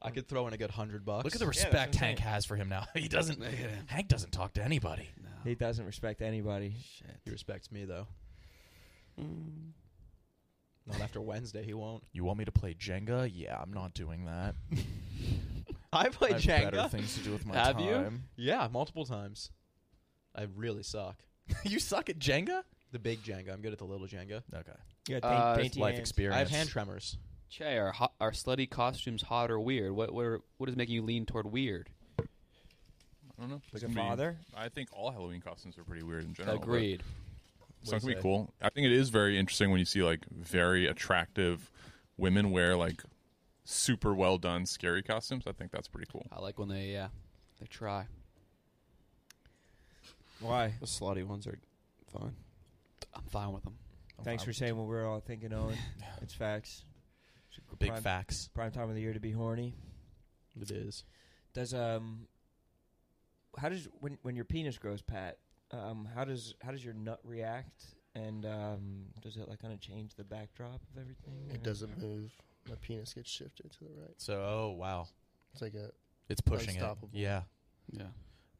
[SPEAKER 1] I could throw in a good hundred bucks.
[SPEAKER 4] Look at the
[SPEAKER 6] that's what
[SPEAKER 4] respect
[SPEAKER 6] I'm
[SPEAKER 4] Hank
[SPEAKER 6] saying.
[SPEAKER 4] has for him now. He doesn't.
[SPEAKER 5] Yeah.
[SPEAKER 4] Hank doesn't talk to anybody.
[SPEAKER 6] He doesn't respect anybody.
[SPEAKER 1] He respects me though. Not after Wednesday, he won't.
[SPEAKER 4] You want me to play Jenga? Yeah, I'm not doing that.
[SPEAKER 1] I play
[SPEAKER 4] I've better things to do with my
[SPEAKER 5] Have you?
[SPEAKER 4] time.
[SPEAKER 1] Yeah, multiple times. I really suck.
[SPEAKER 4] You? you suck at Jenga?
[SPEAKER 1] The big Jenga. I'm good at the little Jenga.
[SPEAKER 4] Okay.
[SPEAKER 6] Yeah,
[SPEAKER 5] Uh,
[SPEAKER 6] dainty
[SPEAKER 4] Life
[SPEAKER 6] hands.
[SPEAKER 4] experience.
[SPEAKER 1] I have hand tremors.
[SPEAKER 5] Che, are, hot, are slutty costumes hot or weird? What, what, are- what is making you lean toward weird?
[SPEAKER 11] I don't know. They
[SPEAKER 6] As a
[SPEAKER 11] can be-
[SPEAKER 6] father?
[SPEAKER 11] I think all Halloween costumes are pretty weird in general. but
[SPEAKER 5] Agreed.
[SPEAKER 11] Some can be
[SPEAKER 1] Say.
[SPEAKER 11] cool. I think it is very interesting when you see like very attractive women wear like super well done scary costumes. I think that's pretty cool.
[SPEAKER 5] I like when they, uh, they try.
[SPEAKER 6] Why?
[SPEAKER 9] The slutty ones are fine.
[SPEAKER 5] I'm fine with them.
[SPEAKER 6] Thanks for saying what we're all thinking, Owen. it's facts. It's a
[SPEAKER 4] Big
[SPEAKER 6] prime,
[SPEAKER 4] facts.
[SPEAKER 6] Prime time of the year to be horny.
[SPEAKER 1] It is.
[SPEAKER 6] Does um, how does when when your penis grows, Pat? Um, how does how does your nut react? And um, does it like kind of change the backdrop of everything?
[SPEAKER 8] It
[SPEAKER 6] or-
[SPEAKER 8] doesn't move. My penis gets shifted to the right.
[SPEAKER 4] So, oh wow,
[SPEAKER 8] It's like a
[SPEAKER 4] it's pushing it.
[SPEAKER 8] Unstoppable.
[SPEAKER 4] Yeah.
[SPEAKER 5] Yeah.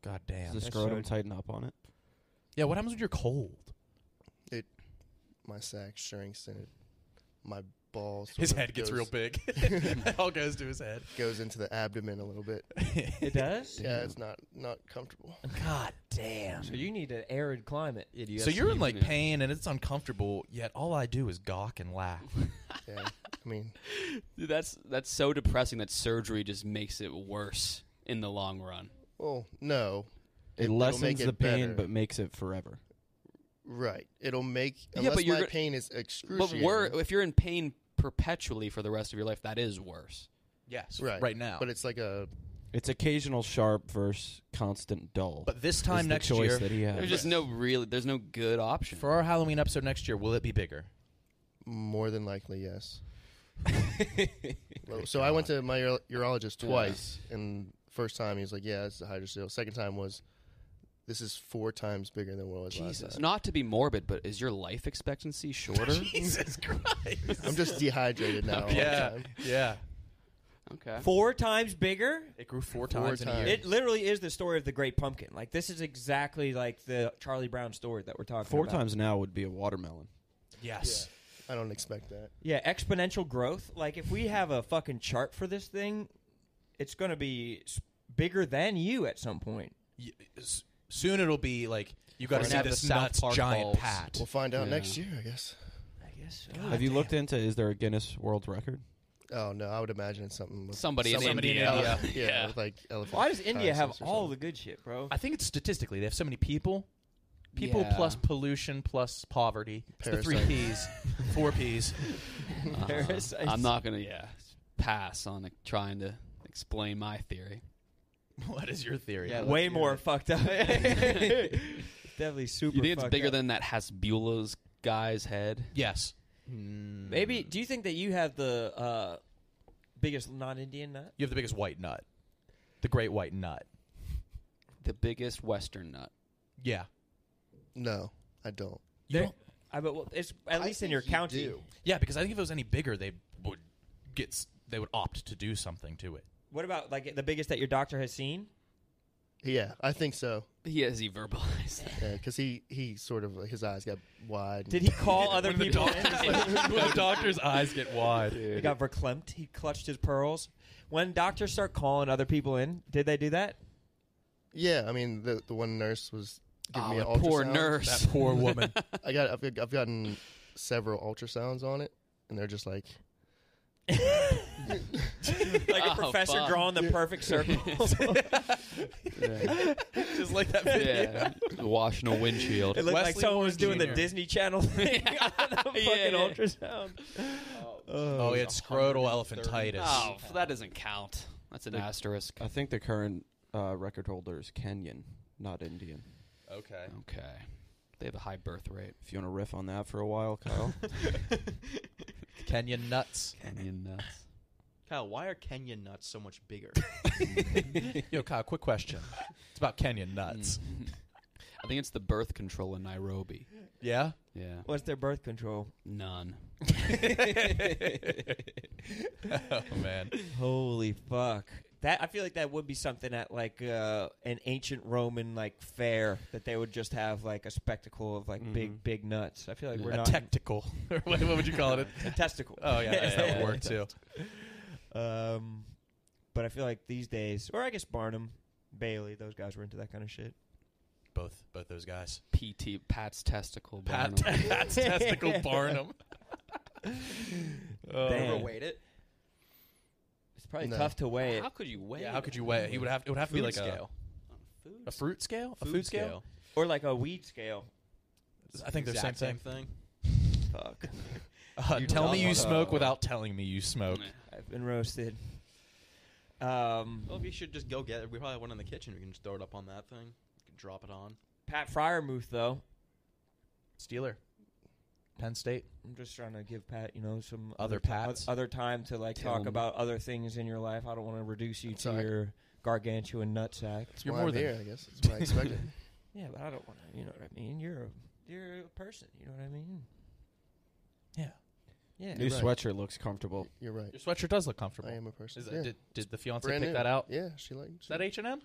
[SPEAKER 4] God
[SPEAKER 9] Does
[SPEAKER 4] damn.
[SPEAKER 9] the
[SPEAKER 6] That's
[SPEAKER 9] scrotum
[SPEAKER 6] so-
[SPEAKER 9] tighten up on it?
[SPEAKER 4] Yeah. What happens when you're cold?
[SPEAKER 8] my sack shrinks and it, my ball. Sort
[SPEAKER 4] His
[SPEAKER 8] of
[SPEAKER 4] head gets
[SPEAKER 8] goes-
[SPEAKER 4] real big. it all goes to his head.
[SPEAKER 8] Goes into the abdomen a little bit.
[SPEAKER 6] It does.
[SPEAKER 8] Yeah, it's not not comfortable.
[SPEAKER 4] God damn.
[SPEAKER 6] So you need an arid climate.
[SPEAKER 4] So you're in like
[SPEAKER 5] Yeah.
[SPEAKER 4] pain and it's uncomfortable. Yet all I do is gawk and laugh.
[SPEAKER 8] Yeah, I mean,
[SPEAKER 5] Dude, that's, that's so depressing that surgery just makes it worse in the long run.
[SPEAKER 8] well, no,
[SPEAKER 9] It
[SPEAKER 8] it'll make
[SPEAKER 9] lessens
[SPEAKER 8] it
[SPEAKER 9] the pain
[SPEAKER 8] better.
[SPEAKER 9] but makes it forever.
[SPEAKER 8] Right. It'll make
[SPEAKER 5] Yeah,
[SPEAKER 8] unless
[SPEAKER 5] but you're
[SPEAKER 8] my
[SPEAKER 5] gonna-
[SPEAKER 8] pain is
[SPEAKER 5] But
[SPEAKER 8] excruciating.
[SPEAKER 5] wor- if you're in pain perpetually for the rest of your life, that is worse.
[SPEAKER 4] Yes,
[SPEAKER 8] right. Right now. But it's like a
[SPEAKER 9] It's occasional sharp versus constant dull.
[SPEAKER 4] But this time
[SPEAKER 9] is the
[SPEAKER 4] next
[SPEAKER 9] choice
[SPEAKER 4] year,
[SPEAKER 9] that he had.
[SPEAKER 5] There's just no really. There's no good option.
[SPEAKER 4] For our Halloween episode next year, will it be bigger?
[SPEAKER 8] more than likely yes. Well, so I went to my uro- urologist twice, and first time he was like, "Yeah, it's a hydrocele." Second time was, "This is four times bigger than what it was last
[SPEAKER 5] Jesus.
[SPEAKER 8] time."
[SPEAKER 5] Not to be morbid, but is your life expectancy shorter?
[SPEAKER 8] Jesus Christ. I'm just dehydrated now all the
[SPEAKER 5] Yeah.
[SPEAKER 8] time.
[SPEAKER 4] Yeah.
[SPEAKER 5] Okay.
[SPEAKER 6] Four times bigger.
[SPEAKER 4] It grew four,
[SPEAKER 8] Four times in a times. year.
[SPEAKER 6] It literally is the story of the Great Pumpkin. Like this is exactly like the Charlie Brown story that we're talking
[SPEAKER 9] Four
[SPEAKER 6] about.
[SPEAKER 9] times now would be a watermelon.
[SPEAKER 6] Yes.
[SPEAKER 8] I don't expect that.
[SPEAKER 6] Yeah. exponential growth. Like if we have a fucking chart for this thing, it's going to be s- bigger than you at some point.
[SPEAKER 4] Soon it'll be like you got to
[SPEAKER 6] We're
[SPEAKER 4] see
[SPEAKER 6] gonna have
[SPEAKER 4] this
[SPEAKER 6] the South
[SPEAKER 4] nuts
[SPEAKER 6] Park
[SPEAKER 4] giant
[SPEAKER 6] balls.
[SPEAKER 4] pat.
[SPEAKER 8] We'll find out
[SPEAKER 9] Yeah.
[SPEAKER 8] next year, I guess.
[SPEAKER 6] I guess.
[SPEAKER 9] Have you looked into is there a Guinness World Record?
[SPEAKER 8] Oh no, I would imagine it's something. With
[SPEAKER 5] Somebody in
[SPEAKER 8] somebody
[SPEAKER 5] India.
[SPEAKER 8] ele-
[SPEAKER 5] Yeah.
[SPEAKER 8] yeah,
[SPEAKER 5] Yeah.
[SPEAKER 8] with like elephant.
[SPEAKER 6] Why does India have
[SPEAKER 8] tusks or
[SPEAKER 6] all
[SPEAKER 8] something.
[SPEAKER 6] the good shit, bro?
[SPEAKER 4] I think it's statistically they have so many people. People
[SPEAKER 5] Yeah.
[SPEAKER 4] plus pollution plus poverty. It's the three P's,
[SPEAKER 5] Parasites.
[SPEAKER 4] four P's.
[SPEAKER 5] Uh,
[SPEAKER 6] Parasites.
[SPEAKER 5] I'm not gonna. Yeah, pass on uh, trying to explain my theory.
[SPEAKER 4] What is your theory?
[SPEAKER 5] Yeah,
[SPEAKER 6] Way more fucked up. Definitely super.
[SPEAKER 5] You think it's
[SPEAKER 6] fucked
[SPEAKER 5] bigger
[SPEAKER 6] up.
[SPEAKER 5] than that Hasbula's guy's head?
[SPEAKER 4] Yes.
[SPEAKER 6] Maybe. Do you think that you have the uh, biggest non-Indian nut?
[SPEAKER 4] You have the biggest white nut, the great white nut.
[SPEAKER 5] The biggest Western nut.
[SPEAKER 4] Yeah.
[SPEAKER 8] No, I don't.
[SPEAKER 4] You
[SPEAKER 6] There- I bet. Well, it's at least in your county.
[SPEAKER 4] Yeah, because I think if it was any bigger, they would get s- they would opt to do something to it.
[SPEAKER 6] What about like the biggest that your doctor has seen?
[SPEAKER 8] Yeah, I think so.
[SPEAKER 5] He has he verbalized that.
[SPEAKER 8] because he he sort of his eyes got wide.
[SPEAKER 6] Did he call other
[SPEAKER 4] When the
[SPEAKER 6] people?
[SPEAKER 4] doctor's
[SPEAKER 6] in?
[SPEAKER 4] like- when the doctor's eyes get wide.
[SPEAKER 6] he got verklempt. He clutched his pearls. When doctors start calling other people in, did they do that?
[SPEAKER 8] Yeah, I mean the the one nurse was giving
[SPEAKER 5] Oh,
[SPEAKER 8] me an
[SPEAKER 5] that poor
[SPEAKER 8] ultrasound.
[SPEAKER 5] nurse.
[SPEAKER 4] That poor woman.
[SPEAKER 8] I got I've, I've gotten several ultrasounds on it, and they're just like
[SPEAKER 6] Like a
[SPEAKER 5] Oh,
[SPEAKER 6] professor
[SPEAKER 5] fuck.
[SPEAKER 6] drawing the perfect circle.
[SPEAKER 4] Just like that video.
[SPEAKER 5] Yeah, washing a windshield.
[SPEAKER 6] It looked like
[SPEAKER 4] Wesley
[SPEAKER 6] someone
[SPEAKER 4] Warren
[SPEAKER 6] was doing
[SPEAKER 4] Jr..
[SPEAKER 6] the Disney Channel thing on the fucking
[SPEAKER 5] yeah.
[SPEAKER 6] ultrasound.
[SPEAKER 4] Oh, he had scrotal elephantitis.
[SPEAKER 5] Oh, f- that doesn't count. That's an asterisk.
[SPEAKER 9] I think the current uh, record holder is Kenyan, not Indian.
[SPEAKER 4] Okay.
[SPEAKER 5] Okay, they have a high birth rate.
[SPEAKER 9] If you want to riff on that for a while, Kyle.
[SPEAKER 4] Kenyan nuts.
[SPEAKER 5] Indian nuts.
[SPEAKER 7] Kyle, why are Kenyan nuts so much bigger?
[SPEAKER 4] Yo, Kyle, quick question. It's about Kenyan nuts.
[SPEAKER 5] I think it's the birth control in Nairobi.
[SPEAKER 4] Yeah?
[SPEAKER 5] Yeah,
[SPEAKER 6] What's their birth control?
[SPEAKER 5] none.
[SPEAKER 4] oh, man.
[SPEAKER 6] Holy fuck. That I feel like that would be something at like uh, an ancient Roman like fair that they would just have like a spectacle of like big big nuts. I feel like we're
[SPEAKER 4] Mm-hmm. A
[SPEAKER 6] not
[SPEAKER 4] tactical. what, what would you call it?
[SPEAKER 6] a testicle.
[SPEAKER 4] Oh, yeah, I guess that would work too.
[SPEAKER 6] Um, but I feel like these days, or I guess Barnum, Bailey, those guys were into that kind of shit.
[SPEAKER 4] Both both those guys.
[SPEAKER 5] PT Pat's testicle.
[SPEAKER 4] Pat,
[SPEAKER 5] Barnum.
[SPEAKER 4] Pat's testicle Barnum. Oh.
[SPEAKER 6] Damn.
[SPEAKER 7] Ever weighed it?
[SPEAKER 6] It's probably
[SPEAKER 8] No.
[SPEAKER 6] tough to weigh it.
[SPEAKER 5] How could you weigh?
[SPEAKER 4] Yeah, how could you Uh, weigh? it? He would have. It would have to be
[SPEAKER 7] Food
[SPEAKER 4] like uh,
[SPEAKER 7] scale.
[SPEAKER 5] Food.
[SPEAKER 4] a a fruit scale, a
[SPEAKER 7] Food
[SPEAKER 4] food scale.
[SPEAKER 6] Or like a weed scale.
[SPEAKER 4] I think they're same
[SPEAKER 7] Exact
[SPEAKER 4] thing.
[SPEAKER 7] thing.
[SPEAKER 6] Fuck.
[SPEAKER 4] Uh,
[SPEAKER 6] You
[SPEAKER 4] tell me
[SPEAKER 6] dumb
[SPEAKER 4] you
[SPEAKER 6] fuck.
[SPEAKER 4] smoke without telling me you smoke.
[SPEAKER 5] Yeah.
[SPEAKER 6] I've been roasted. Um,
[SPEAKER 7] Well, we should just go get it. We probably have one in the kitchen. We can just throw it up on that thing. We can drop it on.
[SPEAKER 6] Pat Fryermuth, though.
[SPEAKER 4] Steeler, Penn State.
[SPEAKER 6] I'm just trying to give Pat, you know, some
[SPEAKER 4] Other
[SPEAKER 6] ti-
[SPEAKER 4] Pats?
[SPEAKER 6] other time to like
[SPEAKER 5] Tell
[SPEAKER 6] talk
[SPEAKER 5] him.
[SPEAKER 6] about other things in your life. I don't want to reduce you
[SPEAKER 8] That's
[SPEAKER 6] to
[SPEAKER 8] all right.
[SPEAKER 6] your gargantuan nutsack.
[SPEAKER 8] That's
[SPEAKER 4] You're
[SPEAKER 8] why
[SPEAKER 4] more
[SPEAKER 8] I'm
[SPEAKER 4] than-
[SPEAKER 8] here, I guess. That's what I expected.
[SPEAKER 6] Yeah, but I don't want to. You know what I mean? You're a you're a person. You know what I mean?
[SPEAKER 4] Yeah.
[SPEAKER 6] Yeah.
[SPEAKER 9] New
[SPEAKER 8] Right.
[SPEAKER 9] sweatshirt looks comfortable.
[SPEAKER 8] You're right.
[SPEAKER 4] Your sweatshirt does look comfortable.
[SPEAKER 8] I am a person.
[SPEAKER 4] Is that,
[SPEAKER 8] Oh, yeah.
[SPEAKER 4] did, did the fiance
[SPEAKER 8] Brand
[SPEAKER 4] pick
[SPEAKER 8] new.
[SPEAKER 4] that out? Is
[SPEAKER 8] Yeah, she liked.
[SPEAKER 4] that H and M?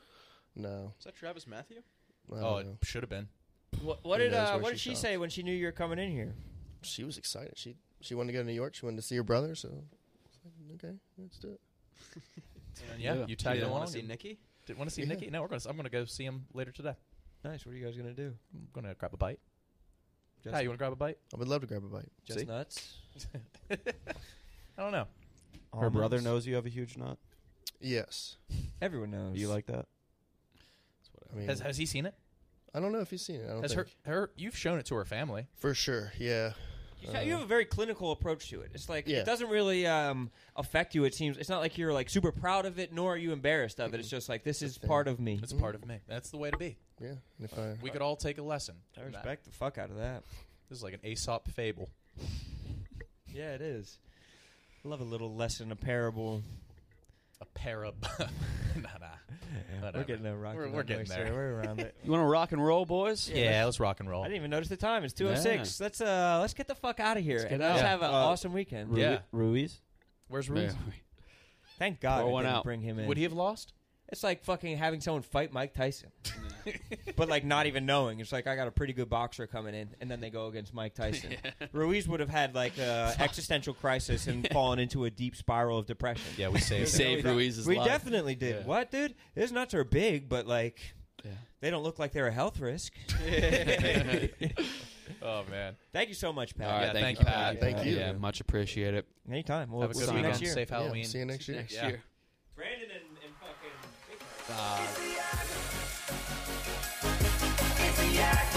[SPEAKER 8] No.
[SPEAKER 7] Is that Travis Matthew?
[SPEAKER 8] I don't
[SPEAKER 4] Oh, it
[SPEAKER 8] know.
[SPEAKER 4] should have been.
[SPEAKER 6] What, what
[SPEAKER 8] Who
[SPEAKER 6] did
[SPEAKER 8] knows
[SPEAKER 6] uh,
[SPEAKER 8] where
[SPEAKER 6] what
[SPEAKER 8] she
[SPEAKER 6] did she
[SPEAKER 8] shops?
[SPEAKER 6] say when she knew you were coming in here?
[SPEAKER 8] she was excited. She she wanted to go to New York. She wanted to see her brother. So, I was like, okay, let's do it.
[SPEAKER 4] And yeah,
[SPEAKER 5] Yeah.
[SPEAKER 4] you
[SPEAKER 7] I
[SPEAKER 4] tagged
[SPEAKER 7] don't
[SPEAKER 4] along.
[SPEAKER 7] want to see
[SPEAKER 4] and
[SPEAKER 7] Nikki.
[SPEAKER 4] Didn't want to see
[SPEAKER 8] Yeah.
[SPEAKER 4] Nikki. No, we're gonna. I'm gonna go see him later today.
[SPEAKER 6] Nice. What are you guys gonna do?
[SPEAKER 4] I'm gonna grab a bite.
[SPEAKER 6] Just,
[SPEAKER 4] Kyle, you wanna grab a bite?
[SPEAKER 8] I would love to grab a bite.
[SPEAKER 6] just
[SPEAKER 4] see?
[SPEAKER 6] nuts.
[SPEAKER 4] I don't know.
[SPEAKER 9] Her brother
[SPEAKER 6] Almonds?
[SPEAKER 9] knows you have a huge nut.
[SPEAKER 8] Yes.
[SPEAKER 6] Everyone knows.
[SPEAKER 9] You like that?
[SPEAKER 8] I mean,
[SPEAKER 4] Has Has he seen it?
[SPEAKER 8] I don't know if you've seen it. I don't
[SPEAKER 4] Has her,
[SPEAKER 8] think.
[SPEAKER 4] her you've shown it to her family.
[SPEAKER 8] For sure, yeah.
[SPEAKER 6] You, sa- you have a very clinical approach to it. It's like
[SPEAKER 8] Yeah.
[SPEAKER 6] it doesn't really um, affect you. It seems it's not like you're like super proud of it, nor are you embarrassed of it. It's just like this is part of me.
[SPEAKER 4] It's a part of me. That's the way to be.
[SPEAKER 8] Yeah. and if
[SPEAKER 4] we could all take a lesson.
[SPEAKER 6] I
[SPEAKER 4] from that.
[SPEAKER 6] respect the fuck out of that.
[SPEAKER 4] This is like an Aesop fable.
[SPEAKER 6] Yeah, it is. I love a little lesson, a parable.
[SPEAKER 4] A parable. nah, nah.
[SPEAKER 6] We're
[SPEAKER 4] Whatever.
[SPEAKER 6] getting there, Rocky.
[SPEAKER 4] We're, we're getting there.
[SPEAKER 6] We're around it.
[SPEAKER 5] You want to rock and roll, boys?
[SPEAKER 4] Yeah, let's, rock and roll.
[SPEAKER 6] I didn't even notice the time. It's two oh six. Let's uh, let's get the fuck out of here. Let's,
[SPEAKER 5] Let's get
[SPEAKER 6] and
[SPEAKER 5] out.
[SPEAKER 6] let's
[SPEAKER 5] Yeah.
[SPEAKER 6] have an
[SPEAKER 5] Uh,
[SPEAKER 6] awesome weekend.
[SPEAKER 5] Ru-
[SPEAKER 9] Yeah. Ruiz?
[SPEAKER 4] Where's
[SPEAKER 5] Ruiz?
[SPEAKER 6] Thank God
[SPEAKER 5] Pour
[SPEAKER 6] I
[SPEAKER 5] one
[SPEAKER 6] didn't
[SPEAKER 5] out.
[SPEAKER 6] bring him in.
[SPEAKER 5] Would he have lost?
[SPEAKER 6] It's like fucking having someone fight Mike Tyson, but like not even knowing. It's like I got a pretty good boxer coming in, and then they go against Mike Tyson. Ruiz would have had like a existential crisis and fallen into a deep spiral of depression.
[SPEAKER 4] Yeah, we saved him. Saved Ruiz's
[SPEAKER 6] We
[SPEAKER 4] life.
[SPEAKER 6] definitely did.
[SPEAKER 4] Yeah.
[SPEAKER 6] What, dude? His nuts are big, but like, they don't look like they're a health risk.
[SPEAKER 4] oh man!
[SPEAKER 6] Thank you so much, Pat.
[SPEAKER 5] All
[SPEAKER 6] Yeah,
[SPEAKER 5] right, thank, you, Pat. Yeah, much appreciate it.
[SPEAKER 6] Anytime. We'll
[SPEAKER 5] Have a good
[SPEAKER 6] see you
[SPEAKER 5] weekend.
[SPEAKER 6] next year.
[SPEAKER 5] Safe
[SPEAKER 6] Yeah,
[SPEAKER 5] Halloween.
[SPEAKER 6] see you next year.
[SPEAKER 5] Next
[SPEAKER 6] Yeah.
[SPEAKER 5] year.
[SPEAKER 6] Brandon and, and fucking.
[SPEAKER 5] Uh,
[SPEAKER 3] It's the act.